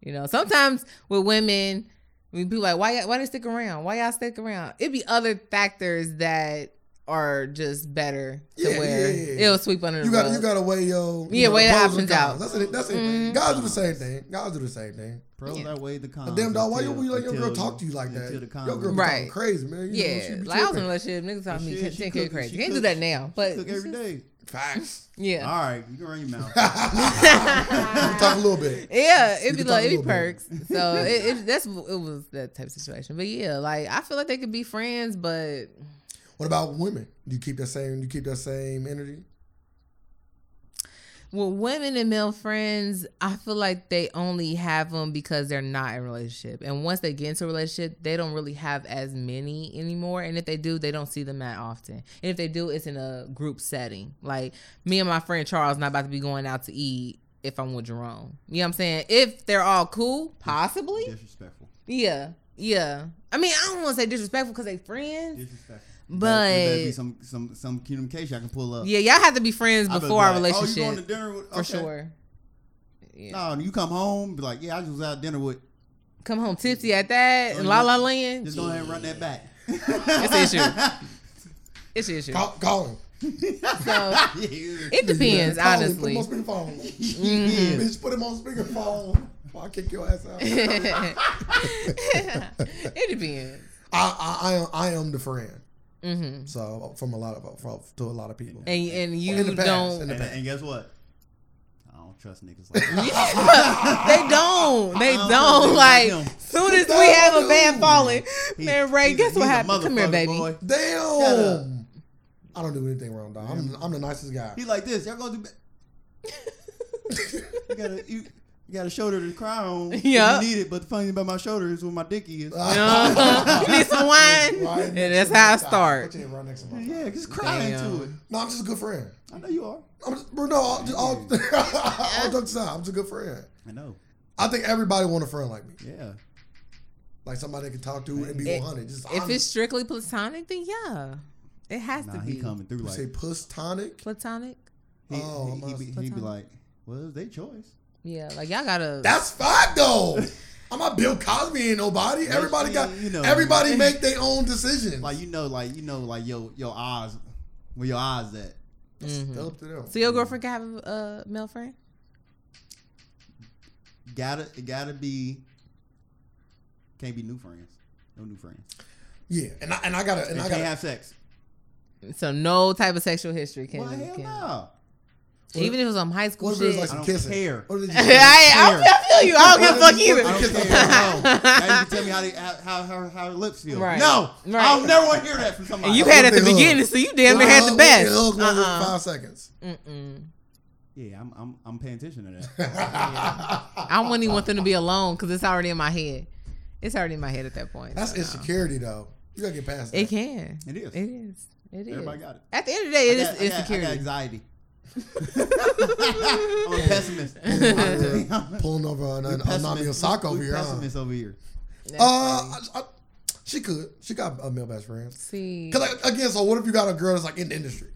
You know, sometimes with women, we be like, why, y'all- why they stick around? Why y'all stick around? It'd be other factors that are just better to
Yeah,
where
yeah, yeah.
it'll sweep under the
You
rug.
got you got to weigh your you
Yeah,
know,
weigh the
pros and
options out.
cons. That's it. That's it.
Mhm.
Guys do the same thing. Guys do the same thing.
Pros
Yeah.
outweigh the cons.
But damn dog, why you
Uh, until-
you let your
until
girl talk to you like that?
until the cons
Your girl be
Right.
talking crazy man. You know, she
yeah,
be
like I was in a
tripping.
relationship. Niggas
And
talking me
shit, she
10 kid
cooking,
crazy.
she
Can't do
cook-
that now, but
cook every day.
facts.
yeah,
All right, you can run your mouth.
Talk a little bit.
Yeah,
You
it'd be
can talk
like
a little
it'd be
bit.
perks. So it, it, that's it was that type of situation. But yeah, like I feel like they could be friends, but
What about women? Do you keep that same? You keep that same energy?
with women and male friends, I feel like they only have them because they're not in a relationship. And once they get into a relationship, they don't really have as many anymore. And if they do, they don't see them that often. And if they do, it's in a group setting. Like me and my friend Charles not about to be going out to eat if I'm with Jerome. You know what I'm saying? If they're all cool, possibly.
Disrespectful.
Yeah, yeah. I mean, I don't want to say disrespectful because they friends,
Disrespectful.
but
There better be some some some communication I can pull up.
yeah, y'all have to be friends
I'll be
before our
like,
relationship
Oh, you going to dinner with,
for
okay.
sure. Yeah.
No, you come home, be like, yeah, I just was out dinner with.
Come home tipsy at that
Oh,
and
you
la la
want-
land.
Just go ahead and run that back.
It's an issue. It's your issue.
Call, call him.
So
yeah.
it depends,
Call him.
honestly. Mm-hmm.
Put him on speakerphone.
Yeah.
Bitch, put him on speakerphone. Or I'll kick your ass out. I,
it depends.
I, I, am, I am the friend.
Mm-hmm.
So from a lot of from, to a lot of people.
And and you
In the past, in
don't.
the-
And, and guess what? I don't trust niggas like that.
they don't. They
I don't
don't.
know.
like,
No.
soon as we have a bad
No.
falling,
He-
man, Ray,
he's a-
guess
he's
what
a
happened? Come here,
motherfucker,
baby.
boy. up.
Damn. I don't do anything wrong, dog. I'm, I'm the nicest guy.
He like this. Y'all gonna do. Ba- you gotta you, you got a shoulder to cry on. if
Yeah.
you need it. But the funny thing about my shoulder is where my dick is.
Ah.
Uh, you need some wine?
Right
and
next
that's
to
how I
my side. Put
start.
your hand right next to my side.
yeah, just cry
Damn.
into it.
No, I'm just a good friend.
I know you are.
I'm just, bro, no, I'll, just, all all jokes aside, I'm just a good friend.
I know.
I think everybody want a friend like me,
Yeah.
like somebody they can talk to and be
It-
100. Just
If it's
honest.
strictly platonic, then yeah, it has
Nah,
to
he
be
coming through
you
like
say
he,
puss tonic,
platonic.
he,
Oh,
he,
I'm
be,
asking.
he be like, well, it was their choice.
Yeah, like y'all gotta.
that's fine though. I'm not Bill Cosby and nobody. Everybody got
you know.
everybody make their own decisions.
Like you know, like you know, like your your eyes, where your eyes at.
It's up to them.
Mm-hmm. so your girlfriend can have a male friend.
Gotta it gotta be. Can't be new friends. No new friends.
yeah, and I, and I gotta and
And
I
can't
gotta
have sex.
So no type of sexual history can.
Well, hell
can-
no.
Even if it was on high school
What if it was
shit.
I
like some
don't
kissing?
care.
What did
I,
you
I, I feel you. I don't give a fuck either.
I don't care. No. Now you can tell me how they, how how her how her lips feel.
Right.
No,
Right.
I don't never want to hear that from somebody.
And you had at
What
the
they hug?
beginning, so you damn near
Well,
had the
hug- well,
best.
hug one for
Uh-uh.
five seconds.
Mm-mm.
yeah, I'm I'm I'm paying attention to that.
I wouldn't even want them to be alone because it's already in my head. It's already in my head at that point.
That's
so no.
insecurity, though. You gotta get past that.
It can.
It is.
It is. It is.
Everybody got it.
At the end of the day, it
I
is
got- I got- I got
insecurity.
anxiety. I'm a pessimist. I'm
Pulling over an, an
pessimist.
Anami Osaka over
We
here. Huh?
Pessimist over here.
That's
Uh,
funny.
I, I, she could. She got a male best friend.
see.
Cause like, again, so what if you got a girl that's like in the industry?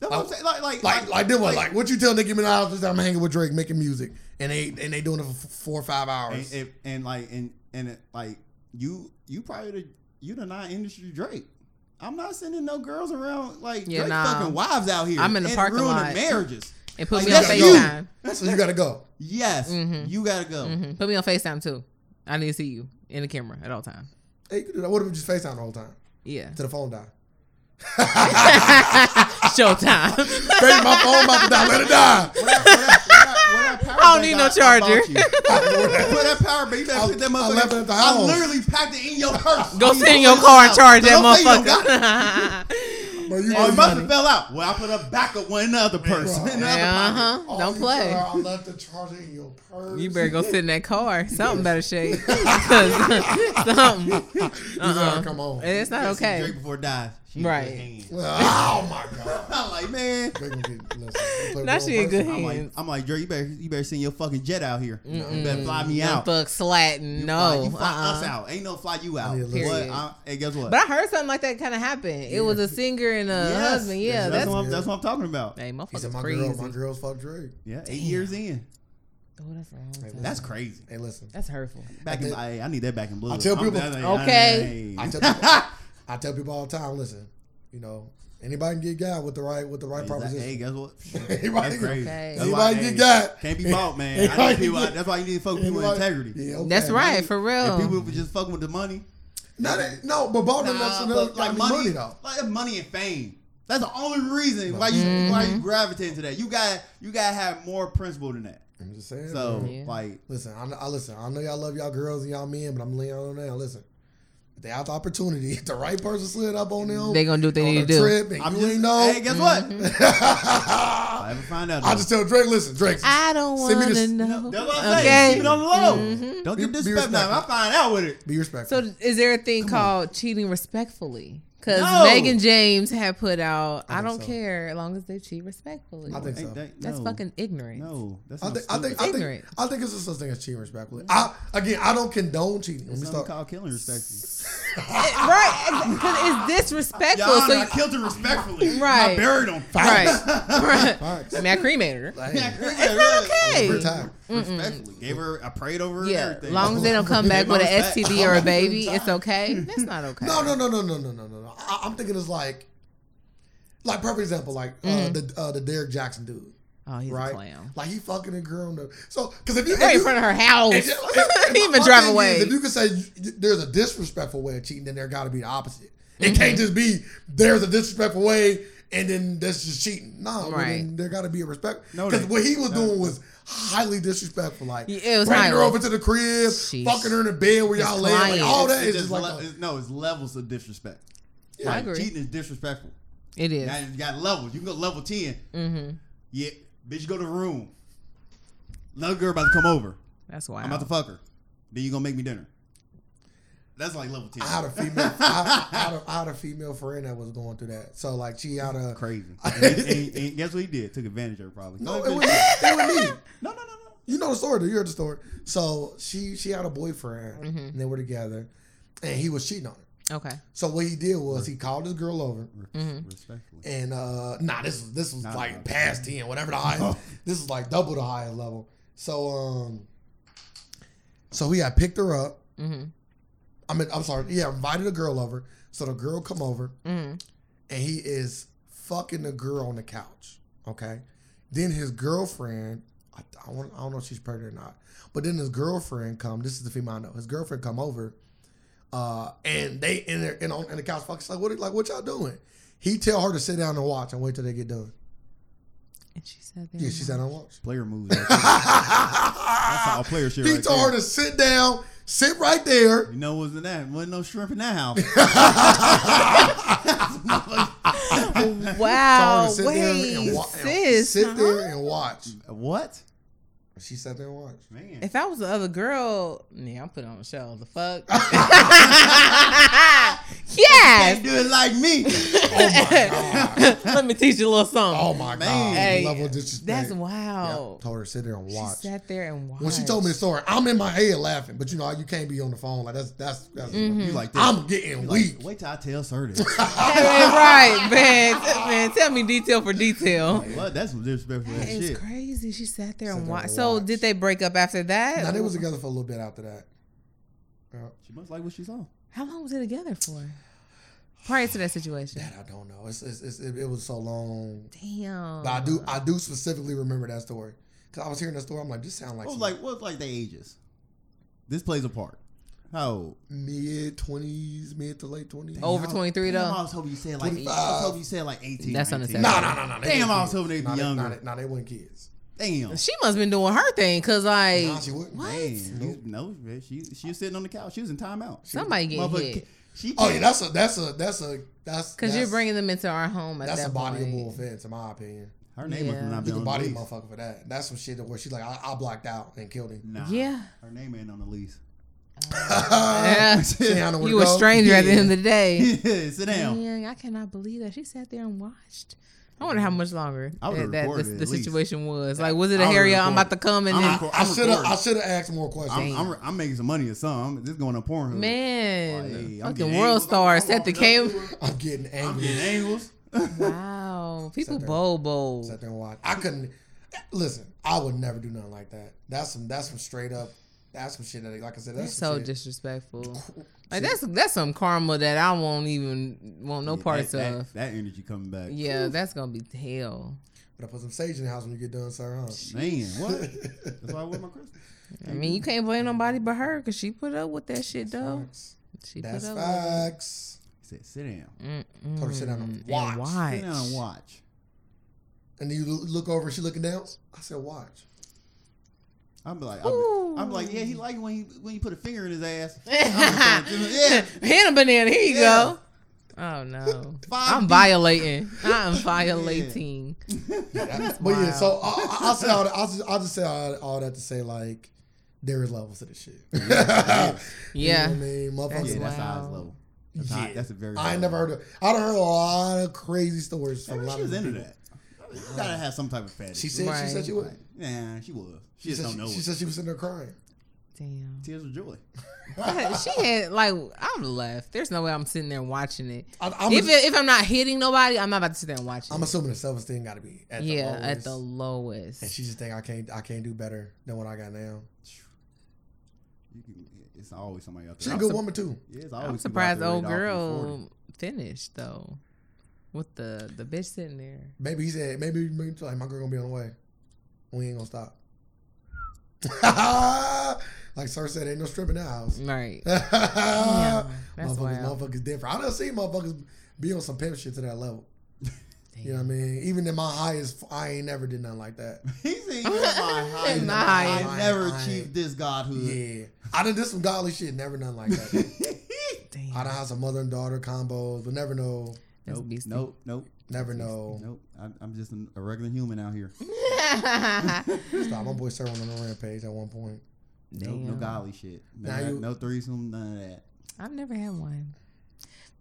That's what I'm saying. Like, like,
Oh. Like, like then what? Like, what you tell Nicki Minaj that I'm hanging with Drake making music, and they and they doing it for f- four or five
and,
hours?
if- and like, and and it, like, you, you probably the you the non industry Drake. I'm not sending no girls around like
Yeah,
Drake
nah.
fucking wives out here.
I'm in the
and
parking
ruining
lot.
marriages.
And put
Like,
me on
that's you.
FaceTime.
So you gotta go.
Yes, you gotta go.
Mhm. Put me on FaceTime too. I need to see you in the camera at all times.
Hey, you could do that. What if we just FaceTime the whole time?
Yeah.
To the phone die.
Showtime.
Baby, my phone about to die. Let it die.
Where that- where that- where that- where that power
I don't
bank
need no
I- I
charger.
bought you? Where that power bank? You better
I-
put that
I
motherfucker-
left it at the
I
house.
literally packed it in your purse.
Go
Oh, you
sit in
don't
your
know
car and
how.
charge that
Don't say you don't got it.
motherfucker.
Bro, you
Oh, it
know
must
you
have fell out. Well, I put a backup one in the other purse.
Bro.
In the other
uh
pocket.
huh.
Oh,
Don't
you
play.
girl, I left the charger in your purse.
You better go sit in that car. Something better shake. 'Cause something.
You gotta
Uh-uh.
come on.
And it's not
Listen, Drake
okay.
before it dies. She in
Right.
good hands.
Well, oh my god.
I'm like, man.
They gonna get- listen, they play
Now
with
she
one
in good
person.
I'm like,
Hands.
I'm like, Drake, you better, you better send your fucking jet out here. You better fly me out.
Fuck slatting. No.
Fly- you fly us
uh-uh.
out. Ain't no fly you out.
Yeah, listen.
But
Period.
I, hey, guess what?
But I heard something like that kind of happened. It was a singer and a
Yes.
husband. Yeah,
that's,
that's,
what I'm, that's what I'm talking about.
hey,
He said,
motherfuckers
"My
crazy.
girl, my girl's fuck Drake."
Yeah, eight years in.
Oh, that's a long time.
That's crazy.
Hey, listen.
That's hurtful.
Back in, I, I need that back in blue.
I tell people-
Okay.
I tell people, I tell people all the time. Listen, you know, anybody can get God with the right with the right
Hey,
proposition.
guess what?
Anybody
That's
can-
crazy.
Okay.
That's why-
Anybody
hey,
get got.
Can't be bought, man. I know
Anybody
people,
get-
that's why you need to fuck people with
Anybody-
integrity.
Yeah, okay.
That's right, for
If people
real.
were just fucking with the money,
Not that- no, but Baltimore nah,
nah,
another
but like money,
though.
like money and fame. That's the only reason why you
Mm-hmm.
why you gravitating to that. You got you gotta have more principle than that.
I'm just saying.
So
Yeah.
like,
Listen, I, I listen. I know y'all love y'all girls and y'all men, but I'm laying on now. Listen, if they have the opportunity, if the right person slid up on them,
They gonna do what they
on
need
a
to do.
Trip, and
I'm
you
just
ain't know.
hey, guess what?
Mm-hmm.
I
I ever find out.
just tell Drake, listen, Drake.
I don't
Send me
want
this-
to
though.
know.
that's what I'm saying.
okay.
Keep it on the low.
Mhm.
Don't
Be-
give
be
disrespect now. I
respectful.
find out with it.
be respectful.
So is there a thing called cheating respectfully? Because
No.
Megan James had put out, I,
think
don't
so.
care as long as they cheat respectfully.
I think
Hey,
so.
that-
That's
no.
fucking ignorant.
No, that's
I
not
think, I think I think
Ignorant.
I think it's a such thing as cheating respectfully. I
Mm-hmm.
again, I don't condone cheating. Let me
Something
start.
called killing respectfully.
It- Eh, right? Because it's disrespectful.
Y'all,
so
I
you,
killed her respectfully. I
Right.
buried him.
right, right.
Facts.
I mean, I cremated her.
Hey,
It's not
okay.
we're tired.
Mm-hmm.
Respectfully, gave her. I prayed over her. and
Yeah,
everything.
long as they don't come back
Give my
with an
respect.
STD or a baby, it's okay. That's not okay.
No, no, no, no, no, no, no, no, no. I, I'm thinking it's like, like perfect example, like uh, the uh, the Derek Jackson dude,
Oh, Mm-hmm. he's
right?
a clown.
Like he fucking a girl. In the, so because if you
Right
if
in
you-
front of her house.
if you- if- if
Oh, He
my
even drive
thing is,
away.
if you can say you- there's a disrespectful way of cheating, then there got to be the opposite. It
Mm-hmm.
can't just be there's a disrespectful way and then that's just cheating. No, right.
Right.
there got to be a respect.
No,
Because
there-
what he was
no.
doing was highly disrespectful. Like
Yeah, it was
bringing her
highly.
over to the crib,
Sheesh.
fucking her in the bed where
His
y'all laying. Like,
client.
all
It's
that is just like
le-
a-
it's- no, it's levels of disrespect.
Yeah.
Like,
I agree.
Cheating is disrespectful.
It is.
Now you got levels. You can go level 10
Mm-hmm.
Yeah, bitch, go to the room. Another girl about to come over.
That's why.
I'm about to fuck her. Then you gonna make me dinner. That's like level ten.
I had a female, I, I, had a, I had a female friend that was going through that. So like she had a
Crazy. and, and- and guess what he did? Took advantage of her probably.
no,
Go
Oh, it was,
ahead,
it was me.
bitch. no, no, no, no.
You know the story. though. You heard the story. So she she had a boyfriend, and they were together, and he was cheating on her.
okay.
So what he did was he called this girl over,
Mm-hmm.
Respectfully.
and uh nah, this was this was
Nah,
like
nah.
past ten, whatever the highest. this is like double the highest level. So um, so he had picked her up.
Mm-hmm.
I mean, I'm sorry. Yeah, invited a girl over. So the girl come over,
Mm-hmm.
and he is fucking the girl on the couch. Okay. Then his girlfriend, I, I, want, I don't know if she's pregnant or not, but then his girlfriend come. This is the female I know. His girlfriend come over, uh, and they in there and on in the couch. Fuck, she's like what? Like what y'all doing? He tell her to sit down and watch and wait till they get done.
And she said that.
Yeah, she sat down and watch.
Player moves. Right there. That's all player shit.
he
right
told her
there.
to sit down, sit right there.
You know, wasn't that? Wasn't no shrimp in that house.
Told her
Wow.
to sit
Oh, Wait,
there and, wa- and
sis. uh-huh.
sit
huh?
there and watch.
what?
She sat there and watched.
Man.
If I was the other girl, yeah, I'm putting on a show. The fuck.
Can't
yes.
do it like me.
Let me teach you a little something.
Oh my god!
Hey,
the level of disrespect.
That's
Yeah,
wow.
told her to sit there and watch.
She sat there and watched.
when she told me the story, I'm in my head laughing, but you know you can't be on the phone like that's that's. that's
Mm-hmm.
You like this?
I'm getting
You
weak.
like, wait till I tell sir this.
Hey, right, man, man, tell me detail for detail.
What? That's some disrespectful
That
ass
is
shit.
crazy. She sat there
Sat there
and
and
watched. So
watched.
did they break up after that?
now they was together for a little bit after that.
She must like what she saw.
How long was they together for? Prior to that situation.
That I don't know. It's, it's, it's it, it was so long.
Damn.
But I do I do specifically remember that story because I was hearing that story. I'm like, this sounds like,
What was
some
Oh, like what was like the ages? This plays a part. How old?
mid twenties, mid to late twenties.
Oh,
Over
Damn, I-
twenty three
Damn, I
though.
was hoping you said like
25.
I was hoping you said like eighteen.
That's
19.
unacceptable.
No, no, no, no. they
Damn,
weren't
I was
kids.
hoping they'd be
Nah, they-
younger.
Nah, they, nah, they weren't kids.
Damn.
She must have been doing her thing, cause like
Nah, she wouldn't.
what?
Man, you- no, man, she she was sitting on the couch. She was in timeout.
Somebody getting
Motherfucker,
hit.
She
Oh yeah, that's a that's a that's a that's
Cause
that's,
you're bringing them into our home at
that's
that
a bodyable
point.
offense in my opinion.
her name must
Yeah.
have not
You
been
can
on
body a
the lease.
motherfucker for that. That's some shit where she's like, I, I blocked out and killed him.
Nah,
Yeah.
her name ain't on the lease.
Yeah.
She ain't had nowhere to
You a
go.
stranger at the
Yeah.
end of the day.
Yeah, sit down.
Dang, I cannot believe that she sat there and watched. I wonder how
Mm.
much longer
I would've
that, that the,
recorded it
the
at least.
situation was. Like, was it
I
a
would've
Harry? "Oh, I'm
recorded.
about to come and
I'm
then
recording.
I should have
recording.
I should have asked more questions.
I'm, I'm, I'm making some money or something. This going to Pornhub.
Man,
Hmm. Like, I'm
fucking
getting
world
angles.
star
I'm
set the
walking up
camera.
I'm, getting
I'm
angry.
getting angles.
Wow, people
Sat there.
bold bold.
Sat there and watched. I couldn't listen. I would never do nothing like that. That's some that's some straight up. That's some shit that like I said. That's
That's so
some shit.
disrespectful. Like that's that's some karma that I won't even want no
Yeah,
parts
that, that-
of.
That, energy coming back.
yeah, that's gonna be hell.
But I put some sage in the house when you get done, sir. Huh?
Man, what? That's why I wear my crystal.
I mean, you
Mm-hmm.
can't blame nobody but her because she put up with that shit though.
Facts.
She
That's
put up
facts.
He said, sit down.
with it.
Told her sit down and
Mm-mm.
watch.
Sit down and watch.
And then you l- look over, she looking down. I said, "Watch."
I'm like, I'm, I'm like, yeah, he like it when he when you put a finger in his ass. I'm just like, yeah.
Hit a banana. Here you
Yeah.
go. Oh no,
Five
I'm
deep.
violating. I'm violating.
Yeah, but yeah, so I, I, I'll say all that, I'll just, I'll just say all, all that to say like there is levels to this shit. yeah,
Yeah.
You know what I mean,
Yeah,
motherfuckers.
that's the highest
Wow.
level. That's, high-
Yeah.
that's a very.
I
high
ain't never
level.
heard of. I done heard a lot of crazy stories from a
Maybe
lot
she
of
was into
people.
that. You gotta have some type of fetish.
She said she said
Right.
she was.
nah, she was. She,
She
just
said
don't know.
she, she
it.
said she was in there crying.
Damn.
Tears of joy.
she had like I'm left. There's no way I'm sitting there watching it.
I, I'm,
if
ass-
if I'm not hitting nobody, I'm not about to sit there and watch it.
I'm assuming the self esteem got to be at
yeah,
the
at the
lowest. and
lowest.
she just think I can't I can't do better than what I got now.
You can, it's always somebody out there.
She's a
I'm
good
sup-
woman too.
Yeah, it's always
I'm
people out
surprised
there
old
rated off from 40.
girl finished though, with the the bitch sitting there.
Maybe he said maybe, maybe like my girl gonna be on the way. We ain't gonna stop. like Sir said, ain't no stripping in that house.
Right.
Ah, motherfuckers,
Damn, that's wild.
motherfuckers different. I done seen motherfuckers be on some pimp shit to that level.
Damn.
You know what I mean? Even in my highest, I ain't never did nothing like that.
He said, "You're my highest.
My
I
highest.
never
I-
achieved this godhood."
Yeah, I done did some godly shit, never nothing like that.
Damn.
I done had some mother and daughter combos, but never know,
That's
nope,
beastie.
nope, nope,
never know.
nope. I'm, I'm just an- a regular human out here.
Stop, my boy Sir went on a rampage at one point.
Nope, no
Damn.
golly shit. No,
Now you-
no threesome, none of that.
I've never had one.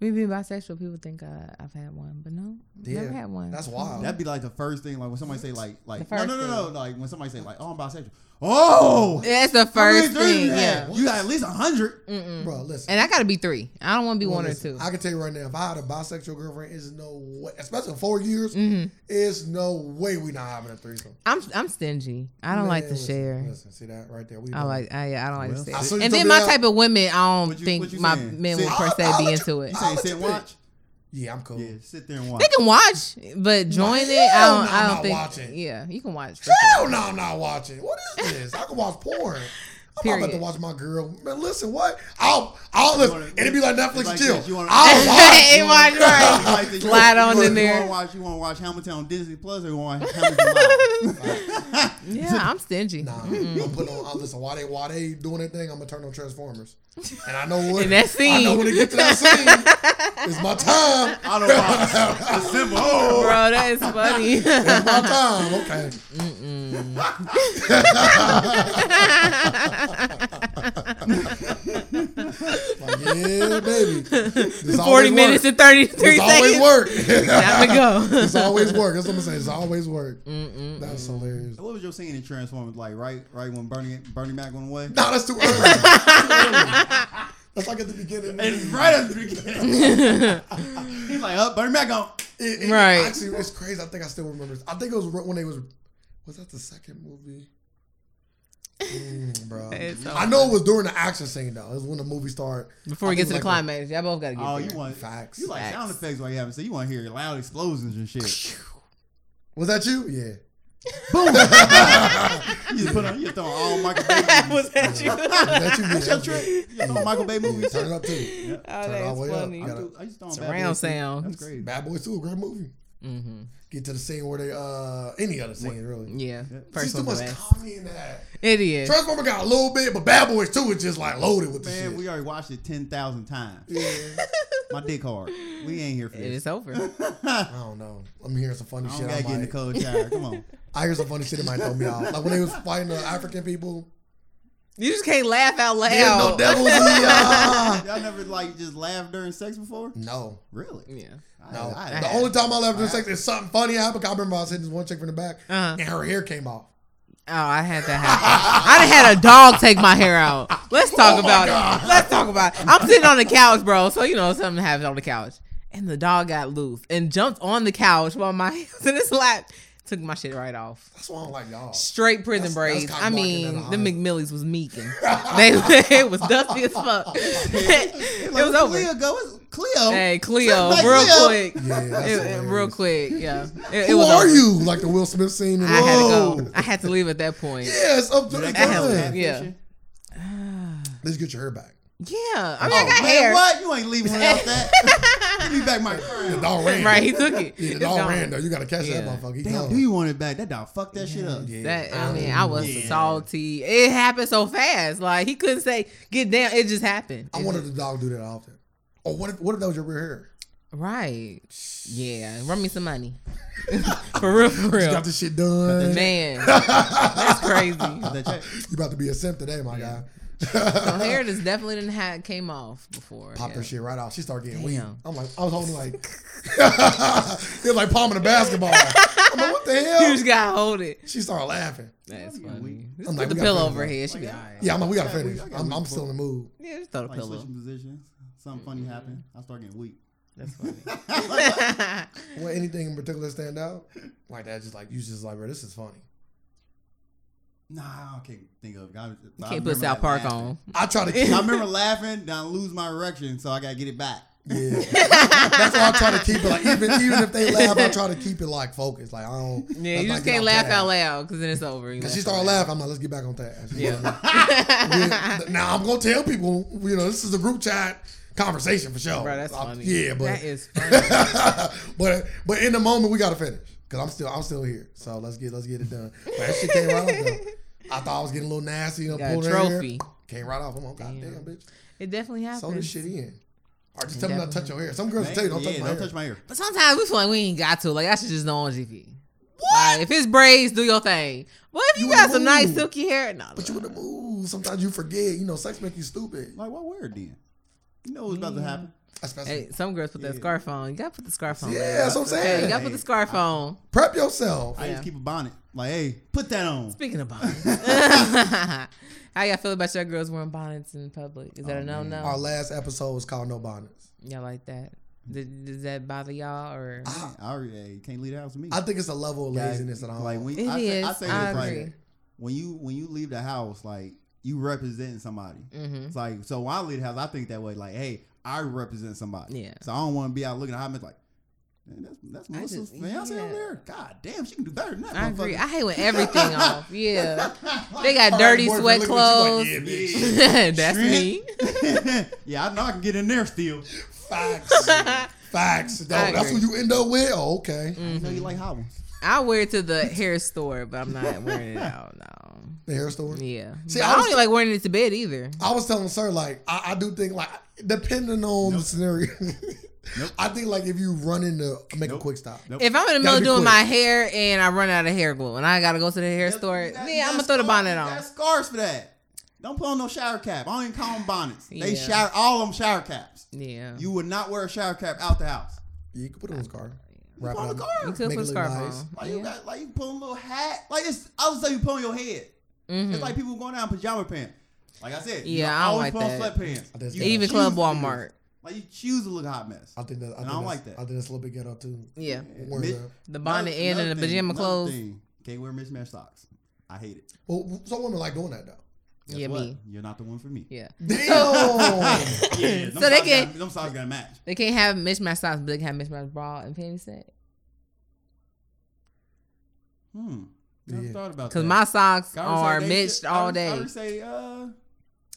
Me being bisexual, people think uh, I've had one, but no, I've
Yeah,
never had one.
That's wild.
That'd be like the first thing, like when somebody say like, like
The
no,
first
no, no, no, like when somebody say like, oh, I'm bisexual. Oh,
That's the
how many
first
threesomes
thing.
you had?
Yeah.
you got at least a hundred.
Mm-mm.
Bro, listen.
And I got to be three. I don't want to be
Well,
one or
listen,
two.
I can tell you right now, if I had a bisexual girlfriend, it's no way, especially in four years,
Mhm.
it's no way we not having a threesome.
I'm I'm stingy. I don't like to
Man, listen,
share.
Listen, see that right there. We
I like I, I don't like
Well,
to
I saw
share.
you
And
told
then
me
my
that-
type of women, I don't
What you- what
think
you
my
saying?
men
Sit-
would per se
I'll- I'll
be
let
into it.
You say
what
sit
you
and
think?
watch.
Yeah, I'm cool.
Yeah, sit there and watch.
They can watch, but join it. I
hell
don't,
no,
I
I'm
don't
not
think.
watching.
Yeah, you can watch.
Hell no, I'm not watching. What is this? I can watch porn. I'm not about to
Period.
watch my girl. Man, listen, what? I'll, I'll listen.
wanna-
It'd be like Netflix
like
chill.
this, you wanna-
I'll watch.
Ain't watch
You like
right.
the- you
Slide
wanna-
on
you wanna-
in
You
there.
want to watch? You want to watch Hamilton on Disney Plus, or you want to watch Hamilton Live?
Yeah, I'm stingy.
Nah, I'm putting on. I'll listen, while they while they doing their thing, I'm gonna turn on Transformers. And I know when
And that
I know
scene.
when it gets to that scene, it's my time.
I don't watch. It's simple. Oh.
Bro, that is funny.
It's my time. Okay. Like, yeah, baby. This
40
always
minutes
work.
and 33
This always
seconds.
work.
Time to go.
It's always work. That's what I'm saying. It's always work. That's hilarious.
What was your scene in Transformers like? Right, right when Bernie Bernie Mac went away.
No, that's too early. That's too early. That's like at the beginning.
It's right at the beginning. He's like, oh, Bernie Mac on.
It- it-
Right.
Actually, it's crazy. I think I still remember. I think it was when they was. Was that the second movie? Mm, bro.
It's so
I know it was during the action scene though. It was when the movie started. I
Before we get
think
to the
it was like
climax, y'all both gotta get.
Oh,
there.
you want
Facts.
You like sound
Facts.
effects while you haven't said you want to hear loud explosions and shit.
Was that you? Yeah.
Boom! you just put on, you just throw on all Michael Bay. movies.
was that you?
Was that you? Yeah,
That's your
that was
trick. You just throw on Michael Bay
you. Yeah,
movies.
turn it up too.
Oh,
Turn it all
that's
the way up.
I
funny.
You gotta-
do- I just throw on Bad
Surround
Boys too.
sound.
That's great.
Bad Boys Two, a great movie.
hmm
Get to the scene where they uh any other scene really.
Yeah.
There's
First
too
one
much
was
comedy in that.
It is.
Transformer got a little bit, but Bad Boys Two is just like loaded with the
Man,
shit.
we already watched it ten thousand times.
yeah.
My dick hard. We ain't here for
It
this.
is over.
I
I don't know. I'm hearing some funny
don't
shit.
gotta
I,
get in the
might,
cold shower. Come on.
I hear some funny shit that might throw me off. Like when they was fighting the African people.
You just can't laugh out loud.
There's no devils in ya.
Y'all never like just laughed during sex before?
No.
Really?
yeah.
I-
No.
I-
the
I-
only time I left
I-
during sex is something funny happened. 'cause I remember I was hitting this one chick from the back
Uh-huh.
and her hair came off.
Oh, I had that happen. I done had a dog take my hair out. Let's talk
Oh my
about
God.
it. Let's talk about it. I'm sitting on the couch, bro. So you know something happened on the couch, and the dog got loose and jumped on the couch while my hand was in his lap. Took my shit right off.
That's why I don't like y'all.
Straight prison
That's- that's
braids.
cock
I
blocking
mean,
at a
the
hundred.
McMillies was meeking. they it was dusty as fuck. it
Like,
was over.
Cleo go. It's Cleo.
Hey, Cleo,
Like,
real
Cleo.
quick.
Yeah, that's
It- it- real
hilarious.
quick, yeah. It, it
Who
was
are
over.
you? Like the Will Smith scene. in-
I had to
Whoa.
go. I had to leave at that point.
Yeah, it's up to
Dude,
the
that guy
hell
was
yeah.
gun.
bad fishing.
Let's get your hair back.
Yeah, I mean, I
Oh,
got
Man,
hair.
what? You ain't leaving without that. Give me back my
The
crown.
dog ran.
Right, he took it.
Yeah, the
It's
dog
gone.
ran though. You gotta catch
Yeah.
that motherfucker. He
Damn,
gone.
do you want it back? That dog fucked that shit up.
Yeah.
That I
don't
mean,
even
I was
Yeah.
salty. It happened so fast. Like he couldn't say get down. It just happened.
I
It
wanted
just-
the dog to do that often. Or what if what if that was your real hair?
right. Yeah, run me some money. for real, for
You
real.
got this shit done.
Man, that's crazy.
That check.
You about to be a simp today, my
So
guy.
hair just definitely didn't have came off before.
Pop
yeah.
her shit right off. She started getting
Damn.
weak. I'm like, I was holding like it was like palming a basketball. I'm like, what the
You
hell?
just gotta hold it.
She started laughing.
That's
Yeah, we-
funny. Just
I'm
put
like,
the
we got
pillow
friends,
over
though.
here. She be
Like,
all right.
Yeah, I'm like, we gotta
I got
finish.
weak- I got
I'm, I'm
weak
still in the mood.
Yeah, just throw the
Like
pillow.
switching positions. Something funny happened. I start getting weak.
That's funny.
Well, anything in particular stand out? Like that, just like you just like, bro, this is funny.
Nah, I can't think of it. I, I
Can't
remember
put South
that
Park
laughing.
on.
I try to
I
keep.
remember laughing, then I lose my erection, so I gotta get it back.
Yeah, that's why I try to keep it like even even if they laugh, I try to keep it like focused. Like I don't.
Yeah,
let's
you
not
just
get
can't
off
laugh
that.
out loud because then it's over. You
Cause she
laugh
started
out
laughing. I'm like, let's get back on task.
loud. Yeah.
Yeah. now I'm gonna tell people. You know, this is a group chat conversation for sure.
Bro, that's
I-
funny.
yeah, but
that is funny.
but but in the moment we gotta finish because I'm still I'm still here. So let's get let's get it done. But that shit came right off. Though. I thought I was getting a little nasty. You know,
Got a
pulled her hair.
trophy.
Came right off. I'm like, goddamn,
Damn.
bitch.
It definitely happens.
Sew this shit in. Or just tell me not to touch your hair. Some girls will
Man,
tell you don't
yeah,
touch my
don't
hair.
touch my ear.
But sometimes we feel like we ain't got to. Like I should just know on GP. Like, if it's braids, do your thing. But if you,
You
got some nice
move.
silky hair, no.
But you in the mood. Sometimes you forget. You know, sex make you stupid.
Like, what wear it then? You know what's about
Mm,
to happen.
Especially
hey, some girls put that
Yeah.
scarf on. You gotta put the scarf on.
Yeah,
babe.
that's what I'm
Hey, you
saying.
gotta put the scarf on.
Prep yourself.
I
Yeah.
just keep a bonnet. Like, hey, put that on.
Speaking of bonnets, how y'all feel about your girls wearing bonnets in public? Is that
Oh,
a no
Our
no?
last episode was called No Bonnets.
Y'all like that? Does, does that bother y'all or?
I, I already hey, you can't leave the house with me.
I think it's a level of
Guys,
laziness that I don't
like
like.
when
It
I say, I
is.
say
I
this, like,
agree.
when you when you leave the house, like you representing somebody.
Mhm.
It's like so when I leave the house, I think that way. Like, hey, I represent somebody.
Yeah.
So I don't want to be out looking at him like, man, that's that's Melissa's
just-
fiance
yeah.
over there. God damn, she can do better than that.
I agree.
motherfucker."
I hate when everything off. Yeah, they
All
got
right,
dirty
boyfriend
sweat
looking at you like,
clothes.
yeah, bitch.
That's me.
yeah, I know I can get in there still.
Facts. Facts. Though.
I
That's what
agree.
you end up with. Oh, okay.
I know you like hot ones.
I wear it to the hair store, but I'm not wearing it out. No.
The hair store.
Yeah.
See,
But
I
I, don't
was-
even like wearing it to bed either.
I was telling sir, like I, I do think like depending on the scenario. I think like if you run into make a
Nope.
quick stop.
Nope.
If I'm in the middle
Gotta
of
be
doing
quick.
my hair and I run out of hair glue and I gotta go to the hair store,
You got- you
yeah, I'm
got
gonna throw the
scar-
bonnet
You
on.
got scars for that. Don't put on no shower cap. I don't even call them bonnets. They
Yeah.
shower all of them shower caps.
Yeah.
You would not wear a shower cap out the house.
You can put it on his car. Wrap
Put on
it
the
up.
car.
Oh, You could
Make
put
it
a
look
scarf
nice.
on.
Like you
Yeah.
got like you put on a little hat. Like it's I would say you put on your head.
Mhm.
It's like people going out in pajama pants. Like I said, you
Yeah,
know,
I don't
always
like that.
put on
I
sweatpants.
just-
You
Even
choose
Club
to do this.
Walmart.
Like you choose to look a hot mess.
I think that I, think
And I don't
that's-
like that.
I think that's a little bit ghetto too.
Yeah.
Wearing
Mi-
that.
The bonnet
Another-
in and
another
the
thing-
pajama
another
clothes.
thing, Can't wear mismatched socks. I hate it.
Well, some women like doing that though.
Guess
Yeah,
what?
me.
You're not the one for me.
Yeah.
Damn.
Yeah, them
so they
socks
can
got, them socks got to match.
they can't have mismatched socks, but they can have mismatched bra and panty set.
Hmm. Never
Yeah.
thought about that.
Cause my socks
I would say
are
they
mixed
should- I
all
would- I
day.
would say, uh,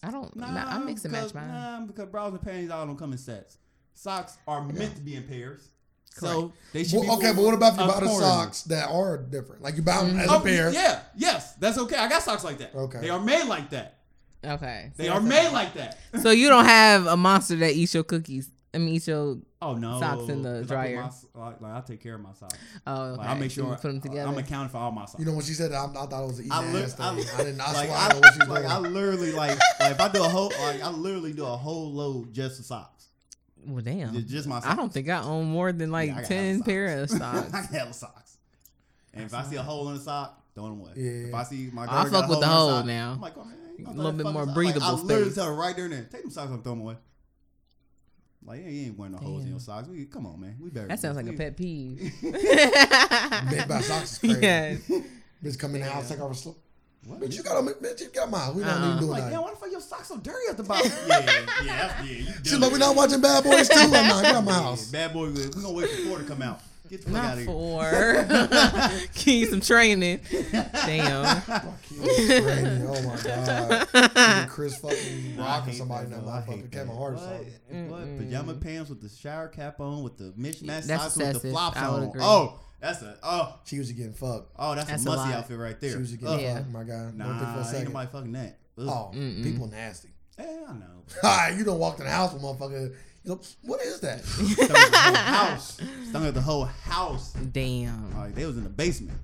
I don't.
nah,
nah, I mix and match
because-
mine.
Nah, because bras and panties all don't come in sets. Socks are meant to be in pairs, so they should.
Well,
be
okay,
for-
but what about if you buy the
accordingly.
socks that are different? Like you buy
Mm-hmm.
them as a
Oh,
pair.
Yeah, yes, that's okay. I got socks like that.
Okay.
they are made like that.
Okay.
They are made like that.
So you don't have a monster that eats your cookies. I mean, eat your.
Oh no,
Socks in the
'cause I put
dryer.
my s- like, like, I take care of my socks.
Oh,
Like,
okay.
I make
So you
sure
put them together.
I'm accounting for all my socks.
You know when she said that, I, I thought it was an easy
I, li-
ass thing.
I,
I, didn't. I
like,
swear
I,
I know what she was
like,
doing.
I literally like, like if I do a whole like I literally do a whole load just of socks,
well, damn.
Ju- just my. Socks.
I don't think I own more than like
Yeah, I got
ten
socks.
pair of
I
socks.
got hella socks. And if I see a hole in the sock, throw them away.
Yeah.
If I see my girl
I
got
fuck
a
with the
in her
hole
sock,
now.
I'm like, oh, man, you know,
A
throw
little
that
bit
fucking
more
sock- Like, I
breathable
literally
space.
tell her right there and there, take them socks off, throw them away. Like, yeah, you ain't wearing no holes in
Damn.
your socks. We, come on, man. We better.
That sounds like a pet peeve.
Bitch, buy socks is crazy.
yes.
Bitch, come in the house,
Yeah.
take off her slip.
What?
Bitch, you got on. Bitch, you got mine. We don't
Uh-uh.
even do
I'm like,
nothing.
damn, why the fuck your socks so dirty at the bottom? yeah, yeah, that's, yeah. You
She's
dumb.
like, we not watching Bad Boys too. I'm not. Get out my
Yeah,
house.
Bad boy, we gonna wait for four to come out. Get the fuck out
Not
of here.
for. Give you some training. Damn.
Brady, oh my god. Even Chris fucking
I
rocking
hate
somebody in
that,
that
though. I hate
motherfucker.
that.
Kevin Hart. or
What?
something.
What? Pajama pants with the shower cap on, with the mismatched
That's
socks with the
excessive.
flops
I would
on.
agree.
Oh, that's a oh
She was getting fucked.
oh that's,
That's
a
a
musty
lot.
outfit right there.
She was
Ugh.
getting
Yeah.
fucked. Oh My god. Don't think for
Nah,
a
ain't
second.
nobody fucking that. Ugh.
Oh, people nasty.
Eh, I know.
Ah, you done walked in the house with motherfucker. You know, what is that?
Stung at the whole house. Stung at the whole house.
Damn.
Like they was in the basement.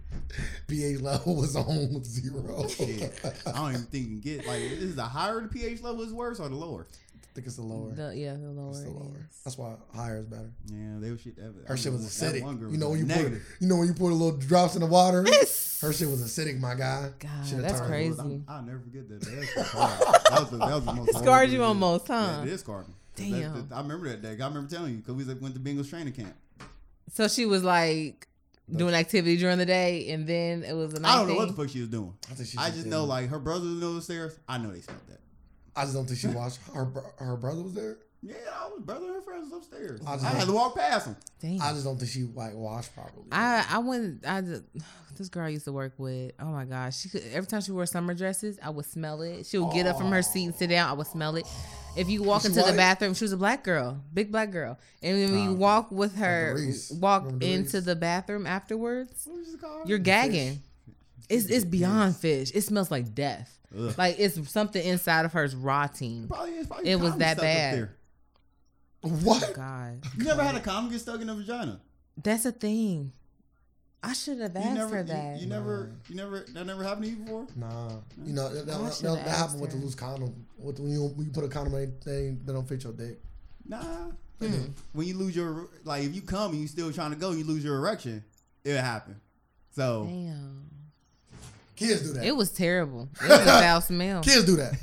pH level was on zero.
Shit. I don't even think you can get like this is the higher the pH level is worse or the lower.
I think it's the lower.
The, yeah, the lower.
it's the
it
lower.
is.
That's why higher is better.
Yeah, they was shit. That,
Her shit was
that
acidic.
one girl
You know
was
when you put
negative.
you know when you put a little drops in the water.
Yes.
Her shit was acidic, my guy.
God,
Should've
that's
turned.
crazy.
I'm- I'll never forget that. That was, hard. that was, the, that was the most
Scarred
horrible
you
shit.
almost, huh?
Yeah, it did scarred me. 'Cause that-
Damn.
that- I remember that day. I remember telling you because we went to Bengals training camp.
So she was like doing activity during the day, and then it was a night
I don't know
thing.
what the fuck she was doing.
I, think she
I just
did.
know like her brother was downstairs. I know they smelled that.
I just don't think she watched. Her bro- her brother was there.
Yeah, I was brother and her friends was upstairs.
I
I,
just-
had to walk past them.
Damn.
I just don't think she like washed properly.
I I went. I just, this girl I used to work with. Oh my gosh, she could every time she wore summer dresses, I would smell it. She would get up from her seat and sit down. I would smell it. If you walk
She
into the
white?
bathroom, she was a black girl, big black girl, and when you walk with her,
Doris.
walk
Remember Doris?
into the bathroom afterwards,
What was it called?
you're gagging. It's it's beyond fish. It smells like death.
Ugh.
Like it's something inside of her's rotting.
Probably, it's probably
It was
condom
that
stuck up
bad.
there.
what?
Oh, God,
You never had a condom get stuck in the vagina.
that's a thing. I should have
You
asked
never,
her
you-
that.
You, never, you never, that never happened to you before.
Nah, you know that, that,
I
that,
should've
that
asked
happened with the
her.
loose condom. With when you, when you put a condom, in, they they don't fit your dick.
Nah. When you lose your, like, if you come and you still trying to go, you lose your erection. It'll happen. So
Damn.
Kids do that.
It was terrible. It was a foul smell.
Kids do that.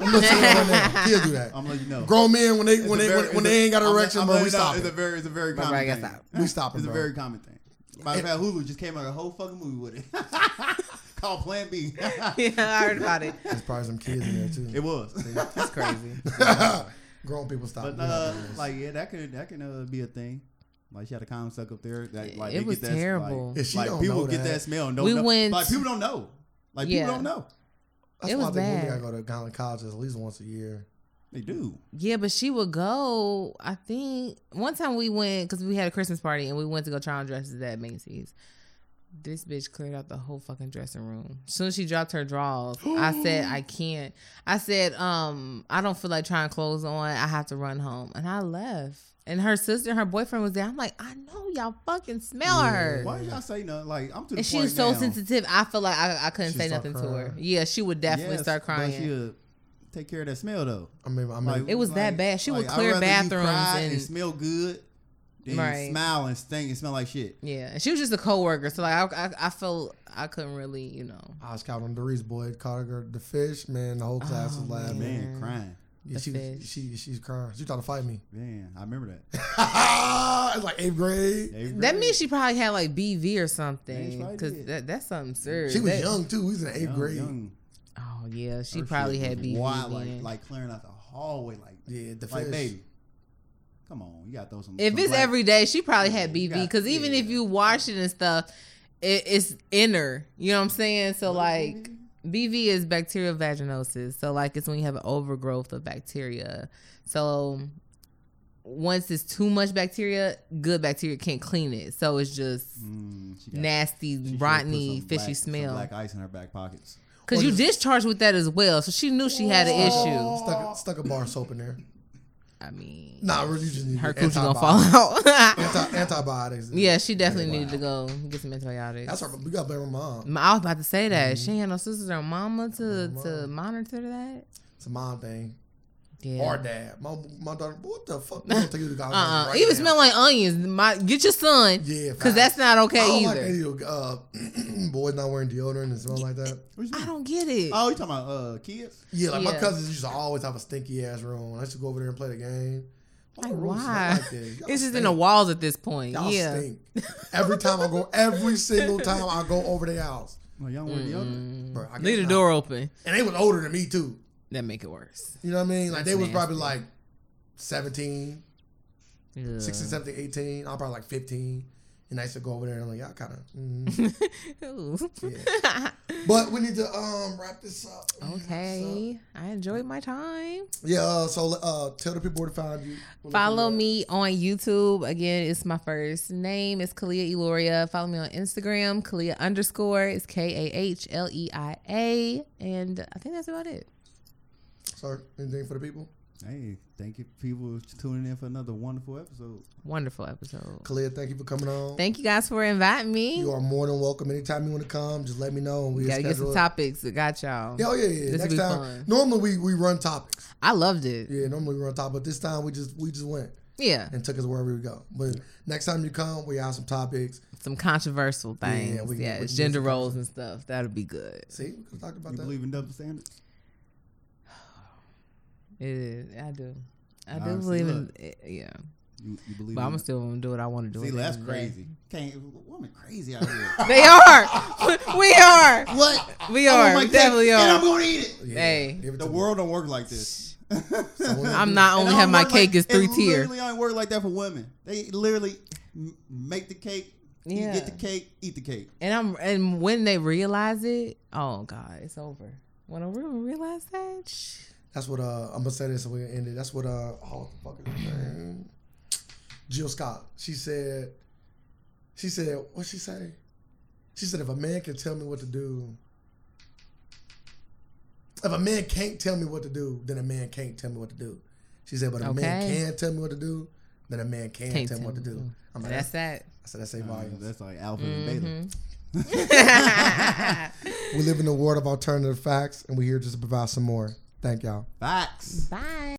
I'm gonna say it right now. Kids do that.
I'm gonna let you know.
Grown men when they
It's
when
a
they
very-
when, when
it's
they
a-
ain't got an
I'm let-
erection,
I'm
bro,
letting
we
you know,
stop
It's a
it.
very, it's a very
My
common
bro, I
thing.
gotta stop.
We stop it,
It's
bro.
a very common thing. Matter of fact, Hulu just came out a whole fucking movie with it. Called Plan B.
yeah, I heard about it.
There's probably some kids in there too.
it was.
That's crazy.
Grown people stop.
But
We not
uh,
doing this.
like yeah, that could that can uh, be a thing. Like she had a condom stuck up there. That like
It
they
was
get that,
terrible.
Yeah,
Like,
she
like,
don't
people
know
get
that.
that smell. And don't
We
know.
went-
Like people don't know. Like
Yeah.
people don't know.
that's
it
why I
was
think women
bad.
gotta go to college- college at least once a year.
They do.
Yeah, but she would go. I think one time we went because we had a Christmas party and we went to go try on dresses at Macy's. This bitch cleared out the whole fucking dressing room. As soon as she dropped her drawers, I said, "I can't." I said, "Um, I don't feel like trying clothes on. I have to run home," and I left. And her sister, and her boyfriend was there. I'm like, I know y'all fucking smell her.
Why did y'all say nothing? Like I'm to the
And
point
she was so
now.
sensitive. I feel like I, I couldn't
She
say
start
nothing to her.
crying.
Yeah, she would definitely
Yes,
start
but
crying.
she'll Take care of that smell though.
I mean, I mean,
Like,
It was that bad. She would
I'd
clear
rather you cry
bathrooms
and,
and-
smell good. Than
Right.
smile and stink and smell like shit.
yeah, and she was just a coworker, so like I, I, I felt I couldn't really, you know.
I was counting on Doris boy, caught her the fish, man. The whole class
Oh,
was laughing.
Man, crying.
Yeah,
the
she,
fish.
was, she she's crying. She trying to fight me.
Man, I remember that.
it's like eighth grade.
They
that
really-
means she probably had like BV or
Yeah, she
something
probably
because
did.
that, that's something serious.
She was
That-
young too. We was in eighth
young,
grade.
young.
Oh yeah, she
Her
probably
shit
had
was
BV.
Wild,
then.
like like clearing out the hallway, like
Yeah, the
like
fish.
baby. Come on, you gotta throw some.
if
some
it's
black-
every day, she probably
Yeah,
had
you
BV
got-
because even if
yeah.
you wash it and stuff, it, it's inner. You know what I'm saying?
Mm-hmm.
So like BV is bacterial vaginosis. So like it's when you have an overgrowth of bacteria. So once it's too much bacteria, good bacteria can't clean it. So it's just
Mm, she got-
nasty,
she should've put
rotteny,
some
fishy
black- some
smell.
black ice in her back pockets.
Because you discharged with that as well. So she knew she had an issue.
Stuck, stuck a bar of soap in there.
I mean,
Nah, really, you just need
her coochie
antibiotics.
gonna fall out.
Anti- antibiotics.
yeah, she definitely needed to go get some antibiotics.
That's her. We got to blame her mom.
I was about to say that. She ain't had no sisters or mama to,
Mm-hmm. Mama.
to monitor that.
It's a mom thing.
Yeah.
Or dad. My my daughter. What the fuck? We gonna take you to the
uh
doctor
uh
right
Even
now.
smell like onions. My, get your son.
Yeah,
Because
facts.
that's not okay
I don't like
either.
any, uh, boys not wearing deodorant and smell like that.
What you
I
mean?
don't get it.
Oh, you talking about uh, kids?
Yeah, like my
Yeah.
cousins used to always have a stinky ass room. I used to go over there and play the game.
like,
the rooms smell
why?
like this? Y'all
it's just in
stink.
the walls at this point.
Y'all
yeah.
stink. Every time I go, every single time I go over their house,
No, y'all wear deodorant.
bro. I
Mm-hmm. Leave the
cannot-
door open.
And they was older than me too.
That make it worse.
You know what I mean? Like
That's
they was probably
nasty.
like 17,
Ugh.
16, 17, 18. I'm probably like 15. And I used to go over there and I'm like, y'all kind of.
Ooh.
But we need to um wrap this up.
okay. I enjoyed my time.
Yeah. Uh, so uh, tell the people where to find you.
Follow me on YouTube. Again, it's my first name. It's Kalia Eloria. Follow me on Instagram. Kalia underscore is K A H L E I A. And I think that's about it.
Sorry, anything for the people?
Hey, thank you, people, for tuning in for another wonderful episode.
Wonderful episode.
Khalid, thank you for coming on.
Thank you guys for inviting me.
you are more than welcome. Anytime you want to come, just let me know. and We
Gotta get
schedule
some
it.
topics. that Got y'all.
Yeah, oh yeah, yeah.
This will
Next
be
time,
fun.
normally we, we run topics.
I loved it.
Yeah, normally we run topics, but this time we just we just went
Yeah.
and took us wherever we go. But next time you come, we have some topics.
Some controversial things. Yeah,
we can- we can do
gender
some
roles and stuff. That'll be good.
See, we could talk about
You
that.
believe in double standards?
It is. I do. I do
Honestly,
believe in.
look.
eh, Yeah.
You, you believe?
But
in
I'm still gonna do what I want to do.
See,
at the
that's
end of the day.
crazy. Can't woman crazy out here.
They are. we are.
what?
We
I want
are.
my
We
cake,
definitely
And I'm
are.
gonna eat it.
Yeah,
Hey.
give it
The
to me.
world don't work like this.
I'm not only have my cake is three
It
tier.
literally only work like that for women. They literally m- make the cake, you
Yeah.
get the cake, eat the cake.
And I'm and when they realize it, oh god, it's over. When a woman realize that, shh.
That's what uh I'm gonna say this and we end it. That's what uh oh what the fuck is her name? Jill Scott. She said she said what she say? She said if a man can tell me what to do if a man can't tell me what to do, then a man can't tell me what to do. She said, but a man
Okay.
can tell me what to do, then a man can
Can't
tell me
tell
what to
me what
do.
to do.
I'm like,
that's
that's,
that.
I said, that's a
Uh,
Mm-hmm.
volume.
that's like alpha and beta.
Mm-hmm.
we live in a world of alternative facts, and we're here just to provide some more. Thank y'all.
Facts.
Bye.